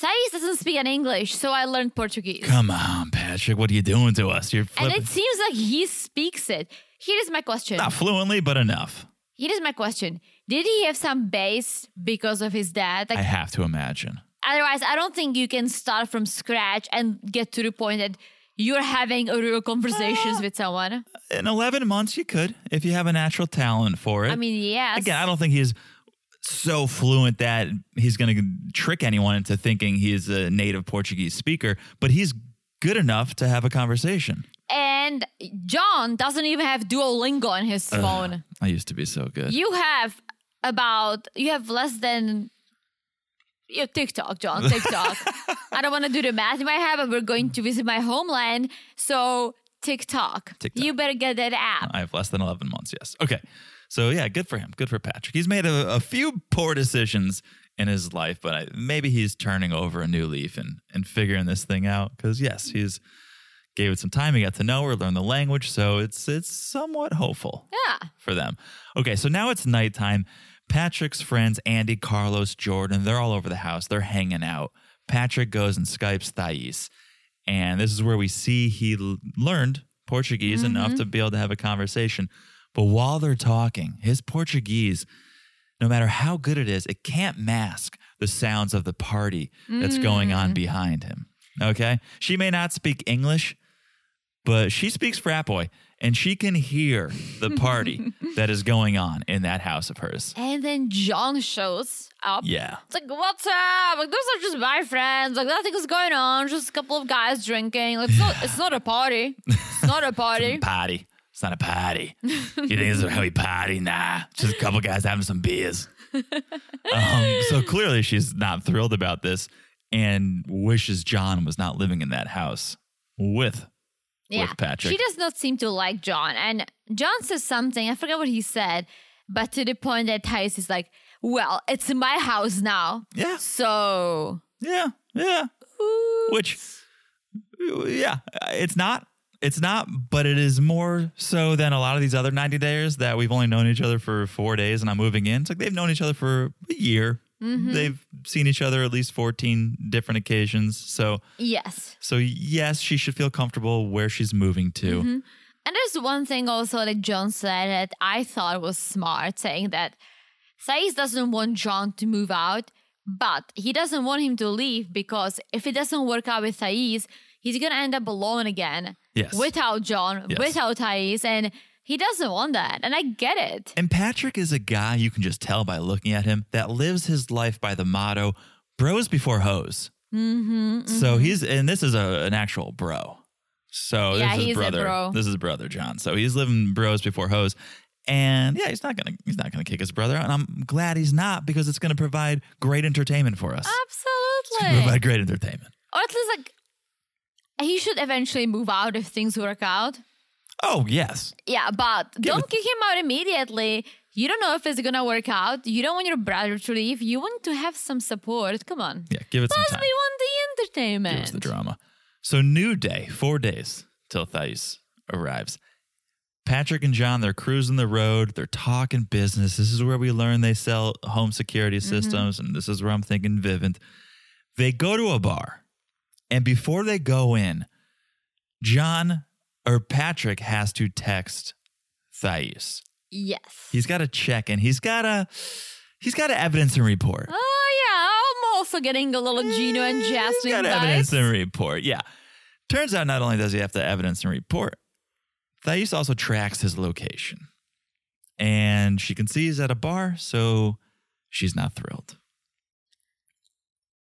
[SPEAKER 2] Thais doesn't speak an English, so I learned Portuguese.
[SPEAKER 1] Come on, Patrick. What are you doing to us? You're
[SPEAKER 2] and
[SPEAKER 1] flipping.
[SPEAKER 2] it seems like he speaks it. Here is my question.
[SPEAKER 1] Not fluently, but enough.
[SPEAKER 2] Here is my question. Did he have some base because of his dad? Like,
[SPEAKER 1] I have to imagine.
[SPEAKER 2] otherwise i don't think you can start from scratch and get to the point that you're having a real
[SPEAKER 1] Uh,
[SPEAKER 2] conversations with someone
[SPEAKER 1] In 11 months, you could, if you have a natural talent for it.
[SPEAKER 2] i mean yes
[SPEAKER 1] again, I don't think he's so fluent that he's going to trick anyone into thinking he's a native Portuguese speaker, but he's good enough to have a conversation.
[SPEAKER 2] and john doesn't even have duolingo on his
[SPEAKER 1] Uh, *laughs*
[SPEAKER 2] phone
[SPEAKER 1] I used to be so good.
[SPEAKER 2] you have about you have less than you have tiktok
[SPEAKER 1] *laughs*
[SPEAKER 2] john tiktok i don't want to do the math in my head but we're going to visit my homeland so TikTok.
[SPEAKER 1] TikTok.
[SPEAKER 2] You better get that app.
[SPEAKER 1] I have less than 11 months, yes. Okay. So, yeah, good for him. Good for Patrick. He's made a, a few poor decisions in his life, but I, maybe he's turning over a new leaf and, and figuring this thing out. Because, yes, he's gave it some time. He got to know her, learned the language. So, it's it's somewhat hopeful
[SPEAKER 2] Yeah.
[SPEAKER 1] for them. Okay. So, now it's nighttime. Patrick's friends, Andy, Carlos, Jordan, they're all over the house. They're hanging out. Patrick goes and Skypes Thais. And this is where we see he l- learned Portuguese enough to be able to have a conversation. But while they're talking, his Portuguese, no matter how good it is, it can't mask the sounds of the party that's going on behind him. Okay? She may not speak English, but she speaks frat boy and she can hear the party that is going on in that house of hers.
[SPEAKER 2] And then John shows up.
[SPEAKER 1] Yeah.
[SPEAKER 2] It's like, what's up? Like, those are just my friends. Like, nothing is going on. Just a couple of guys drinking. Like, it's not. It's not a party. It's not a party.
[SPEAKER 1] Party. It's not a party. you think it's a heavy party? Nah. It's Just a couple guys having some beers. um, so clearly she's not thrilled about this and wishes John was not living in that house with
[SPEAKER 2] yeah.
[SPEAKER 1] with Patrick.
[SPEAKER 2] She does not seem to like John. And John says something. I forget what he said, but to the point that Thais is like, well, it's my house now.
[SPEAKER 1] Yeah.
[SPEAKER 2] So
[SPEAKER 1] Yeah. Yeah. Which yeah, it's not it's not, but it is more so than a lot of these other 90 dayers that we've only known each other for four days and I'm moving in. It's like they've known each other for a year. They've seen each other at least 14 different occasions. So
[SPEAKER 2] yes.
[SPEAKER 1] so yes, she should feel comfortable where she's moving to.
[SPEAKER 2] And there's one thing also that John said that I thought was smart, saying that Thais doesn't want John to move out, but he doesn't want him to leave because if it doesn't work out with Thais, he's gonna end up alone again.
[SPEAKER 1] Yes.
[SPEAKER 2] Without John,
[SPEAKER 1] Yes.
[SPEAKER 2] without Thais, and he doesn't want that. And I get it.
[SPEAKER 1] And Patrick is a guy you can just tell by looking at him that lives his life by the motto bros before hoes. Mm-hmm, So he's, and this is a, an actual bro. So
[SPEAKER 2] Yeah,
[SPEAKER 1] this is
[SPEAKER 2] he's a
[SPEAKER 1] brother.
[SPEAKER 2] bro.
[SPEAKER 1] This is brother John. So he's living bros before hoes. And yeah, he's not gonna he's not gonna kick his brother, and I'm glad he's not because it's gonna provide great entertainment for us. It's gonna
[SPEAKER 2] Absolutely.
[SPEAKER 1] provide great entertainment.
[SPEAKER 2] Or at least like he should eventually move out if things work out.
[SPEAKER 1] Oh yes,
[SPEAKER 2] Yeah, but don't
[SPEAKER 1] but-
[SPEAKER 2] kick him out immediately. You don't know if it's gonna work out. You don't want your brother to leave. You want to have some support. Come on.
[SPEAKER 1] yeah. Give it some
[SPEAKER 2] Plus,
[SPEAKER 1] time.
[SPEAKER 2] we want the
[SPEAKER 1] It
[SPEAKER 2] entertainment.
[SPEAKER 1] was the drama. So new day, four days till Thais arrives. Patrick and John, they're cruising the road. They're talking business. This is where we learn they sell home security systems, and this is where I'm thinking Vivint. They go to a bar, and before they go in, John or Patrick has to text Thais.
[SPEAKER 2] Yes.
[SPEAKER 1] He's got to check, and he's got to he's got to evidence and report.
[SPEAKER 2] oh yeah, I'm also getting a little Gino and
[SPEAKER 1] He's
[SPEAKER 2] Jasmine
[SPEAKER 1] got
[SPEAKER 2] vibes.
[SPEAKER 1] evidence and report. Yeah. Turns out not only does he have to evidence and report, Thais also tracks his location. And she can see he's at a bar, so she's not thrilled.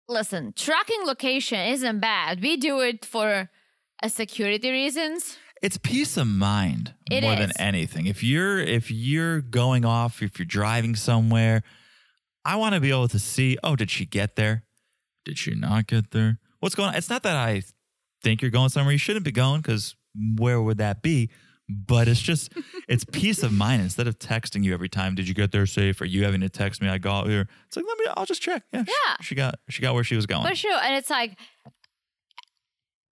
[SPEAKER 2] Listen, tracking location isn't bad. We do it for uh, security reasons.
[SPEAKER 1] It's peace of mind
[SPEAKER 2] It
[SPEAKER 1] more than
[SPEAKER 2] is.
[SPEAKER 1] anything. If you're if you're going off, if you're driving somewhere, I want to be able to see, oh, did she get there? Did she not get there? What's going on? It's not that I think you're going somewhere you shouldn't be going because where would that be? But it's just,
[SPEAKER 2] *laughs*
[SPEAKER 1] it's peace of mind. Instead of texting you every time, did you get there safe? Or you having to text me, I got here. It's like, let me, I'll just check. Yeah.
[SPEAKER 2] Yeah.
[SPEAKER 1] She, she got, she got where she was going.
[SPEAKER 2] For sure. And it's like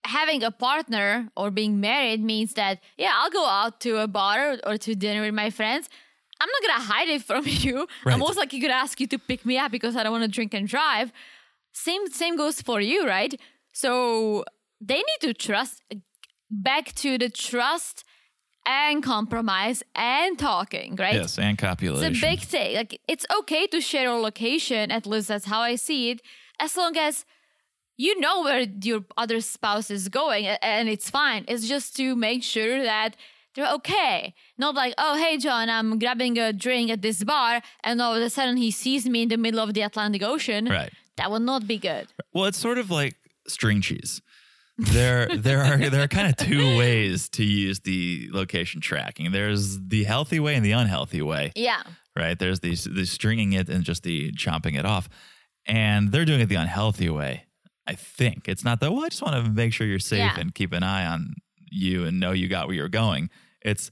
[SPEAKER 2] having a partner or being married means that, yeah, I'll go out to a bar or to dinner with my friends. I'm not going to hide it from *laughs* you.
[SPEAKER 1] Right.
[SPEAKER 2] I'm most likely going to ask you to pick me up because I don't want to drink and drive. Same same goes for you, right? So they need to trust back to the trust and compromise and talking, right?
[SPEAKER 1] yes. And copulation.
[SPEAKER 2] It's a big thing. Like it's okay to share your location. At least that's how I see it. As long as you know where your other spouse is going, a- and it's fine. It's just to make sure that they're okay. Not like, oh hey John, I'm grabbing a drink at this bar, and all of a sudden he sees me in the middle of the Atlantic Ocean.
[SPEAKER 1] Right.
[SPEAKER 2] That would not be good.
[SPEAKER 1] Well, it's sort of like string cheese. There, there are there are kind of
[SPEAKER 2] *laughs*
[SPEAKER 1] two ways to use the location tracking. There's the healthy way and the unhealthy way,
[SPEAKER 2] Yeah.
[SPEAKER 1] right? There's the the stringing it and just the chomping it off, and they're doing it the unhealthy way. I think it's not that. Well, I just want to make sure you're safe
[SPEAKER 2] Yeah.
[SPEAKER 1] and keep an eye on you and know you got where you're going. It's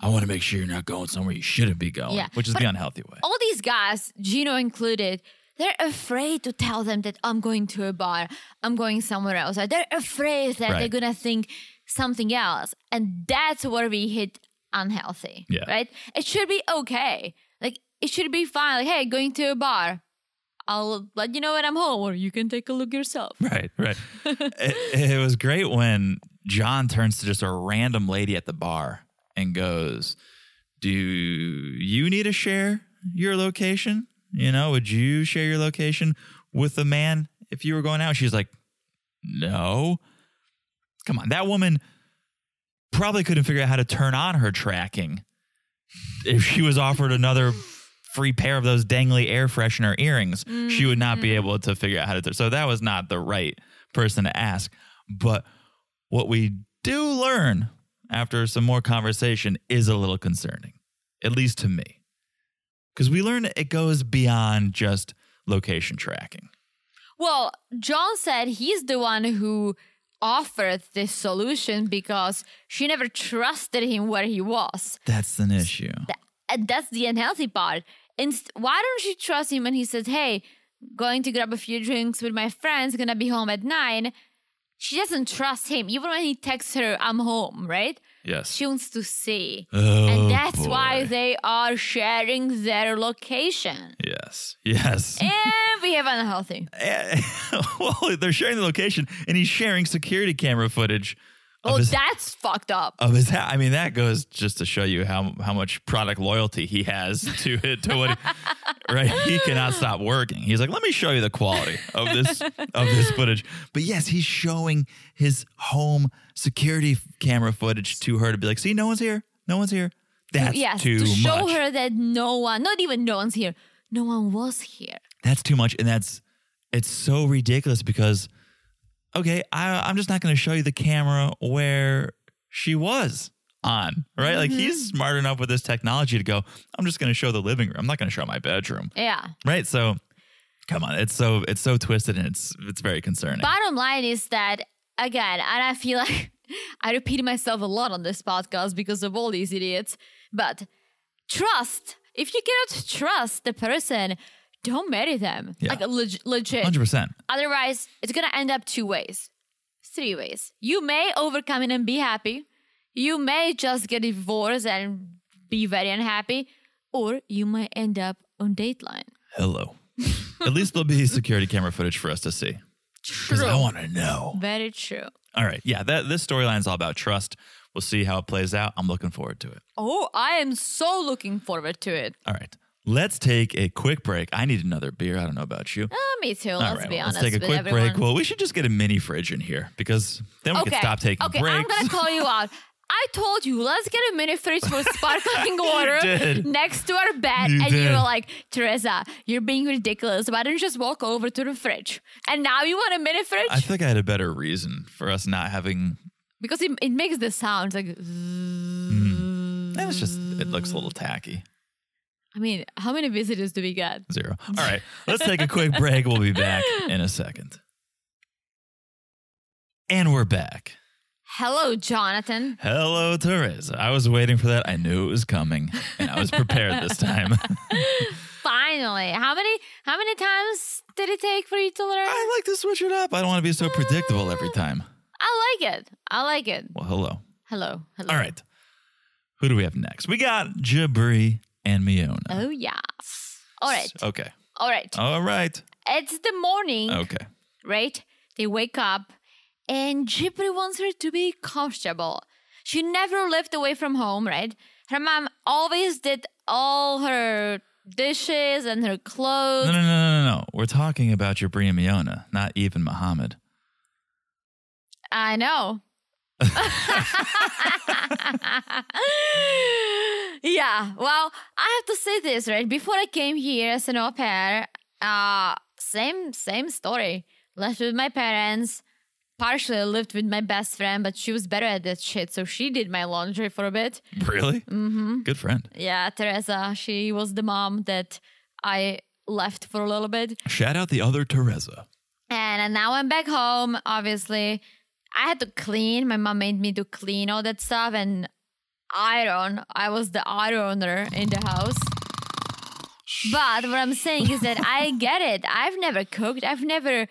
[SPEAKER 1] I want to make sure you're not going somewhere you shouldn't be going,
[SPEAKER 2] Yeah.
[SPEAKER 1] which is
[SPEAKER 2] But-
[SPEAKER 1] the unhealthy way.
[SPEAKER 2] all these guys, Gino included, they're afraid to tell them that I'm going to a bar, I'm going somewhere else. Like, They're afraid that
[SPEAKER 1] Right.
[SPEAKER 2] they're gonna think something else, and that's where we hit unhealthy.
[SPEAKER 1] Yeah.
[SPEAKER 2] Right? It should be okay. Like it should be fine. Like, hey, going to a bar. I'll let you know when I'm home, or you can take a look yourself.
[SPEAKER 1] Right, right. *laughs* it, it was great when John turns to just a random lady at the bar and goes, Do you need to share your location? You know, would you share your location with a man if you were going out? She's like, No. Come on. That woman probably couldn't figure out how to turn on her tracking if she was offered another free pair of those dangly air freshener earrings
[SPEAKER 2] Mm.
[SPEAKER 1] she would not be able to figure out how to so that was not the right person to ask but what we do learn after some more conversation is a little concerning at least to me because we learn it goes beyond just location tracking
[SPEAKER 2] Well, John said he's the one who offered this solution because she never trusted him where he was.
[SPEAKER 1] that's an issue
[SPEAKER 2] Th- And uh, that's the unhealthy part. And why don't she trust him when he says, "Hey, going to grab a few drinks with my friends, gonna be home at 9? She doesn't trust him, even when he texts her, "I'm home," right?
[SPEAKER 1] yes
[SPEAKER 2] She wants to see,
[SPEAKER 1] Oh,
[SPEAKER 2] and that's why
[SPEAKER 1] boy.
[SPEAKER 2] they are sharing their
[SPEAKER 1] *laughs*
[SPEAKER 2] location.
[SPEAKER 1] yes yes
[SPEAKER 2] and we have unhealthy.
[SPEAKER 1] Uh, And- *laughs* well, they're sharing the location, and he's sharing security camera footage of
[SPEAKER 2] Oh,
[SPEAKER 1] his
[SPEAKER 2] that's fucked up.
[SPEAKER 1] of his. Ha- I mean, that goes just to show you how how much product loyalty he has *laughs* to it. To what, he, right? He cannot stop working. He's like, let me show you the quality of this of this footage. But yes, he's showing his home security f- camera footage to her to be like, see, no one's here, no one's here. That's
[SPEAKER 2] yes,
[SPEAKER 1] too
[SPEAKER 2] to show
[SPEAKER 1] much.
[SPEAKER 2] her that no one, not even no one's here, no one was here.
[SPEAKER 1] that's too much and that's it's so ridiculous because okay I, i'm just not going to show you the camera where she was on right like he's smart enough with this technology to go i'm just going to show the living room i'm not going to show my bedroom
[SPEAKER 2] Yeah.
[SPEAKER 1] right so come on it's so it's so twisted and it's it's very concerning
[SPEAKER 2] Bottom line is that again, and I feel like *laughs* I repeat myself a lot on this podcast because of all these idiots, but trust. If you cannot trust the person, don't marry them.
[SPEAKER 1] Yeah.
[SPEAKER 2] Like leg- legit.
[SPEAKER 1] 100%
[SPEAKER 2] Otherwise, it's gonna end up two ways, three ways. You may overcome it and be happy. You may just get divorced and be very unhappy, or you might end up on Dateline.
[SPEAKER 1] hello at least there'll be security camera footage for us to see because i want to know
[SPEAKER 2] Very true.
[SPEAKER 1] all right yeah that this storyline is all about trust we'll see how it plays out i'm looking forward to it
[SPEAKER 2] Oh, I am so looking forward to it.
[SPEAKER 1] All right. Let's take a quick break. I need another beer. I don't know about you.
[SPEAKER 2] Uh, me too.
[SPEAKER 1] All
[SPEAKER 2] let's
[SPEAKER 1] right,
[SPEAKER 2] be
[SPEAKER 1] well,
[SPEAKER 2] honest.
[SPEAKER 1] let's take a
[SPEAKER 2] with
[SPEAKER 1] quick
[SPEAKER 2] everyone.
[SPEAKER 1] break. Well, we should just get a mini fridge in here because then we
[SPEAKER 2] okay.
[SPEAKER 1] can stop taking
[SPEAKER 2] okay,
[SPEAKER 1] breaks.
[SPEAKER 2] I'm gonna call you
[SPEAKER 1] *laughs*
[SPEAKER 2] out. I told you, let's get a mini fridge for sparkling water
[SPEAKER 1] did.
[SPEAKER 2] next to our bed.
[SPEAKER 1] You
[SPEAKER 2] and you
[SPEAKER 1] did.
[SPEAKER 2] were like, Teresa, you're being ridiculous. Why don't you just walk over to the fridge? And now you want a mini fridge?
[SPEAKER 1] I think I had a better reason for us not having.
[SPEAKER 2] because it, it makes the sound like,
[SPEAKER 1] That was eh, just, it looks a little tacky.
[SPEAKER 2] I mean, how many visitors do we get?
[SPEAKER 1] Zero. All right. Let's take a quick break. We'll be
[SPEAKER 2] *laughs*
[SPEAKER 1] back in a second. And we're back.
[SPEAKER 2] Hello, Jonathan.
[SPEAKER 1] Hello, Teresa. I was waiting for that. I knew it was coming and I was prepared this
[SPEAKER 2] *laughs*
[SPEAKER 1] time. *laughs*
[SPEAKER 2] Finally. How many how many times did it take for you to learn? I,
[SPEAKER 1] I like to switch it up. I don't want to be so predictable every time.
[SPEAKER 2] like it. I like it.
[SPEAKER 1] Well, hello.
[SPEAKER 2] Hello. Hello.
[SPEAKER 1] All right. Who do we have next? We got Jabri and Miona.
[SPEAKER 2] Oh yes. All right.
[SPEAKER 1] Okay.
[SPEAKER 2] All right.
[SPEAKER 1] All right.
[SPEAKER 2] It's the morning,
[SPEAKER 1] Uh, Okay.
[SPEAKER 2] right? They wake up and Jibri wants her to be comfortable. She never lived away from home, right? Her mom always did all her dishes and her clothes.
[SPEAKER 1] No, no, no, no, no, no. We're talking about Jabri and Miona, not even Muhammad.
[SPEAKER 2] I know. *laughs* yeah. Well, I have to say this, right? Before I came here as an au pair, uh, same same story. Left with my parents, partially lived with my best friend, but she was better at that shit, so she did my laundry for a bit.
[SPEAKER 1] Really? Mm-hmm. Good friend.
[SPEAKER 2] Yeah, Teresa, she was the mom that I left for a little bit.
[SPEAKER 1] Shout out the other Teresa.
[SPEAKER 2] And now I'm back home, obviously. I had to clean. My mom made me to clean all that stuff and iron. I was the ironer in the house. But what I'm saying is that I get it. I've never cooked. I've never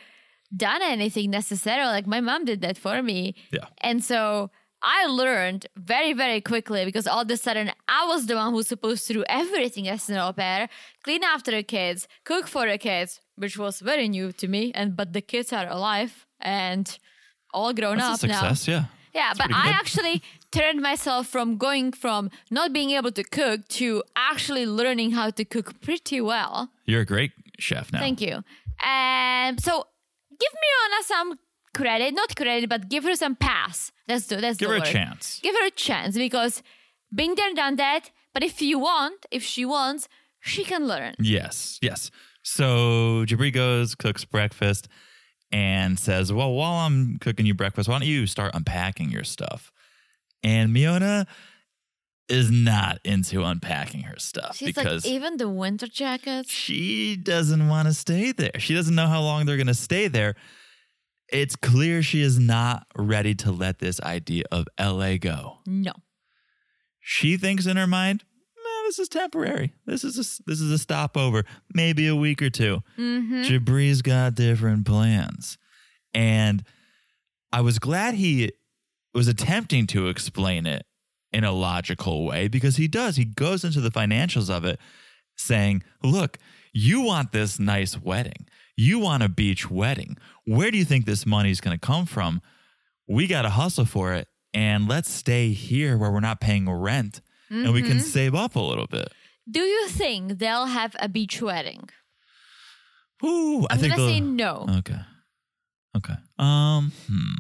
[SPEAKER 2] done anything necessarily. Like my mom did that for me.
[SPEAKER 1] Yeah.
[SPEAKER 2] And so I learned very, very quickly because all of a sudden I was the one who's supposed to do everything as an au pair, clean after the kids, cook for the kids, which was very new to me. And but the kids are alive and all grown
[SPEAKER 1] That's a
[SPEAKER 2] up now.
[SPEAKER 1] success. Yeah.
[SPEAKER 2] Yeah, but
[SPEAKER 1] pretty
[SPEAKER 2] I
[SPEAKER 1] good.
[SPEAKER 2] actually turned myself from going from not being able to cook to actually learning how to cook pretty well. Um,
[SPEAKER 1] You're a great chef now.
[SPEAKER 2] Thank you. And so give me Anna some credit, not credit, but give her some pass. That's the that's
[SPEAKER 1] Give
[SPEAKER 2] the
[SPEAKER 1] her a
[SPEAKER 2] word.
[SPEAKER 1] chance.
[SPEAKER 2] Give her a chance because being there done that. But if you want, if she wants, she can learn.
[SPEAKER 1] Yes, yes. So Jabri goes, cooks breakfast, and says, Well, while I'm cooking you breakfast, why don't you start unpacking your stuff? And Miona is not into unpacking her stuff
[SPEAKER 2] She's
[SPEAKER 1] because
[SPEAKER 2] like even the winter jackets.
[SPEAKER 1] she doesn't want to stay there. She doesn't know how long they're going to stay there. It's clear she is not ready to let this idea of LA go.
[SPEAKER 2] No,
[SPEAKER 1] She thinks in her mind, "Nah, this is temporary. This is a, this is a stopover, maybe a week or 2
[SPEAKER 2] Mm-hmm,
[SPEAKER 1] Jabri's got different plans, and I was glad he was attempting to explain it in a logical way because he does. He goes into the financials of it, saying, "Look, you want this nice wedding." You want a beach wedding. Where do you think this money is going to come from? we got to hustle for it and let's stay here where we're not paying rent and
[SPEAKER 2] Mm-hmm.
[SPEAKER 1] we can save up a little bit.
[SPEAKER 2] do you think they'll have a beach wedding?
[SPEAKER 1] Ooh, I
[SPEAKER 2] I'm
[SPEAKER 1] think
[SPEAKER 2] gonna say
[SPEAKER 1] they'll- Uh,
[SPEAKER 2] no.
[SPEAKER 1] Okay. Okay. Um hmm.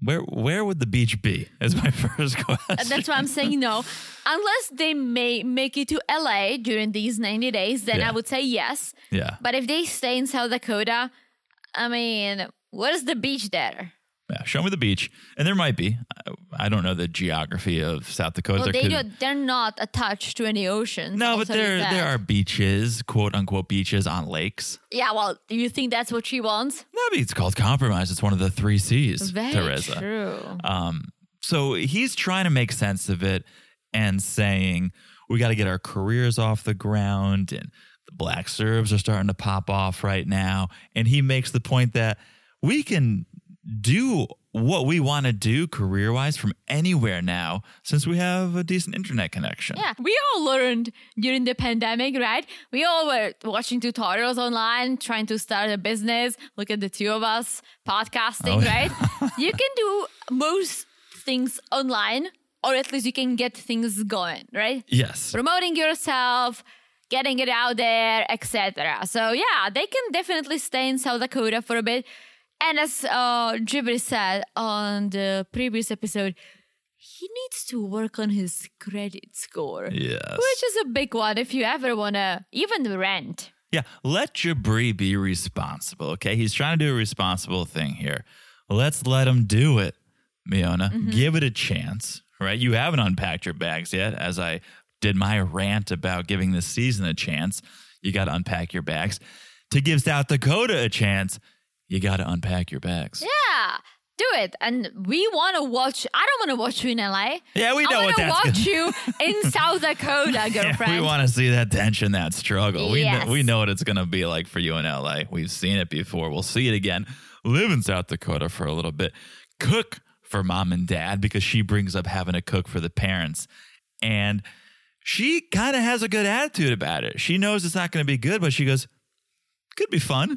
[SPEAKER 1] Where where would the beach be? *laughs* Is my first question.
[SPEAKER 2] And Uh, that's why I'm saying no. Unless they may make it to LA during these 90 days, then
[SPEAKER 1] Yeah.
[SPEAKER 2] I would say yes.
[SPEAKER 1] yeah.
[SPEAKER 2] But if they stay in South Dakota, I mean, what is the beach there?
[SPEAKER 1] Yeah. Show me the beach. And there might be. I, I don't know the geography of South Dakota.
[SPEAKER 2] Well,
[SPEAKER 1] There
[SPEAKER 2] they
[SPEAKER 1] could-
[SPEAKER 2] don't, they're not attached to any ocean.
[SPEAKER 1] no,
[SPEAKER 2] I'll
[SPEAKER 1] but
[SPEAKER 2] tell you
[SPEAKER 1] there
[SPEAKER 2] that.
[SPEAKER 1] there are beaches, quote unquote beaches on lakes.
[SPEAKER 2] Yeah, well, do you think that's what she wants?
[SPEAKER 1] Maybe it's called compromise. It's one of the three C's,
[SPEAKER 2] Very
[SPEAKER 1] Teresa.
[SPEAKER 2] true.
[SPEAKER 1] Um, so he's trying to make sense of it and saying we got to get our careers off the ground and the black Serbs are starting to pop off right now. And he makes the point that we can do what we want to do career wise from anywhere now since we have a decent internet connection.
[SPEAKER 2] Yeah, we all learned during the pandemic, right? We all were watching tutorials online, trying to start a business. Look at the two of us podcasting,
[SPEAKER 1] Oh, yeah. *laughs*
[SPEAKER 2] right? you can do most things online, or at least you can get things going, right?
[SPEAKER 1] Yes.
[SPEAKER 2] Promoting yourself, getting it out there, etc. So yeah, they can definitely stay in South Dakota for a bit. And as uh, Jibri said on the previous episode, he needs to work on his credit score.
[SPEAKER 1] Yes.
[SPEAKER 2] Which is a big one if you ever want to even rent.
[SPEAKER 1] Yeah, let Jabri be responsible, okay? He's trying to do a responsible thing here. Let's let him do it, Miona.
[SPEAKER 2] Mm-hmm.
[SPEAKER 1] Give it a chance, right? You haven't unpacked your bags yet, as I did my rant about giving this season a chance. You got to unpack your bags. To give South Dakota a chance, you got to unpack your bags. Yeah,
[SPEAKER 2] Yeah, do it. And we want to watch. I don't want to watch you in LA.
[SPEAKER 1] we
[SPEAKER 2] I
[SPEAKER 1] know
[SPEAKER 2] want
[SPEAKER 1] what
[SPEAKER 2] to
[SPEAKER 1] that's
[SPEAKER 2] watch
[SPEAKER 1] gonna- *laughs*
[SPEAKER 2] you in South Dakota,
[SPEAKER 1] Yeah,
[SPEAKER 2] girlfriend.
[SPEAKER 1] we want to see that tension, that struggle. We
[SPEAKER 2] Yes.
[SPEAKER 1] know, we know what it's going to be like for you in LA. We've seen it before. We'll see it again. Live in South Dakota for a little bit. Cook for mom and dad because she brings up having to cook for the parents. And she kind of has a good attitude about it. She knows it's not going to be good, but she goes, could be fun.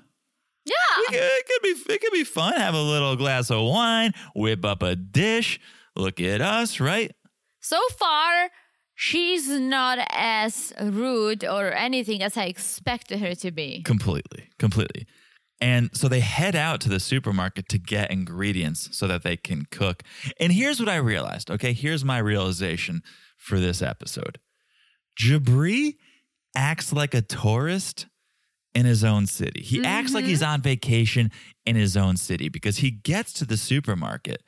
[SPEAKER 2] yeah.
[SPEAKER 1] It could, it could be it could be fun. Have a little glass of wine, whip up a dish. Look at us, right?
[SPEAKER 2] so far she's not as rude or anything as i expected her to be
[SPEAKER 1] Completely, completely. And so they head out to the supermarket to get ingredients so that they can cook. And here's what I realized okay, here's my realization for this episode Jabri acts like a tourist in his own city. He acts like he's on vacation in his own city because he gets to the supermarket.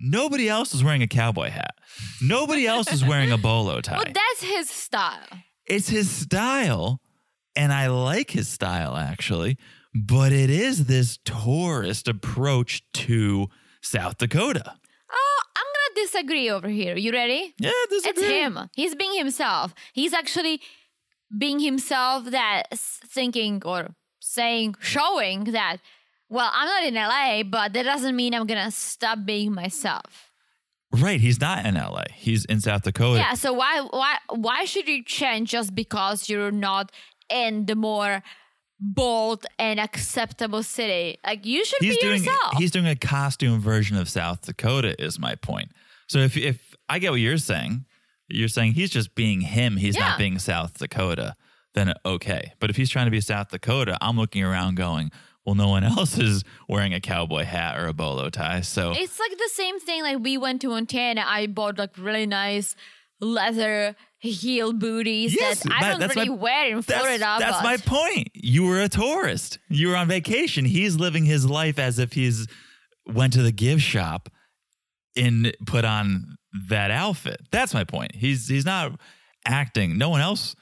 [SPEAKER 1] Nobody else is wearing a cowboy hat. Nobody else is wearing a bolo tie
[SPEAKER 2] well that's his style
[SPEAKER 1] it's his style and i like his style actually but it is this tourist approach to south dakota
[SPEAKER 2] oh i'm gonna disagree over here you ready
[SPEAKER 1] yeah this
[SPEAKER 2] it's him he's being himself he's actually being himself that's thinking or saying showing that well i'm not in la but that doesn't mean i'm gonna stop being myself
[SPEAKER 1] right he's not in la he's in south dakota
[SPEAKER 2] Yeah. So why why why should you change just because you're not in the more bold and acceptable city? Like you should
[SPEAKER 1] he's
[SPEAKER 2] be
[SPEAKER 1] doing
[SPEAKER 2] yourself.
[SPEAKER 1] he's doing a costume version of south dakota is my point so if if i get what you're saying you're saying he's just being him he's
[SPEAKER 2] Yeah.
[SPEAKER 1] not being south dakota then okay but if he's trying to be south dakota i'm looking around going well, no one *laughs* else is wearing a cowboy hat or a bolo tie. So
[SPEAKER 2] It's like the same thing. Like we went to Montana. I bought like really nice leather heel booties
[SPEAKER 1] Yes,
[SPEAKER 2] that I
[SPEAKER 1] my-
[SPEAKER 2] don't
[SPEAKER 1] that's
[SPEAKER 2] really
[SPEAKER 1] my-
[SPEAKER 2] wear in
[SPEAKER 1] that's,
[SPEAKER 2] Florida.
[SPEAKER 1] that's
[SPEAKER 2] but
[SPEAKER 1] my point. You were a tourist. You were on vacation. He's living his life as if he's went to the gift shop and put on that outfit. That's my point. He's he's not acting. No one else.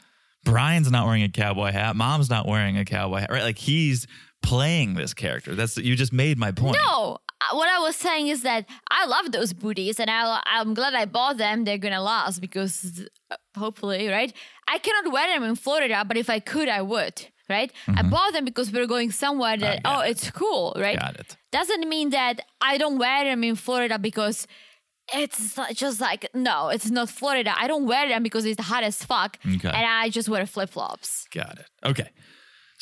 [SPEAKER 1] Brian's not wearing a cowboy hat. Mom's not wearing a cowboy hat. Right? Like he's playing this character. That's you just made my point.
[SPEAKER 2] no. I- What I was saying is that I love those booties, and I, I'm glad I bought them. They're gonna last because uh, hopefully, right? I cannot wear them in Florida, but if I could, I would. Right? I bought them because we're going somewhere that
[SPEAKER 1] Mm-hmm. got
[SPEAKER 2] oh,
[SPEAKER 1] it.
[SPEAKER 2] it's cool, right?
[SPEAKER 1] Got it.
[SPEAKER 2] doesn't mean that I don't wear them in Florida because it's not- just like no, it's not Florida. I don't wear them because it's hot as fuck,
[SPEAKER 1] Okay.
[SPEAKER 2] and I just wear flip flops.
[SPEAKER 1] Got it. Okay.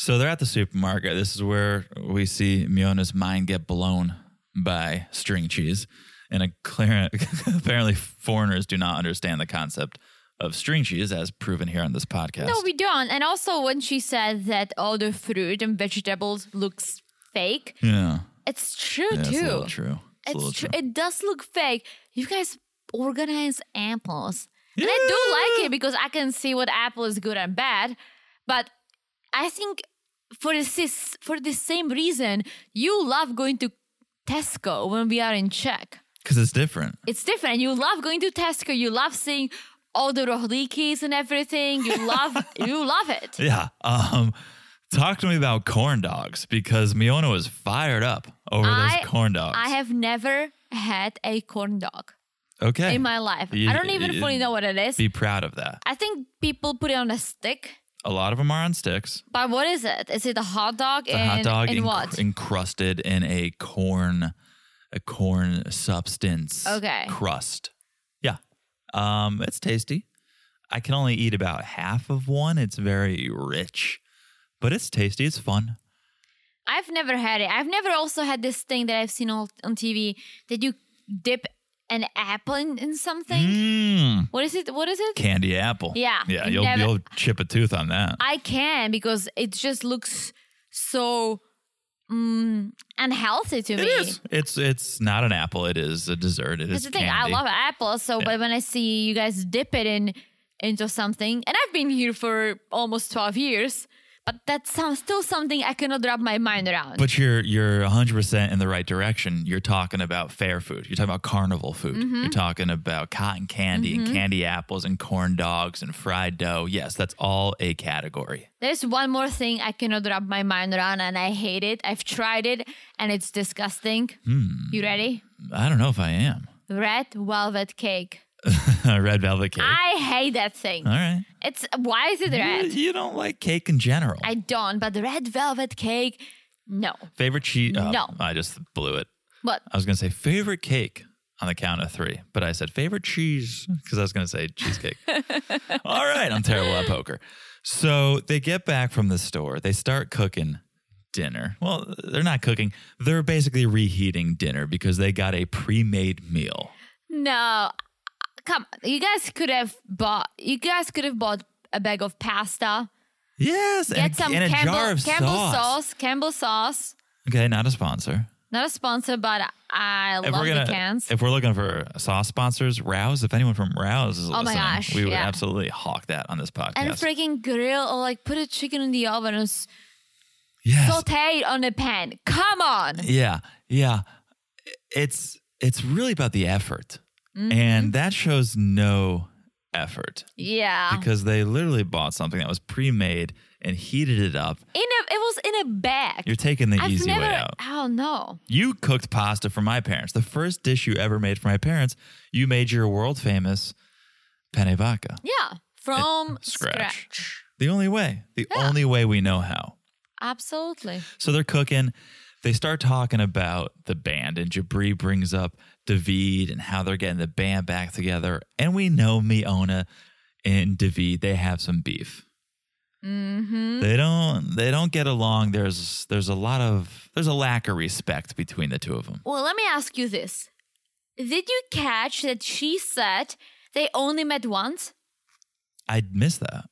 [SPEAKER 1] So they're at the supermarket. This is where we see Miona's mind get blown by string cheese. And a clear, *laughs* apparently, foreigners do not understand the concept of string cheese as proven here on this podcast.
[SPEAKER 2] No, we don't. And also, when she said that all the fruit and vegetables looks fake,
[SPEAKER 1] yeah.
[SPEAKER 2] it's true
[SPEAKER 1] yeah it's a
[SPEAKER 2] too.
[SPEAKER 1] little true. It's, a
[SPEAKER 2] It's
[SPEAKER 1] little
[SPEAKER 2] true.
[SPEAKER 1] true.
[SPEAKER 2] It does look fake. You guys organize apples. And I do like it because I can see what apple is good and bad. But I think for this for the same reason, you love going to Tesco when we are in Czech.
[SPEAKER 1] Because it's different.
[SPEAKER 2] It's different. You love going to Tesco. You love seeing all the rohlíkis and everything. You
[SPEAKER 1] *laughs*
[SPEAKER 2] love you love it.
[SPEAKER 1] Yeah. Um, talk to me about corn dogs because Miona was fired up over
[SPEAKER 2] I-
[SPEAKER 1] those corn dogs.
[SPEAKER 2] I have never had a corn dog
[SPEAKER 1] okay.
[SPEAKER 2] in my life.
[SPEAKER 1] You-
[SPEAKER 2] I don't even
[SPEAKER 1] you-
[SPEAKER 2] fully know what it is.
[SPEAKER 1] Be proud of that.
[SPEAKER 2] I think people put it on a stick.
[SPEAKER 1] A lot of them are on sticks.
[SPEAKER 2] But what is it? Is it a hot dog?
[SPEAKER 1] a
[SPEAKER 2] and,
[SPEAKER 1] hot dog
[SPEAKER 2] and
[SPEAKER 1] enc-
[SPEAKER 2] what?
[SPEAKER 1] encrusted in a corn a corn substance
[SPEAKER 2] Okay.
[SPEAKER 1] crust yeah um it's tasty i can only eat about half of one it's very rich but it's tasty it's fun
[SPEAKER 2] I've never had it. I've never also had this thing that I've seen on, on TV that you dip an apple in, in something.
[SPEAKER 1] mm,
[SPEAKER 2] What is it? What is it?
[SPEAKER 1] candy apple
[SPEAKER 2] Yeah,
[SPEAKER 1] yeah
[SPEAKER 2] you
[SPEAKER 1] you'll,
[SPEAKER 2] never-
[SPEAKER 1] you'll chip a tooth on that
[SPEAKER 2] I can because it just looks so mm, unhealthy to
[SPEAKER 1] it
[SPEAKER 2] me.
[SPEAKER 1] is it's it's not an apple it is a dessert it
[SPEAKER 2] That's
[SPEAKER 1] is
[SPEAKER 2] the thing.
[SPEAKER 1] candy.
[SPEAKER 2] I love apples. So, but when I see you guys dip it in into something, and I've been here for almost twelve years, but that's some, still something I cannot wrap my mind around.
[SPEAKER 1] But you're you're 100% in the right direction. You're talking about fair food. You're talking about carnival food.
[SPEAKER 2] Mm-hmm.
[SPEAKER 1] You're talking about cotton candy and candy apples and corn dogs and fried dough. Yes, that's all a category.
[SPEAKER 2] There's one more thing I cannot wrap my mind around, and I hate it. I've tried it, and it's disgusting.
[SPEAKER 1] Hmm.
[SPEAKER 2] You ready?
[SPEAKER 1] I don't know if I am. *laughs*
[SPEAKER 2] Red velvet cake.
[SPEAKER 1] red velvet cake.
[SPEAKER 2] I hate that thing.
[SPEAKER 1] all right.
[SPEAKER 2] It's why is it
[SPEAKER 1] You,
[SPEAKER 2] red?
[SPEAKER 1] you don't like cake in general.
[SPEAKER 2] I don't. But the red velvet cake, no.
[SPEAKER 1] favorite cheese? Oh,
[SPEAKER 2] No.
[SPEAKER 1] I just blew it.
[SPEAKER 2] But
[SPEAKER 1] I was going to say favorite cake on the count of three, but I said favorite cheese because I was going to say
[SPEAKER 2] *laughs*
[SPEAKER 1] cheesecake. All right, I'm terrible at poker. So they get back from the store, they start cooking dinner. Well, they're not cooking, they're basically reheating dinner because they got a pre made meal.
[SPEAKER 2] no, come. You guys could have bought. You guys could have bought a bag of pasta.
[SPEAKER 1] Yes,
[SPEAKER 2] Get
[SPEAKER 1] and,
[SPEAKER 2] some
[SPEAKER 1] and a
[SPEAKER 2] Campbell,
[SPEAKER 1] jar of
[SPEAKER 2] Campbell
[SPEAKER 1] sauce.
[SPEAKER 2] Campbell sauce.
[SPEAKER 1] Okay, not a sponsor.
[SPEAKER 2] Not a sponsor, but I
[SPEAKER 1] If
[SPEAKER 2] love
[SPEAKER 1] we're gonna,
[SPEAKER 2] the cans.
[SPEAKER 1] if we're looking for sauce sponsors, Rouse. If anyone from Rouse is
[SPEAKER 2] Oh my
[SPEAKER 1] listening,
[SPEAKER 2] gosh,
[SPEAKER 1] we would
[SPEAKER 2] yeah.
[SPEAKER 1] absolutely hawk that on this podcast.
[SPEAKER 2] and freaking grill or like put a chicken in the oven and s-
[SPEAKER 1] yes,
[SPEAKER 2] saute it on a pan. Come on.
[SPEAKER 1] Yeah, yeah. It's it's really about the effort,
[SPEAKER 2] Mm-hmm.
[SPEAKER 1] and that shows no effort
[SPEAKER 2] Yeah.
[SPEAKER 1] because they literally bought something that was pre-made and heated it up.
[SPEAKER 2] in a, it was in a bag.
[SPEAKER 1] You're taking the
[SPEAKER 2] I've
[SPEAKER 1] easy
[SPEAKER 2] never,
[SPEAKER 1] way out.
[SPEAKER 2] Oh no.
[SPEAKER 1] You cooked pasta for my parents. The first dish you ever made for my parents, you made your world famous penne vodka.
[SPEAKER 2] Yeah. From
[SPEAKER 1] Scratch.
[SPEAKER 2] scratch.
[SPEAKER 1] The only way, the
[SPEAKER 2] Yeah.
[SPEAKER 1] only way we know how.
[SPEAKER 2] Absolutely.
[SPEAKER 1] So they're cooking. They start talking about the band, and Jabri brings up David and how they're getting the band back together. And we know Miona and David, they have some beef.
[SPEAKER 2] Mm-hmm.
[SPEAKER 1] They don't they don't get along. There's there's a lot of there's a lack of respect between the two of them.
[SPEAKER 2] Well, let me ask you this. Did you catch that she said they only met once?
[SPEAKER 1] I miss that.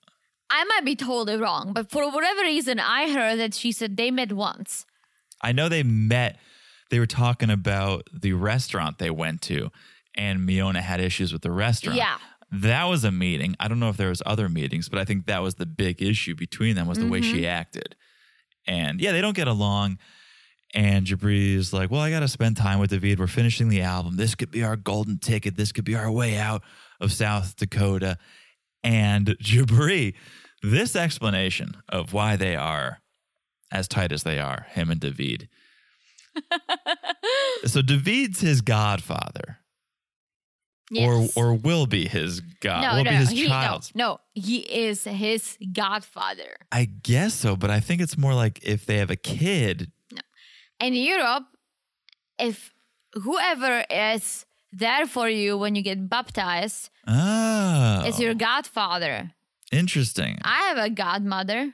[SPEAKER 2] I might be totally wrong, but for whatever reason, I heard that she said they met once.
[SPEAKER 1] I know they met. They were talking about the restaurant they went to, and Miona had issues with the restaurant.
[SPEAKER 2] Yeah.
[SPEAKER 1] That was a meeting. I don't know if there was other meetings, but I think that was the big issue between them was the way she acted. And yeah, they don't get along. And Jabri is like, well, I got to spend time with David. We're finishing the album. This could be our golden ticket. This could be our way out of South Dakota. And Jabri, this explanation of why they are as tight as they are, him and David. so David's his godfather,
[SPEAKER 2] Yes.
[SPEAKER 1] or or will be his god,
[SPEAKER 2] no,
[SPEAKER 1] will
[SPEAKER 2] no,
[SPEAKER 1] be his
[SPEAKER 2] he, no,
[SPEAKER 1] child's.
[SPEAKER 2] no, he is his godfather.
[SPEAKER 1] I guess so, but I think it's more like if they have a kid,
[SPEAKER 2] in Europe, if whoever is there for you when you get baptized
[SPEAKER 1] oh,
[SPEAKER 2] is your godfather.
[SPEAKER 1] interesting.
[SPEAKER 2] I have a godmother.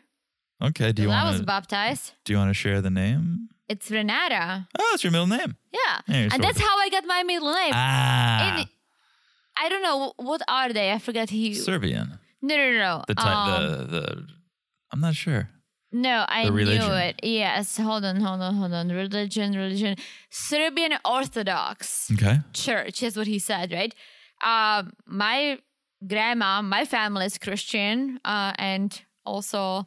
[SPEAKER 1] Okay, do you
[SPEAKER 2] When I was
[SPEAKER 1] want to
[SPEAKER 2] baptized.
[SPEAKER 1] do you want to share the name?
[SPEAKER 2] It's Renata.
[SPEAKER 1] Oh, it's your middle name.
[SPEAKER 2] Yeah.
[SPEAKER 1] Yeah,
[SPEAKER 2] and
[SPEAKER 1] sort
[SPEAKER 2] that's
[SPEAKER 1] of.
[SPEAKER 2] how I got my middle name.
[SPEAKER 1] Ah,
[SPEAKER 2] In- I don't know what are they. I forgot he.
[SPEAKER 1] Serbian.
[SPEAKER 2] no, no, no, no. Um,
[SPEAKER 1] The type, the the. I'm not sure.
[SPEAKER 2] no, I
[SPEAKER 1] the
[SPEAKER 2] knew
[SPEAKER 1] religion.
[SPEAKER 2] it. Yes. Hold on, hold on, hold on. Religion, religion. Serbian Orthodox.
[SPEAKER 1] Okay.
[SPEAKER 2] church is what he said right um my grandma my family is christian uh and also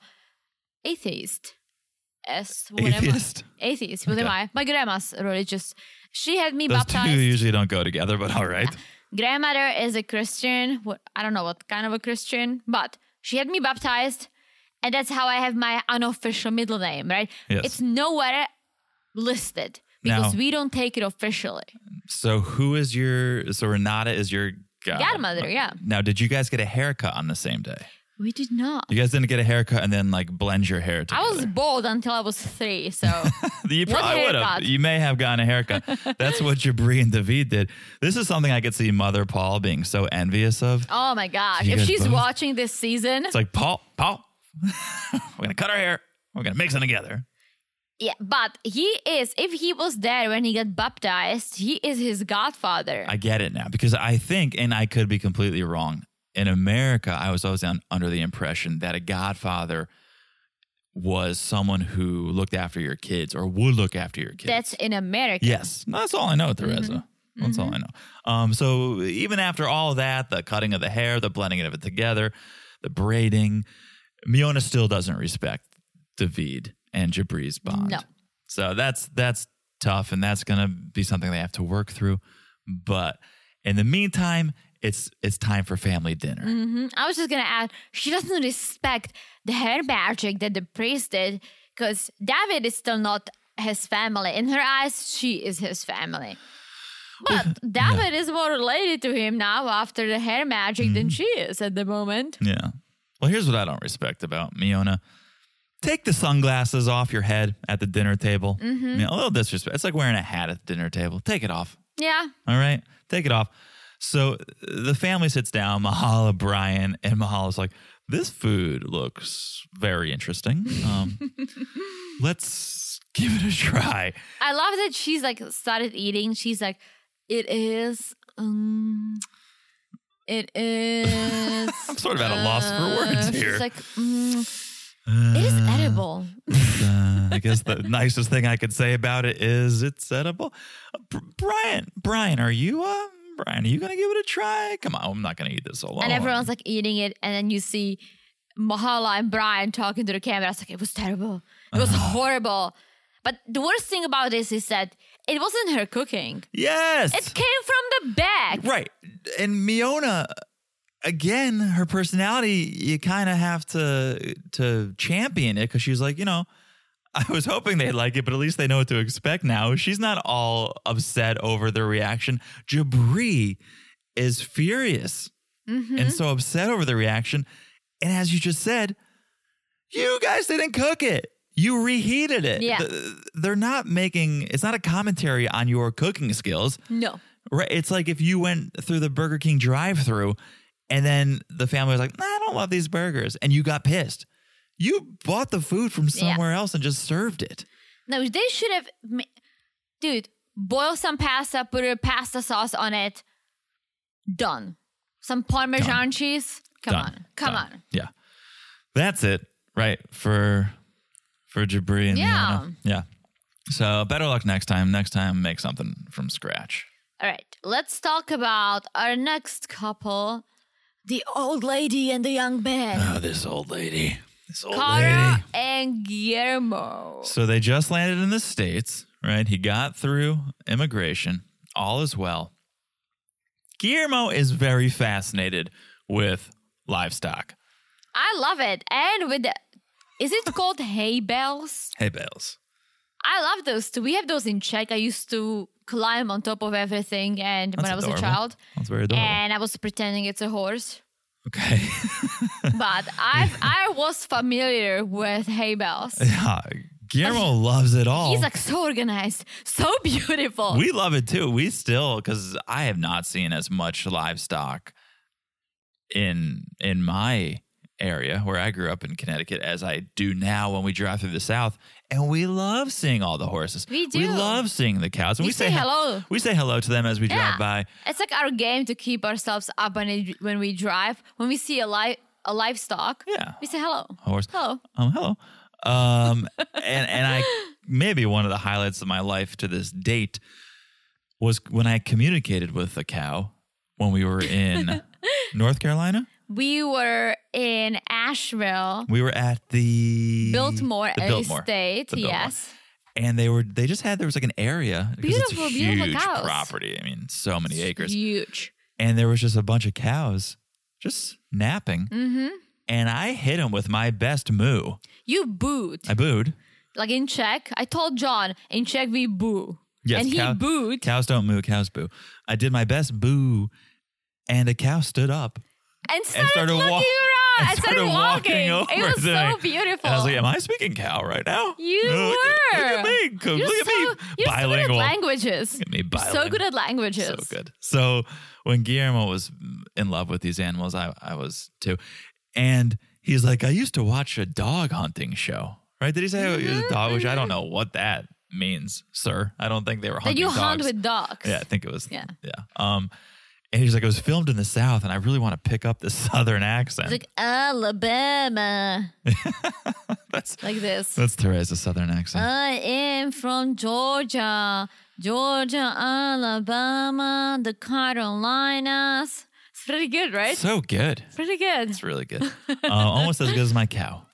[SPEAKER 2] atheist as what am
[SPEAKER 1] *laughs*
[SPEAKER 2] I-
[SPEAKER 1] Atheist.
[SPEAKER 2] *laughs* atheist what am
[SPEAKER 1] Okay.
[SPEAKER 2] i my grandma's religious she had me
[SPEAKER 1] Those two
[SPEAKER 2] baptized
[SPEAKER 1] usually don't go together, but all right.
[SPEAKER 2] grandmother is a christian what i don't know what kind of a christian but she had me baptized and that's how i have my unofficial middle name right
[SPEAKER 1] Yes.
[SPEAKER 2] it's nowhere listed
[SPEAKER 1] Now-
[SPEAKER 2] because we don't take it officially
[SPEAKER 1] So who is your so Renata is your god-
[SPEAKER 2] Godmother, yeah.
[SPEAKER 1] Now, did you guys get a haircut on the same day?
[SPEAKER 2] we did not
[SPEAKER 1] You guys didn't get a haircut and then like blend your hair together.
[SPEAKER 2] I was bald until I was three,
[SPEAKER 1] *laughs*
[SPEAKER 2] so
[SPEAKER 1] you
[SPEAKER 2] What
[SPEAKER 1] probably would have.
[SPEAKER 2] haircut?
[SPEAKER 1] You may have gotten a haircut. That's what Jabri and David did. This is something I could see Mother Paul being so envious of.
[SPEAKER 2] oh my gosh!
[SPEAKER 1] So you
[SPEAKER 2] If
[SPEAKER 1] guys
[SPEAKER 2] she's
[SPEAKER 1] both-
[SPEAKER 2] watching this season,
[SPEAKER 1] It's like Paul, Paul, *laughs* we're gonna cut our hair. We're gonna mix them together.
[SPEAKER 2] yeah. But he is. If he was there when he got baptized, he is his godfather.
[SPEAKER 1] I get it now because I think, and I could be completely wrong. In America, I was always un- under the impression that a godfather was someone who looked after your kids or would look after your kids.
[SPEAKER 2] That's in America.
[SPEAKER 1] yes, No, that's all I know, Theresa. That's all I know. Um, so even after all of that, the cutting of the hair, the blending of it together, the braiding, Miona still doesn't respect David and Jabri's bond.
[SPEAKER 2] No.
[SPEAKER 1] So that's that's tough, and that's gonna be something they have to work through. But in the meantime, it's it's time for family dinner.
[SPEAKER 2] Mhm. I was just gonna add, she doesn't respect the hair magic that the priest did, because David is still not his family. In her eyes, she is his family.
[SPEAKER 1] *laughs*
[SPEAKER 2] But David is more related to him now after the hair magic than
[SPEAKER 1] Mm-hmm.
[SPEAKER 2] she is at the moment.
[SPEAKER 1] Yeah. Well, here's what I don't respect about Miona. Take the sunglasses off your head at the dinner table. I mean, a little disrespect. It's like wearing a hat at the dinner table. Take it off.
[SPEAKER 2] Yeah,
[SPEAKER 1] All right. Take it off. So uh, the family sits down, Mahala, Brian, and Mahala's like, this food looks very interesting. Um, let's give it a try.
[SPEAKER 2] I love that she's like started eating. She's like, it is, um, it is.
[SPEAKER 1] *laughs* I'm sort of at a loss for words here.
[SPEAKER 2] She's like, mm, it is edible.
[SPEAKER 1] Uh, I guess the *laughs* nicest thing I could say about it is it's edible. Uh, Br- Brian, Brian, are you, uh, Brian, are you going to give it a try? Come on, I'm not going to eat this alone.
[SPEAKER 2] And everyone's like eating it, and then you see Mahala and Brian talking to the camera. It's like it was terrible. It was
[SPEAKER 1] Uh-huh.
[SPEAKER 2] horrible. But the worst thing about this is that it wasn't her cooking.
[SPEAKER 1] yes.
[SPEAKER 2] It came from the bag.
[SPEAKER 1] Right. And Miona again, her personality, you kind of have to to champion it cuz she's like, you know, *laughs* I was hoping they'd like it, but at least they know what to expect now. She's not all upset over the reaction. Jabri is furious and so upset over the reaction. And as you just said, you guys didn't cook it. You reheated it.
[SPEAKER 2] Yeah.
[SPEAKER 1] Th- They're not making, it's not a commentary on your cooking skills.
[SPEAKER 2] No.
[SPEAKER 1] Right. It's like if you went through the Burger King drive through and then the family was like, nah, I don't love these burgers. And you got pissed. You bought the food from
[SPEAKER 2] Yeah.
[SPEAKER 1] somewhere else and just served it.
[SPEAKER 2] No, they should have. Ma- Dude, boil some pasta, put a pasta sauce on it. Done. Some Parmesan
[SPEAKER 1] Done.
[SPEAKER 2] cheese. Come
[SPEAKER 1] Done.
[SPEAKER 2] on. Come
[SPEAKER 1] Done.
[SPEAKER 2] on.
[SPEAKER 1] Yeah. That's it. Right. For for Jabri and
[SPEAKER 2] Yeah.
[SPEAKER 1] Rihanna. Yeah. So better luck next time. Next time, make something from scratch.
[SPEAKER 2] All right, let's talk about our next couple the old lady and the young man.
[SPEAKER 1] Oh, this old lady. This old
[SPEAKER 2] Cara and Guillermo.
[SPEAKER 1] So they just landed in the States, right? He got through immigration. All is well. Guillermo is very fascinated with livestock.
[SPEAKER 2] I love it. And with the, is it called hay bells?
[SPEAKER 1] Hay bales.
[SPEAKER 2] I love those too. We have those in Czech. I used to climb on top of everything and when
[SPEAKER 1] That's
[SPEAKER 2] I was
[SPEAKER 1] adorable.
[SPEAKER 2] a child.
[SPEAKER 1] That's very adorable.
[SPEAKER 2] And I was pretending it's
[SPEAKER 1] *laughs*
[SPEAKER 2] a horse.
[SPEAKER 1] okay.
[SPEAKER 2] But I've I was familiar with hay bells.
[SPEAKER 1] yeah, Guillermo
[SPEAKER 2] *laughs*
[SPEAKER 1] loves it all.
[SPEAKER 2] He's like so organized, so *laughs* beautiful.
[SPEAKER 1] we love it too. We still because I have not seen as much livestock in in my area where I grew up in Connecticut as I do now when we drive through the South, and we love seeing all the horses.
[SPEAKER 2] We
[SPEAKER 1] We
[SPEAKER 2] do.
[SPEAKER 1] love seeing the cows, and
[SPEAKER 2] We
[SPEAKER 1] we say
[SPEAKER 2] say
[SPEAKER 1] he-
[SPEAKER 2] hello.
[SPEAKER 1] We say hello to them as we
[SPEAKER 2] Yeah.
[SPEAKER 1] drive by.
[SPEAKER 2] It's like our game to keep ourselves up when, it, when we drive. When we see a li- a livestock,
[SPEAKER 1] Yeah,
[SPEAKER 2] we say hello.
[SPEAKER 1] horse.
[SPEAKER 2] Hello.
[SPEAKER 1] Um, hello. Um, and and
[SPEAKER 2] *laughs*
[SPEAKER 1] I maybe one of the highlights of my life to this date was when I communicated with a cow when we were
[SPEAKER 2] *laughs*
[SPEAKER 1] in North Carolina.
[SPEAKER 2] We were in Asheville,
[SPEAKER 1] We were at the
[SPEAKER 2] Biltmore,
[SPEAKER 1] the
[SPEAKER 2] LA
[SPEAKER 1] Biltmore,
[SPEAKER 2] State.
[SPEAKER 1] The Biltmore.
[SPEAKER 2] yes.
[SPEAKER 1] and they were they just had there was like an area because
[SPEAKER 2] Beautiful,
[SPEAKER 1] it's a
[SPEAKER 2] beautiful
[SPEAKER 1] huge
[SPEAKER 2] cows.
[SPEAKER 1] property. I mean, so many acres,
[SPEAKER 2] Huge.
[SPEAKER 1] and there was just a bunch of cows just napping,
[SPEAKER 2] hmm
[SPEAKER 1] and I hit them with my best moo.
[SPEAKER 2] You booed.
[SPEAKER 1] I booed.
[SPEAKER 2] Like in Czech, I told John, in Czech we boo.
[SPEAKER 1] Yes,
[SPEAKER 2] and he
[SPEAKER 1] cow-
[SPEAKER 2] booed.
[SPEAKER 1] Cows don't moo, cows boo. I did my best boo, and a cow stood up.
[SPEAKER 2] and started,
[SPEAKER 1] started
[SPEAKER 2] looking
[SPEAKER 1] wa-
[SPEAKER 2] around.
[SPEAKER 1] and
[SPEAKER 2] I started,
[SPEAKER 1] started walking
[SPEAKER 2] walking.
[SPEAKER 1] over
[SPEAKER 2] it was
[SPEAKER 1] to me.
[SPEAKER 2] so beautiful.
[SPEAKER 1] And I was like, "Am I speaking cow right now?"
[SPEAKER 2] You
[SPEAKER 1] look, At, look at
[SPEAKER 2] were.
[SPEAKER 1] me, look
[SPEAKER 2] you're
[SPEAKER 1] at
[SPEAKER 2] so,
[SPEAKER 1] me,
[SPEAKER 2] You're so good
[SPEAKER 1] bilingual.
[SPEAKER 2] at
[SPEAKER 1] *laughs*
[SPEAKER 2] languages.
[SPEAKER 1] Look at me,
[SPEAKER 2] You're
[SPEAKER 1] bilingual.
[SPEAKER 2] so good at languages.
[SPEAKER 1] So good. So when Guillermo was in love with these animals, I, I was too. And he's like, I used to watch a dog hunting show, right? Did he say it was a dog? Which I don't know what that means, sir. I don't think they were
[SPEAKER 2] Mm-hmm.
[SPEAKER 1] hunting
[SPEAKER 2] That you
[SPEAKER 1] dogs.
[SPEAKER 2] hunt with dogs.
[SPEAKER 1] yeah, I think it was. Yeah.
[SPEAKER 2] Yeah.
[SPEAKER 1] Um, and he's like, it was filmed in the South, and I really want to pick up the *laughs* Southern accent.
[SPEAKER 2] It's like Alabama,
[SPEAKER 1] that's
[SPEAKER 2] like this.
[SPEAKER 1] that's Theresa's Southern accent.
[SPEAKER 2] I am from Georgia, Georgia, Alabama, the Carolinas. It's pretty good, right?
[SPEAKER 1] so good.
[SPEAKER 2] pretty good.
[SPEAKER 1] It's really good. Uh, almost as good as my cow.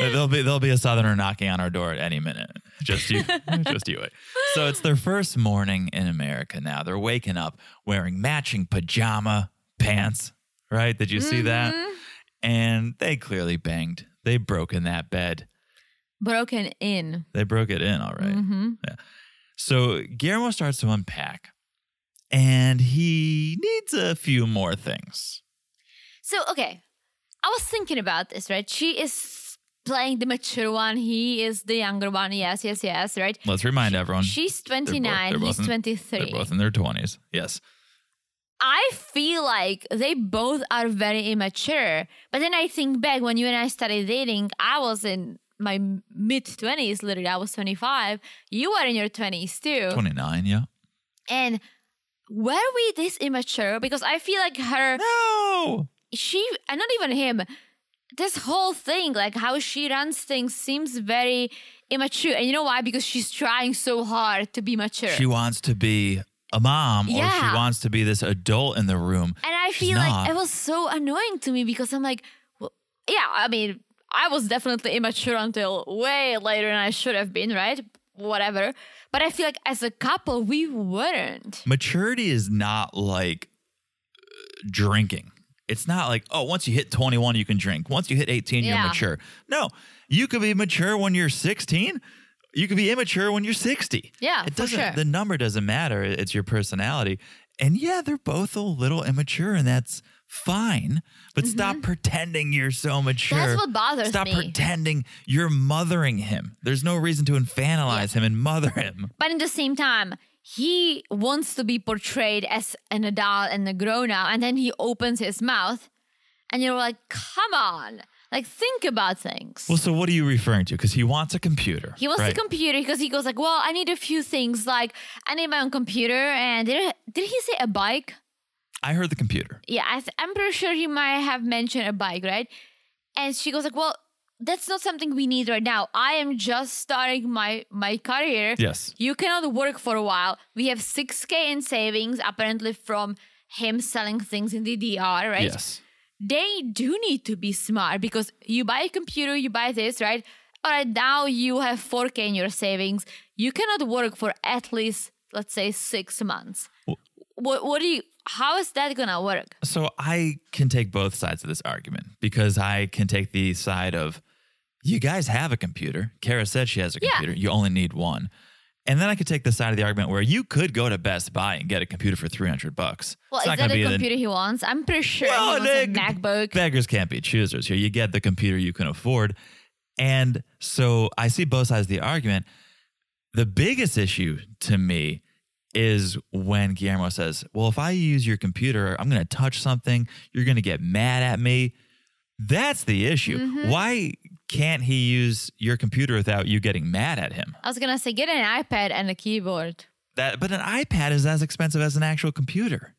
[SPEAKER 1] there'll be there'll be a southerner knocking on our door at any minute. Just you, just you wait. So it's their first morning in America now. They're waking up wearing matching pajama pants. Right? Did you see that?
[SPEAKER 2] Mm-hmm.
[SPEAKER 1] And they clearly banged. They broke in that bed.
[SPEAKER 2] Broken in.
[SPEAKER 1] They broke it in, all right.
[SPEAKER 2] Mm-hmm.
[SPEAKER 1] So Guillermo starts to unpack, and he needs a few more things.
[SPEAKER 2] So okay, I was thinking about this, right? She is playing the mature one. He is the younger one. Yes, yes, yes. Right?
[SPEAKER 1] Let's remind everyone.
[SPEAKER 2] She's twenty nine.
[SPEAKER 1] they're both
[SPEAKER 2] He's
[SPEAKER 1] in-
[SPEAKER 2] twenty
[SPEAKER 1] They're
[SPEAKER 2] three.
[SPEAKER 1] both in their 20s. Yes.
[SPEAKER 2] I feel like they both are very immature. But then I think back when you and I started dating, I was in my mid twenties. Literally, I was twenty five. You were in your twenties too.
[SPEAKER 1] 29, yeah.
[SPEAKER 2] And were we this immature? Because I feel like her.
[SPEAKER 1] No.
[SPEAKER 2] she and not even him this whole thing like how she runs things seems very immature and you know why because she's trying so hard to be mature
[SPEAKER 1] She wants to be a mom or
[SPEAKER 2] Yeah.
[SPEAKER 1] she wants to be this adult in the room.
[SPEAKER 2] and i
[SPEAKER 1] she's
[SPEAKER 2] feel
[SPEAKER 1] not.
[SPEAKER 2] like it was so annoying to me because i'm like well, yeah i mean i was definitely immature until way later than i should have been right whatever but i feel like as a couple we weren't
[SPEAKER 1] Maturity is not like uh, drinking. It's not like, oh, once you hit 21, you can drink. Once you hit 18, you're
[SPEAKER 2] Yeah.
[SPEAKER 1] mature. No, you could be mature when you're 16. You could be immature when you're 60.
[SPEAKER 2] Yeah,
[SPEAKER 1] It
[SPEAKER 2] for
[SPEAKER 1] doesn't,
[SPEAKER 2] sure.
[SPEAKER 1] the number doesn't matter. It's your personality. And yeah, they're both a little immature, and that's fine. But stop pretending you're so mature.
[SPEAKER 2] Mm-hmm. that's what bothers
[SPEAKER 1] Stop
[SPEAKER 2] me
[SPEAKER 1] pretending you're mothering him. There's no reason to infantilize him and mother him.
[SPEAKER 2] But in the same time, he wants to be portrayed as an adult and a grown up, and then he opens his mouth, and you're like, come on, like think about things.
[SPEAKER 1] Well, so what are you referring to? Because he wants a computer.
[SPEAKER 2] he wants
[SPEAKER 1] right?
[SPEAKER 2] the computer because he goes like, well, I need a few things, like I need my own computer, and did, did he say a bike?
[SPEAKER 1] I heard the computer.
[SPEAKER 2] Yeah, I th- I'm pretty sure he might have mentioned a bike, right? And she goes like, well, that's not something we need right now. I am just starting my my career.
[SPEAKER 1] Yes.
[SPEAKER 2] You cannot work for a while. We have 6k in savings apparently from him selling things in the DR, right?
[SPEAKER 1] Yes.
[SPEAKER 2] They do need to be smart because you buy a computer, you buy this, right? All right, now you have 4k in your savings. You cannot work for at least let's say 6 months.
[SPEAKER 1] Wh-
[SPEAKER 2] What what do you how is that going to work?
[SPEAKER 1] So I can take both sides of this argument because I can take the side of you guys have a computer. Kara said she has a
[SPEAKER 2] Yeah.
[SPEAKER 1] computer. You only need one. And then I could take the side of the argument where you could go to Best Buy and get a computer for 300 bucks.
[SPEAKER 2] Well,
[SPEAKER 1] It's
[SPEAKER 2] is
[SPEAKER 1] not
[SPEAKER 2] that
[SPEAKER 1] gonna
[SPEAKER 2] the
[SPEAKER 1] be the-
[SPEAKER 2] computer he wants? I'm pretty sure
[SPEAKER 1] Well,
[SPEAKER 2] he wants a
[SPEAKER 1] they-
[SPEAKER 2] MacBook.
[SPEAKER 1] Beggars can't be choosers here. You get the computer you can afford. And so I see both sides of the argument. The biggest issue to me is when Guillermo says, Well, if I use your computer, I'm going to touch something. You're going to get mad at me. That's the issue. Why can't he use your computer without you getting mad at him?
[SPEAKER 2] I was gonna say get an iPad and a keyboard.
[SPEAKER 1] That, but an iPad is as expensive as an actual computer.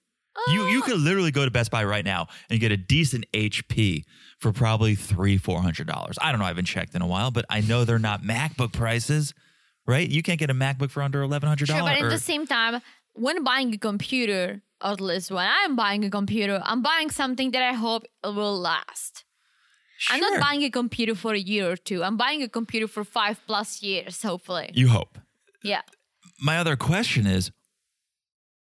[SPEAKER 1] You
[SPEAKER 2] Oh.
[SPEAKER 1] you could literally go to Best Buy right now and get a decent HP for probably three four hundred dollars. I don't know. I haven't checked in a while, but I know they're not MacBook prices, right? You can't get a MacBook for under eleven hundred
[SPEAKER 2] Sure, but at the
[SPEAKER 1] dollars.
[SPEAKER 2] same time, when buying a computer, or at least when I'm buying a computer, I'm buying something that I hope it will last. I'm not buying a computer for a year or two. I'm buying a computer for five plus years, hopefully.
[SPEAKER 1] You hope.
[SPEAKER 2] yeah.
[SPEAKER 1] My other question is,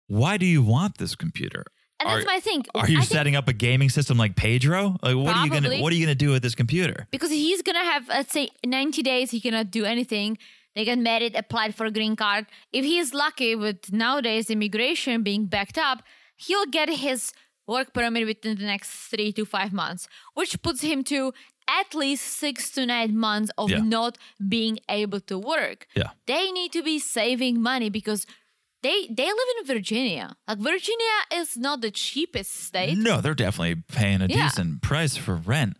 [SPEAKER 1] why do you want this computer?
[SPEAKER 2] And
[SPEAKER 1] Are-
[SPEAKER 2] that's my thing.
[SPEAKER 1] Are you
[SPEAKER 2] I think
[SPEAKER 1] setting up a gaming system like Pedro? Like what are you gonna
[SPEAKER 2] Probably.
[SPEAKER 1] what are you gonna do with this computer?
[SPEAKER 2] because he's gonna have let's say 90 days he cannot do anything they got married applied for a green card if he is lucky with nowadays immigration being backed up he'll get his work permit within the next three to five months which puts him to at least six to nine months of
[SPEAKER 1] Yeah.
[SPEAKER 2] not being able to work
[SPEAKER 1] Yeah.
[SPEAKER 2] they need to be saving money because they they live in virginia like virginia is not the cheapest state
[SPEAKER 1] No, they're definitely paying a
[SPEAKER 2] Yeah.
[SPEAKER 1] decent price for rent.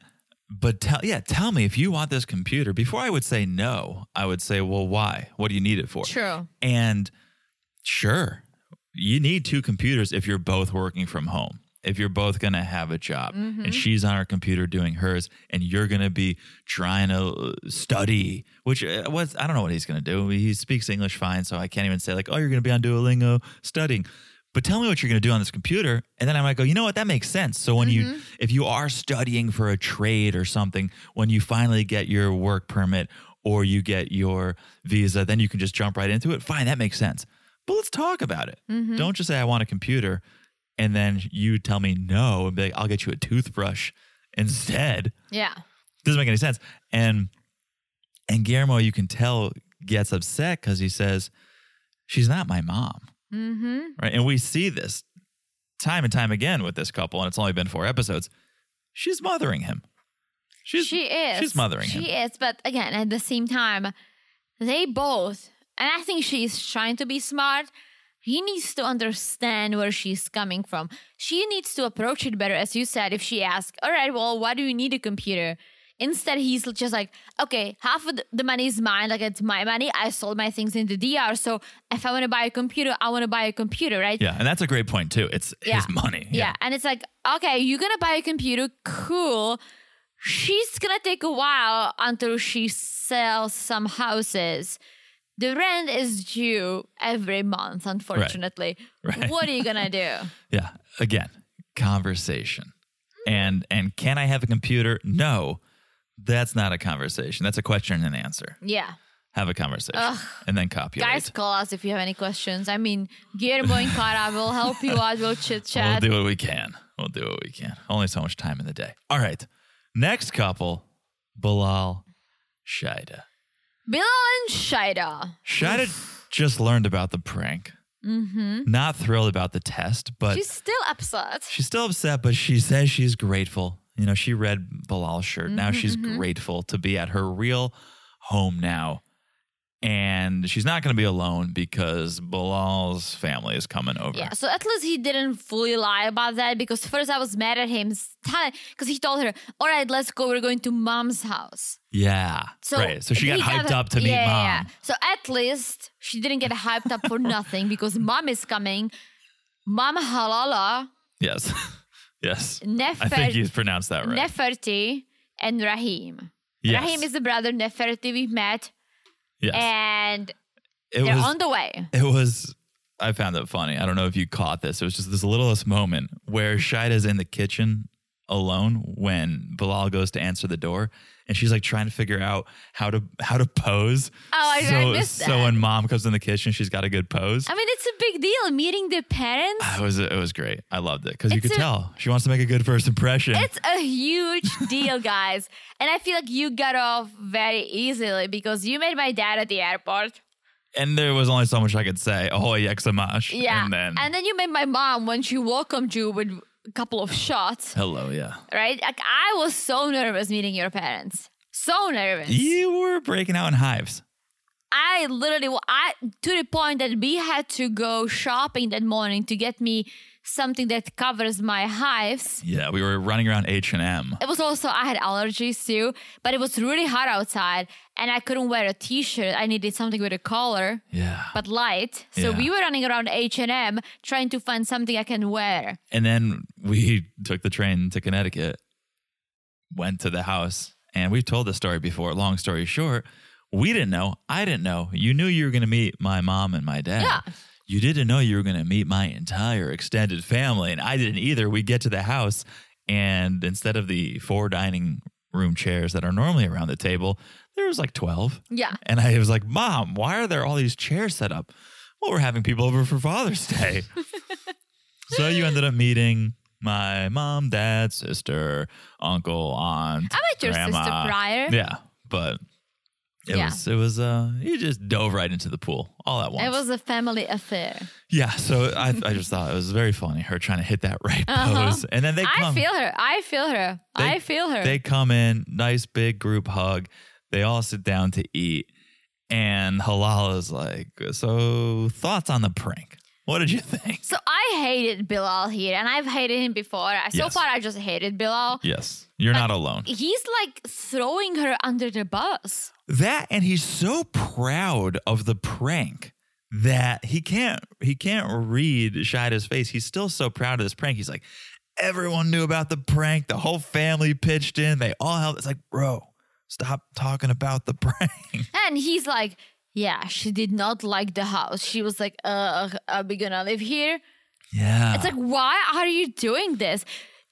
[SPEAKER 1] But tell yeah, tell me if you want this computer. Before I would say no, I would say, well, why? What do you need it for?
[SPEAKER 2] true
[SPEAKER 1] And sure, you need two computers if you're both working from home. If you're both going to have a job and she's on her computer doing hers and you're going to be trying to uh, study, which uh, was, I don't know what he's going to do. He speaks English fine. So I can't even say, like, oh, you're going to be on Duolingo studying. But tell me what you're going to do on this computer. And then I might go, you know what? That makes sense. So when you, if you are studying for a trade or something, when you finally get your work permit or you get your visa, then you can just jump right into it. Fine, that makes sense. But let's talk about it.
[SPEAKER 2] Mm-hmm. Hmm.
[SPEAKER 1] Don't just say I want a computer and then you tell me no and be like, I'll get you a toothbrush instead.
[SPEAKER 2] yeah
[SPEAKER 1] Doesn't make any sense. And and Guillermo, you can tell, gets upset because he says, She's not my mom.
[SPEAKER 2] mm-hmm
[SPEAKER 1] Right. And we see this time and time again with this couple, and it's only been four episodes. She's mothering him. She's
[SPEAKER 2] she is.
[SPEAKER 1] she's mothering
[SPEAKER 2] she
[SPEAKER 1] him.
[SPEAKER 2] is, but again, at the same time, they both, and I think she's trying to be smart. He needs to understand where she's coming from. She needs to approach it better, as you said. If she asks, "All right, well, why do you need a computer?" Instead, he's just like, "Okay, half of the- the money is mine. Like it's my money. I sold my things in the DR. So if I want to buy a computer, I want to buy a computer, right?
[SPEAKER 1] Yeah, and that's a great point too. It's his
[SPEAKER 2] Yeah.
[SPEAKER 1] money.
[SPEAKER 2] Yeah. And it's like, okay, you're going to buy a computer. Cool. She's going to take a while until she sells some houses. The rent is due every month, unfortunately.
[SPEAKER 1] Right. *laughs*
[SPEAKER 2] What are you going to do?
[SPEAKER 1] Yeah. Again, conversation. And and can I have a computer? No. That's not a conversation. That's a question and answer.
[SPEAKER 2] Yeah.
[SPEAKER 1] Have a conversation and then copulate.
[SPEAKER 2] Guys, call us if you have any questions. I mean, Guillermo and Cara will help you out. We'll chit
[SPEAKER 1] we'll
[SPEAKER 2] chat.
[SPEAKER 1] do what we can. We'll do what we can. Only so much time in the day. All right. Next couple, Bilal Shida.
[SPEAKER 2] Bilal and Shida.
[SPEAKER 1] Shida just learned about the prank. Mm-hmm. Not thrilled about the test, but
[SPEAKER 2] She's still upset.
[SPEAKER 1] She's still upset, but she says she's grateful. You know, she read Bilal's shirt. Now
[SPEAKER 2] Mm-hmm,
[SPEAKER 1] she's grateful to be at her real home now. And she's not going to be alone because Bilal's family is coming over.
[SPEAKER 2] Yeah, so at least he didn't fully lie about that because first I was mad at him because he told her, "All right, let's go. We're going to mom's house."
[SPEAKER 1] Yeah.
[SPEAKER 2] So
[SPEAKER 1] right. So she got
[SPEAKER 2] he
[SPEAKER 1] hyped up to meet
[SPEAKER 2] yeah,
[SPEAKER 1] mom.
[SPEAKER 2] yeah, yeah. So at least she didn't get hyped up
[SPEAKER 1] *laughs*
[SPEAKER 2] for nothing because mom is coming. Mom Halala,
[SPEAKER 1] Yes. *laughs* yes. I think
[SPEAKER 2] Nefer-
[SPEAKER 1] you pronounced that right.
[SPEAKER 2] Neferti, and Rahim.
[SPEAKER 1] Yes.
[SPEAKER 2] Rahim is the brother Nefertiti we met,
[SPEAKER 1] yes.
[SPEAKER 2] and
[SPEAKER 1] it
[SPEAKER 2] they're
[SPEAKER 1] was
[SPEAKER 2] on the way.
[SPEAKER 1] it was I found that funny. I don't know if you caught this. It was just this littlest moment where Shida's in the kitchen alone when Bilal goes to answer the door and she's like trying to figure out how to how to pose.
[SPEAKER 2] Oh, I- I
[SPEAKER 1] so,
[SPEAKER 2] missed
[SPEAKER 1] So
[SPEAKER 2] that.
[SPEAKER 1] when mom comes in the kitchen, she's got a good pose. Ah,
[SPEAKER 2] I mean, it's a big deal meeting the parents.
[SPEAKER 1] It was it was great. I loved it because you
[SPEAKER 2] It's
[SPEAKER 1] could
[SPEAKER 2] a-
[SPEAKER 1] tell she wants to make a good first impression.
[SPEAKER 2] It's a huge deal, guys. And I feel like you got off very easily because you met my dad at the airport.
[SPEAKER 1] and there was only so much I could say. Ahoy, Yexamash.
[SPEAKER 2] Yeah.
[SPEAKER 1] And then
[SPEAKER 2] you met my mom when she welcomed you with a couple of shots,
[SPEAKER 1] hello, yeah.
[SPEAKER 2] right? Like, I was so nervous meeting your parents. So nervous.
[SPEAKER 1] You were breaking out in hives.
[SPEAKER 2] I literally, I to the point that we had to go shopping that morning to get me something that covers my hives.
[SPEAKER 1] Yeah, we were running around H and M.
[SPEAKER 2] It was also I had allergies too, but it was really hot outside, and I couldn't wear a T-shirt. I needed something with a collar,
[SPEAKER 1] Yeah.
[SPEAKER 2] but light. So
[SPEAKER 1] Yeah.
[SPEAKER 2] we were running around H and M trying to find something I can wear.
[SPEAKER 1] And then we *laughs* took the train to Connecticut, went to the house, and we've told the story before. Long story short, we didn't know. I didn't know. You knew you were going to meet my mom and my dad.
[SPEAKER 2] Yeah.
[SPEAKER 1] You didn't know you were going to meet my entire extended family, and I didn't either. We get to the house, and instead of the four dining room chairs that are normally around the table, there was like 12.
[SPEAKER 2] Yeah.
[SPEAKER 1] And I was like, Mom, why are there all these chairs set up? Well, we're having people over for Father's Day.
[SPEAKER 2] *laughs*
[SPEAKER 1] so you ended up meeting my mom, dad, sister, uncle, aunt.
[SPEAKER 2] I met your sister
[SPEAKER 1] grandma.
[SPEAKER 2] prior.
[SPEAKER 1] Yeah. But it
[SPEAKER 2] Yeah.
[SPEAKER 1] was it was uh you just dove right into the pool all at once.
[SPEAKER 2] It was a family affair.
[SPEAKER 1] yeah, so I I just thought it was very funny her trying to hit that right
[SPEAKER 2] Uh-huh.
[SPEAKER 1] pose. And then they come
[SPEAKER 2] I feel her. I feel her.
[SPEAKER 1] They-
[SPEAKER 2] I feel her.
[SPEAKER 1] They come in, nice big group hug. They all sit down to eat. And Halal is like, So, thoughts on the prank? What did you think?
[SPEAKER 2] So I hated Bilal here, and I've hated him before. So
[SPEAKER 1] Yes.
[SPEAKER 2] far, I just hated Bilal.
[SPEAKER 1] Yes, you're not alone.
[SPEAKER 2] He's like throwing her under the bus.
[SPEAKER 1] That and he's so proud of the prank that he can't he can't read Shida's face. He's still so proud of this prank. He's like, everyone knew about the prank. The whole family pitched in. They all helped. It's like, bro, stop talking about the *laughs* prank.
[SPEAKER 2] And he's like, yeah, she did not like the house. She was like, uh, are we gonna live here?
[SPEAKER 1] Yeah.
[SPEAKER 2] It's like, why are you doing this?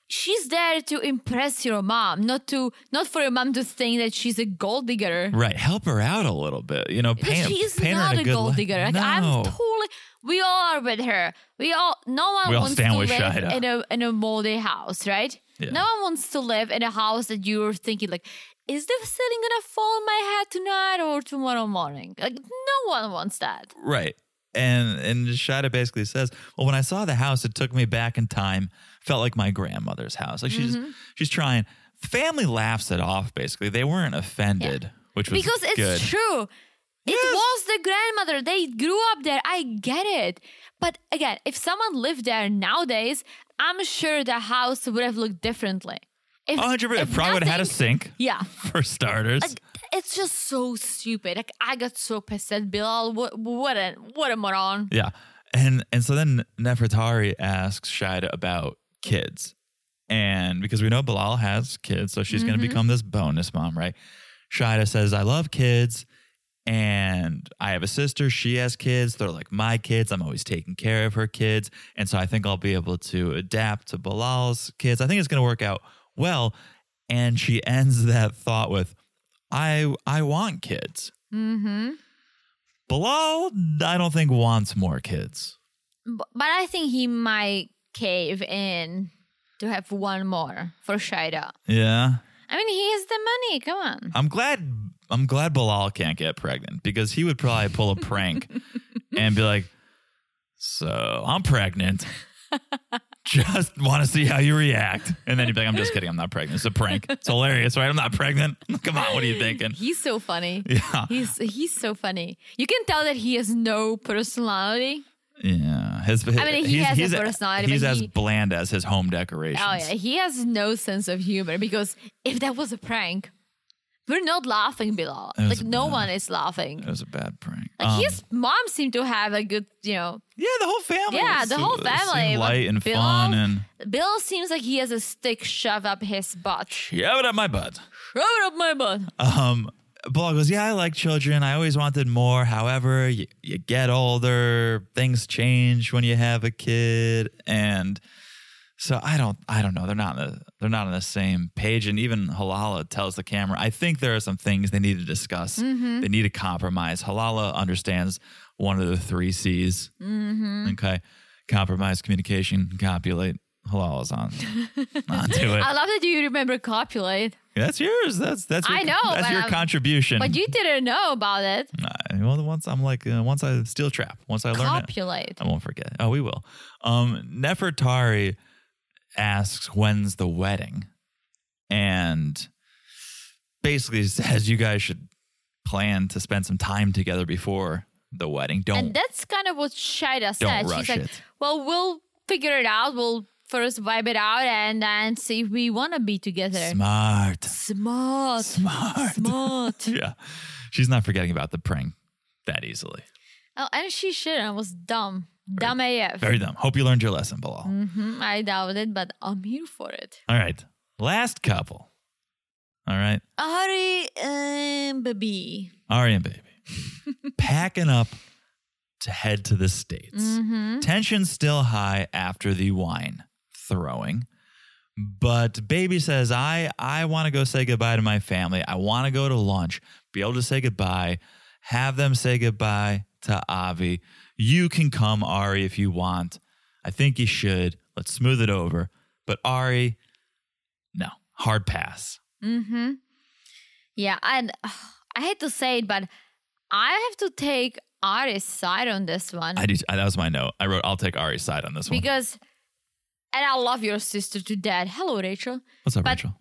[SPEAKER 2] She's there to impress your mom, not to not for your mom to think that she's a gold digger.
[SPEAKER 1] Right. Help her out a little bit. You know,
[SPEAKER 2] Because
[SPEAKER 1] paint,
[SPEAKER 2] she's
[SPEAKER 1] paint her
[SPEAKER 2] not
[SPEAKER 1] in a,
[SPEAKER 2] a
[SPEAKER 1] good
[SPEAKER 2] gold
[SPEAKER 1] light.
[SPEAKER 2] digger. Like
[SPEAKER 1] no.
[SPEAKER 2] I'm totally. We all are with her. We all. No one
[SPEAKER 1] We all
[SPEAKER 2] wants
[SPEAKER 1] stand
[SPEAKER 2] to
[SPEAKER 1] with
[SPEAKER 2] live
[SPEAKER 1] Shida.
[SPEAKER 2] in a in a moldy house, right?
[SPEAKER 1] Yeah.
[SPEAKER 2] No one wants to live in a house that you're thinking like, is the ceiling gonna fall on my head tonight or tomorrow morning? Like no one wants that.
[SPEAKER 1] right. And and Shida basically says, Well, when I saw the house, it took me back in time. Felt like my grandmother's house. Like she's
[SPEAKER 2] Mm-hmm.
[SPEAKER 1] she's trying. Family laughs it off, basically. They weren't offended, which was
[SPEAKER 2] Because it's
[SPEAKER 1] good.
[SPEAKER 2] true. It was the grandmother. They grew up there. I get it. But again, if someone lived there nowadays, I'm sure the house would have looked differently. If,
[SPEAKER 1] 100
[SPEAKER 2] if
[SPEAKER 1] It probably would have had a
[SPEAKER 2] nothing-
[SPEAKER 1] sink
[SPEAKER 2] Yeah.
[SPEAKER 1] for starters.
[SPEAKER 2] Like, it's just so stupid. Like I got so pissed at Bilal. What what a what a moron.
[SPEAKER 1] Yeah. And and so then Nefertari asks Shida about kids. And because we know Bilal has kids, so she's gonna become this bonus mom, right? Shida says, I love kids and I have a sister, she has kids, they're like my kids. I'm always taking care of her kids. And so I think I'll be able to adapt to Bilal's kids. I think it's gonna work out well. And she *laughs* ends that thought with, I I want kids.
[SPEAKER 2] Mm-hmm.
[SPEAKER 1] Bilal, I don't think wants more kids.
[SPEAKER 2] But I think he might cave in to have one more for Shida.
[SPEAKER 1] Yeah.
[SPEAKER 2] I mean, he has the money. Come on.
[SPEAKER 1] I'm glad I'm glad Bilal can't get pregnant because he would probably pull a prank and be like, "So I'm pregnant. Just want to see how you react." And then you'd be like, "I'm just kidding. I'm not pregnant. It's a prank. It's hilarious, right? I'm not pregnant. *laughs* Come on, what are you thinking?"
[SPEAKER 2] He's so funny.
[SPEAKER 1] *laughs* Yeah,
[SPEAKER 2] He's he's so funny. You can tell that he has no personality.
[SPEAKER 1] yeah. His, I
[SPEAKER 2] mean, he has a personality,
[SPEAKER 1] He's
[SPEAKER 2] but
[SPEAKER 1] as
[SPEAKER 2] he-
[SPEAKER 1] bland as his home decorations.
[SPEAKER 2] Oh yeah, he has no sense of humor because if that was a prank, we're not laughing, Bilal.
[SPEAKER 1] It was
[SPEAKER 2] Like
[SPEAKER 1] a
[SPEAKER 2] no
[SPEAKER 1] prank.
[SPEAKER 2] one is laughing.
[SPEAKER 1] It was a bad prank.
[SPEAKER 2] Like
[SPEAKER 1] Um,
[SPEAKER 2] his mom seemed to have a good, you know.
[SPEAKER 1] Yeah, the whole family.
[SPEAKER 2] Yeah, the
[SPEAKER 1] was-
[SPEAKER 2] whole
[SPEAKER 1] seemed
[SPEAKER 2] family, but
[SPEAKER 1] light and
[SPEAKER 2] Bill-
[SPEAKER 1] fun, and
[SPEAKER 2] Bill seems like he has a stick shoved up his butt. Shove
[SPEAKER 1] yeah, but up my butt.
[SPEAKER 2] it up my butt.
[SPEAKER 1] Um, Blah goes, yeah, I like children. I always wanted more. However, you, you get older, things change when you have a kid, and so I don't, I don't know. They're not, the, they're not on the same page. And even Halala tells the camera, I think there are some things they need to discuss.
[SPEAKER 2] Mm-hmm.
[SPEAKER 1] They need to compromise. Halala understands one of the three C's.
[SPEAKER 2] Mm-hmm.
[SPEAKER 1] Okay, compromise, communication, copulate. Halala's
[SPEAKER 2] *laughs*
[SPEAKER 1] on, onto it.
[SPEAKER 2] I love that you remember copulate,
[SPEAKER 1] That's yours. That's that's. Your,
[SPEAKER 2] I know,
[SPEAKER 1] That's
[SPEAKER 2] but
[SPEAKER 1] your
[SPEAKER 2] I'm-
[SPEAKER 1] contribution.
[SPEAKER 2] but you didn't know about it.
[SPEAKER 1] Uh, well, once I'm like, uh, once I steel trap. Once I learn it,
[SPEAKER 2] Copulate.
[SPEAKER 1] I won't forget. Oh, we will. Um, Nefertari asks, "When's the wedding?" And basically says, "You guys should plan to spend some time together before the wedding.
[SPEAKER 2] And
[SPEAKER 1] Don't
[SPEAKER 2] that's kind of what Shida said.
[SPEAKER 1] rush
[SPEAKER 2] She's like,
[SPEAKER 1] it.
[SPEAKER 2] well, we'll figure it out. We'll first vibe it out and then see if we want to be together.
[SPEAKER 1] smart,
[SPEAKER 2] Smart.
[SPEAKER 1] smart,
[SPEAKER 2] Oh,
[SPEAKER 1] *laughs*
[SPEAKER 2] Smart.
[SPEAKER 1] yeah." She's not forgetting about the prank that easily.
[SPEAKER 2] oh, and she shouldn't. I was dumb. Dumb AF.
[SPEAKER 1] Very dumb. Hope you learned your lesson, Bilal.
[SPEAKER 2] Mhm, I doubt it, but I'm here for it.
[SPEAKER 1] All right. Last couple. All right.
[SPEAKER 2] Ari and Baby.
[SPEAKER 1] Ari and Baby. Packing up to head to the States.
[SPEAKER 2] Mm-hmm.
[SPEAKER 1] Tension still high after the wine throwing. But Baby says, I, I want to go say goodbye to my family. I want to go to lunch, be able to say goodbye, have them say goodbye to Avi. You can come, Ari, if you want. I think you should. Let's smooth it over. But Ari, no, hard pass.
[SPEAKER 2] Mm-hmm. Yeah, and *sighs* ugh, I hate to say it, but I have to take Ari's side on this one.
[SPEAKER 1] I do. That was my note. I wrote, I'll take Ari's side on this one.
[SPEAKER 2] because and I love your sister to death. Hello, Rachel.
[SPEAKER 1] What's up,
[SPEAKER 2] but-
[SPEAKER 1] Rachel?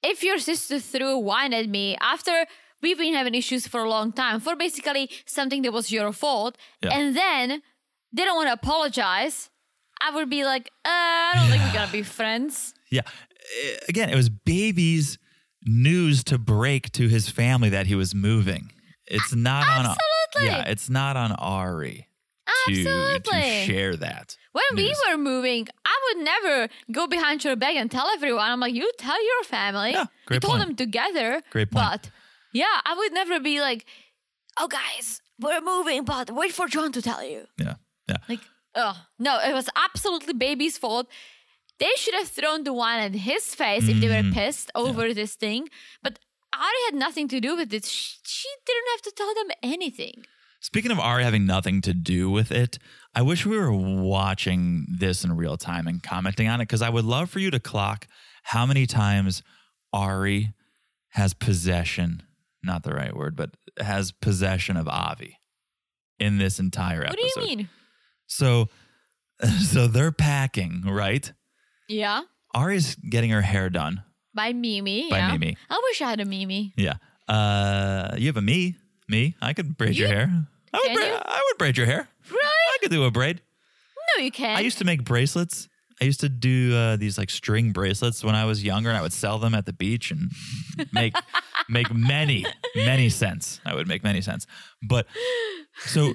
[SPEAKER 2] If your sister threw wine at me after we've been having issues for a long time for basically something that was your fault,
[SPEAKER 1] Yeah.
[SPEAKER 2] and then they don't want to apologize, I would be like, uh, I don't think we're gonna be friends.
[SPEAKER 1] Yeah. Uh, Again, it was baby's news to break to his family that he was moving. It's not
[SPEAKER 2] Absolutely.
[SPEAKER 1] on. Yeah, it's not on Ari to,
[SPEAKER 2] Absolutely.
[SPEAKER 1] to share that.
[SPEAKER 2] When we
[SPEAKER 1] news.
[SPEAKER 2] were moving, I would never go behind your back and tell everyone. I'm like, you tell your family.
[SPEAKER 1] Yeah,
[SPEAKER 2] we
[SPEAKER 1] great
[SPEAKER 2] told
[SPEAKER 1] point.
[SPEAKER 2] them together.
[SPEAKER 1] Great point.
[SPEAKER 2] But yeah, I would never be like, oh, guys, we're moving, but wait for John to tell you.
[SPEAKER 1] Yeah. Yeah.
[SPEAKER 2] Like, oh, no, it was absolutely baby's fault. They should have thrown the wine at his face if they
[SPEAKER 1] Mm-hmm.
[SPEAKER 2] were pissed over this thing. But Ari had nothing to do with it. She, she didn't have to tell them anything.
[SPEAKER 1] Speaking of Ari having nothing to do with it, I wish we were watching this in real time and commenting on it because I would love for you to clock how many times Ari has possession, not the right word, but has possession of Avi in this entire episode.
[SPEAKER 2] What do you mean?
[SPEAKER 1] So, *laughs* so they're packing, right?
[SPEAKER 2] Yeah.
[SPEAKER 1] Ari's getting her hair done.
[SPEAKER 2] By Mimi.
[SPEAKER 1] By
[SPEAKER 2] yeah.
[SPEAKER 1] Mimi.
[SPEAKER 2] I wish I had a Mimi.
[SPEAKER 1] Yeah. Uh, you have a me, me. I could braid your
[SPEAKER 2] You-
[SPEAKER 1] hair. I would,
[SPEAKER 2] can
[SPEAKER 1] bra-
[SPEAKER 2] you?
[SPEAKER 1] I would braid your hair.
[SPEAKER 2] Really?
[SPEAKER 1] I could do a braid.
[SPEAKER 2] No, you can't.
[SPEAKER 1] I used to make bracelets. I used to do uh, these like string bracelets when I was younger, and I would sell them at the beach and make *laughs* make many many cents. I would make many cents, but so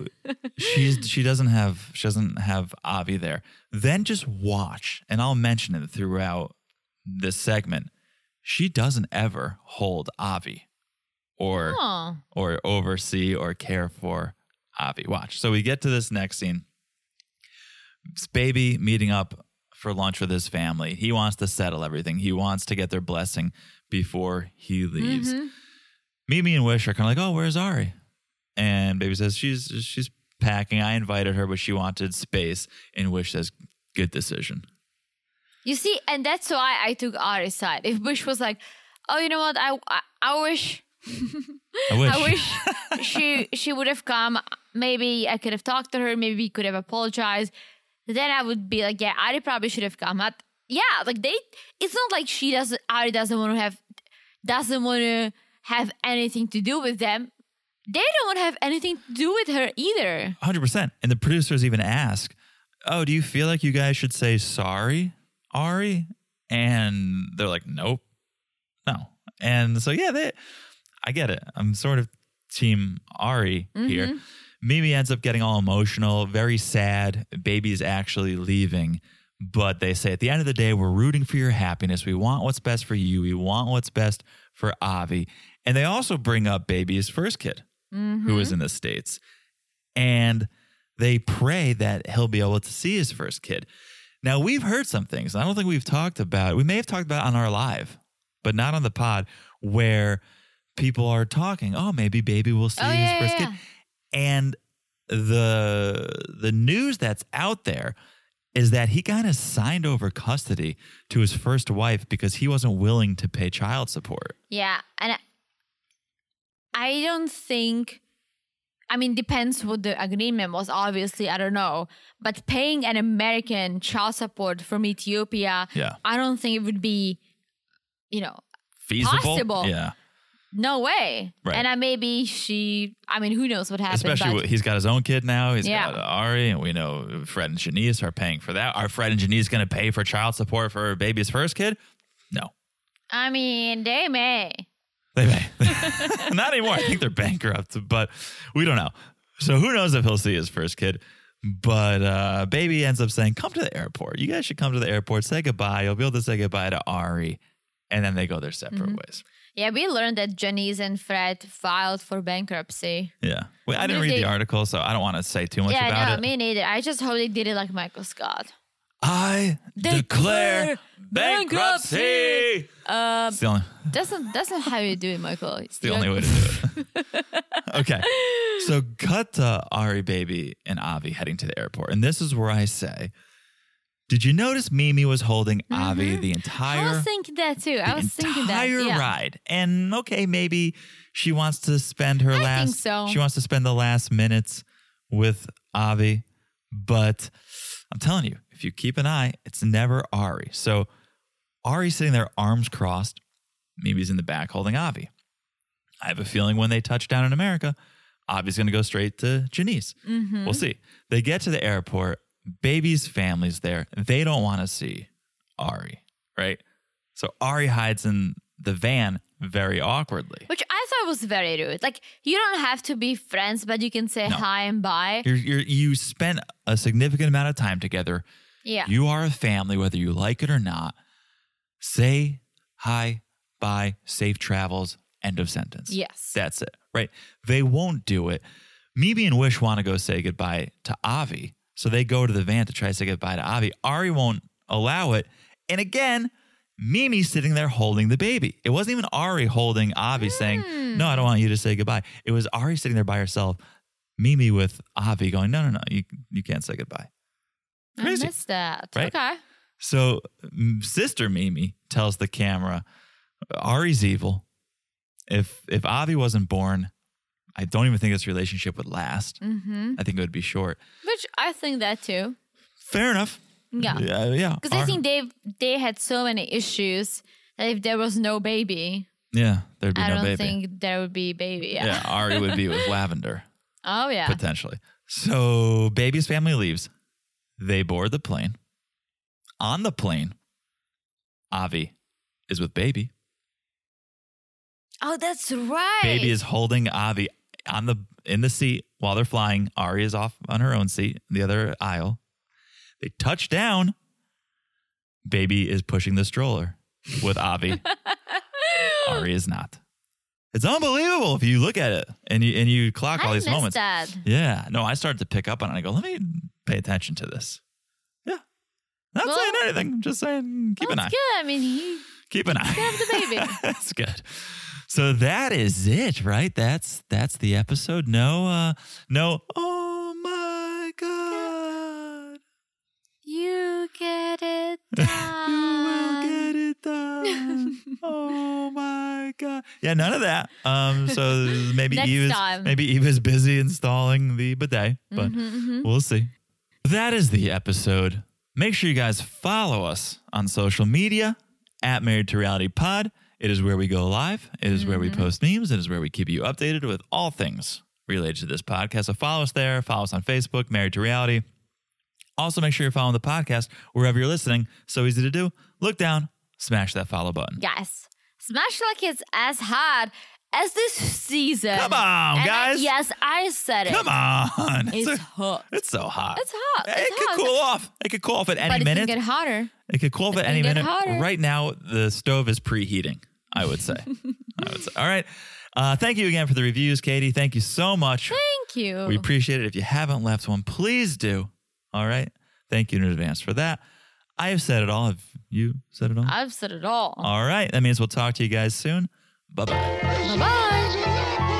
[SPEAKER 1] she's she doesn't have she doesn't have Avi there. Then just watch, and I'll mention it throughout this segment. She doesn't ever hold Avi, or
[SPEAKER 2] oh.
[SPEAKER 1] or oversee or care for Avi. Watch. So we get to this next scene. It's baby meeting up for lunch with his family. He wants to settle everything. He wants to get their blessing before he leaves.
[SPEAKER 2] Mhm.
[SPEAKER 1] Mimi and Wish are kind of like, "Oh, where's Ari?" And baby says, "She's she's packing. I invited her, but she wanted space." And Wish says, "Good decision."
[SPEAKER 2] You see, and that's why I took Ari's side. If Bush was like, oh, you know what? I, I, I wish.
[SPEAKER 1] I wish.
[SPEAKER 2] I wish
[SPEAKER 1] *laughs*
[SPEAKER 2] she she would have come. Maybe I could have talked to her. Maybe we could have apologized. Then I would be like, yeah, Ari probably should have come. But yeah, like they. It's not like she doesn't. Ari doesn't want to have. Doesn't want to have anything to do with them. They don't want to have anything to do with her either.
[SPEAKER 1] Hundred percent. And the producers even ask, "Oh, do you feel like you guys should say sorry, Ari?" And they're like, "Nope, no." And so yeah, they, I get it. I'm sort of team Ari here. Mimi ends up getting all emotional, very sad. Baby's actually leaving. But they say at the end of the day, we're rooting for your happiness. We want what's best for you. We want what's best for Avi. And they also bring up Baby's first kid, who
[SPEAKER 2] Mm-hmm.
[SPEAKER 1] was in the States. And they pray that he'll be able to see his first kid. Now, we've heard some things. I don't think we've talked about. We may have talked about on our live, but not on the pod, where people are talking. Oh, maybe baby will see
[SPEAKER 2] Oh,
[SPEAKER 1] his
[SPEAKER 2] yeah,
[SPEAKER 1] first
[SPEAKER 2] yeah,
[SPEAKER 1] kid. And the the news that's out there is that he kind of signed over custody to his first wife because he wasn't willing to pay child support.
[SPEAKER 2] Yeah, and I, I don't think. I mean, depends what the agreement was. Obviously, I don't know. But paying an American child support from Ethiopia,
[SPEAKER 1] Yeah.
[SPEAKER 2] I don't think it would be, you know,
[SPEAKER 1] Feasible?
[SPEAKER 2] Possible.
[SPEAKER 1] Yeah.
[SPEAKER 2] no way.
[SPEAKER 1] Right.
[SPEAKER 2] And I maybe she. I mean, who knows what happened?
[SPEAKER 1] Especially
[SPEAKER 2] but
[SPEAKER 1] wh- he's got his own kid now. He's
[SPEAKER 2] Yeah.
[SPEAKER 1] got Ari, and we know Fred and Janice are paying for that. Are Fred and Janice going to pay for child support for her baby's first kid? No, *laughs*
[SPEAKER 2] I mean, they may.
[SPEAKER 1] they may. *laughs* Not anymore. I think they're bankrupt, but we don't know. So who knows if he'll see his first kid? But uh, baby ends up saying, "Come to the airport. You guys should come to the airport. Say goodbye. You'll be able to say goodbye to Ari." And then they go their separate
[SPEAKER 2] Mm-hmm.
[SPEAKER 1] ways.
[SPEAKER 2] Yeah, we learned that Janice and Fred filed for bankruptcy.
[SPEAKER 1] Yeah. Wait, I didn't
[SPEAKER 2] gonna
[SPEAKER 1] read the
[SPEAKER 2] say-
[SPEAKER 1] article, so I don't want to say too much
[SPEAKER 2] yeah,
[SPEAKER 1] about
[SPEAKER 2] no,
[SPEAKER 1] it.
[SPEAKER 2] me neither. I just hope they did it like Michael Scott.
[SPEAKER 1] I declare
[SPEAKER 2] Declare
[SPEAKER 1] bankruptcy.
[SPEAKER 2] bankruptcy. Uh,
[SPEAKER 1] it's the only,
[SPEAKER 2] Doesn't doesn't how you do it, Michael.
[SPEAKER 1] it's the only way to do
[SPEAKER 2] *laughs*
[SPEAKER 1] it. okay. So cut to Ari Baby and Avi heading to the airport. And this is where I say, did you notice Mimi was holding
[SPEAKER 2] Mm-hmm.
[SPEAKER 1] Avi the entire
[SPEAKER 2] I was thinking that too. I
[SPEAKER 1] the
[SPEAKER 2] was thinking that.
[SPEAKER 1] entire
[SPEAKER 2] Yeah.
[SPEAKER 1] ride. And okay, maybe she wants to spend her last.
[SPEAKER 2] think so.
[SPEAKER 1] She wants to spend the last minutes with Avi, but I'm telling you, if you keep an eye, it's never Ari. So Ari's sitting there, arms crossed. Maybe he's in the back holding Avi. I have a feeling when they touch down in America, Avi's going to go straight to Janice.
[SPEAKER 2] Mm-hmm.
[SPEAKER 1] We'll see. They get to the airport. Baby's family's there. They don't want to see Ari, right? So Ari hides in the van very awkwardly.
[SPEAKER 2] Which I thought was very rude. Like you don't have to be friends, but you can say
[SPEAKER 1] No.
[SPEAKER 2] hi and bye.
[SPEAKER 1] You're, you're, you spent a significant amount of time together.
[SPEAKER 2] Yeah.
[SPEAKER 1] You are a family, whether you like it or not. Say hi, bye, safe travels, end of sentence.
[SPEAKER 2] Yes.
[SPEAKER 1] That's it, right? They won't do it. Mimi and Wish want to go say goodbye to Avi. So they go to the van to try to say goodbye to Avi. Ari won't allow it. And again, Mimi's sitting there holding the baby. It wasn't even Ari holding Avi saying, No, I don't want you to say goodbye. It was Ari sitting there by herself, Mimi with Avi going, No, no, no, you, you can't say goodbye. Crazy.
[SPEAKER 2] I missed that.
[SPEAKER 1] right?
[SPEAKER 2] Okay.
[SPEAKER 1] So m- sister Mimi tells the camera, Ari's evil. If if Avi wasn't born, I don't even think this relationship would last.
[SPEAKER 2] Mm-hmm.
[SPEAKER 1] I think it would be short.
[SPEAKER 2] Which I think that too.
[SPEAKER 1] Fair enough.
[SPEAKER 2] Yeah.
[SPEAKER 1] Yeah. yeah.
[SPEAKER 2] Because I
[SPEAKER 1] Ar-
[SPEAKER 2] think they they had so many issues that if there was no baby,
[SPEAKER 1] yeah, there'd be
[SPEAKER 2] I
[SPEAKER 1] no
[SPEAKER 2] don't
[SPEAKER 1] baby.
[SPEAKER 2] think there would be baby. Yeah.
[SPEAKER 1] yeah, Ari would be with Lavender.
[SPEAKER 2] *laughs* Oh yeah.
[SPEAKER 1] potentially. So baby's family leaves. They board the plane. On the plane, Avi is with baby.
[SPEAKER 2] oh, that's right.
[SPEAKER 1] Baby is holding Avi on the in the seat while they're flying. Ari is off on her own seat, in the other aisle. They touch down. Baby is pushing the stroller with
[SPEAKER 2] *laughs*
[SPEAKER 1] Avi. Ari is not. It's unbelievable if you look at it and you and you clock all
[SPEAKER 2] I
[SPEAKER 1] these
[SPEAKER 2] missed
[SPEAKER 1] moments.
[SPEAKER 2] that.
[SPEAKER 1] Yeah. No, I started to pick up on it. I go, let me pay attention to this. Yeah. Not
[SPEAKER 2] Well-
[SPEAKER 1] saying anything. Just saying keep an eye.
[SPEAKER 2] That's good. I mean, he
[SPEAKER 1] Keep an eye.
[SPEAKER 2] grabbed the baby.
[SPEAKER 1] *laughs* that's good. So that is it, right? That's that's the episode. No, uh no. Oh my god.
[SPEAKER 2] You get it
[SPEAKER 1] *laughs* You will
[SPEAKER 2] done.
[SPEAKER 1] get it done.
[SPEAKER 2] *laughs*
[SPEAKER 1] oh my god. Yeah, none of that. Um
[SPEAKER 2] *laughs*
[SPEAKER 1] so maybe
[SPEAKER 2] Next
[SPEAKER 1] Eve is
[SPEAKER 2] time. Mm-hmm,
[SPEAKER 1] maybe Eve is busy installing the bidet, but we'll see. That is the episode. Make sure you guys follow us on social media at Married to Reality Pod. It is where we go live. It is where we
[SPEAKER 2] Mm-hmm.
[SPEAKER 1] post memes. It is where we keep you updated with all things related to this podcast. So follow us there. Follow us on Facebook, Married to Reality. Also, make sure you're following the podcast wherever you're listening. So easy to do. Look down, smash that follow button.
[SPEAKER 2] Yes. Smash like it's as hard as this season.
[SPEAKER 1] Come on,
[SPEAKER 2] and I-
[SPEAKER 1] guys.
[SPEAKER 2] yes, I said it.
[SPEAKER 1] Come on. It's,
[SPEAKER 2] It's
[SPEAKER 1] a-
[SPEAKER 2] hot.
[SPEAKER 1] it's so hot.
[SPEAKER 2] It's hot.
[SPEAKER 1] It
[SPEAKER 2] It's
[SPEAKER 1] could
[SPEAKER 2] hot.
[SPEAKER 1] cool off. It could cool off at
[SPEAKER 2] But
[SPEAKER 1] any
[SPEAKER 2] it can
[SPEAKER 1] minute.
[SPEAKER 2] get hotter.
[SPEAKER 1] It could cool off at any
[SPEAKER 2] can get
[SPEAKER 1] minute.
[SPEAKER 2] hotter.
[SPEAKER 1] Right now, the stove is preheating, I would
[SPEAKER 2] *laughs*
[SPEAKER 1] say. I would say. All right. Uh, thank you again for the reviews, Katie. Thank you so much.
[SPEAKER 2] Thank you.
[SPEAKER 1] We appreciate it. If you haven't left one, please do. All right. Thank you in advance for that. I have said it all. Have you said it all?
[SPEAKER 2] I've said it all.
[SPEAKER 1] all right. That means we'll talk to you guys soon. Bye bye.
[SPEAKER 2] Bye bye.
[SPEAKER 3] Bye.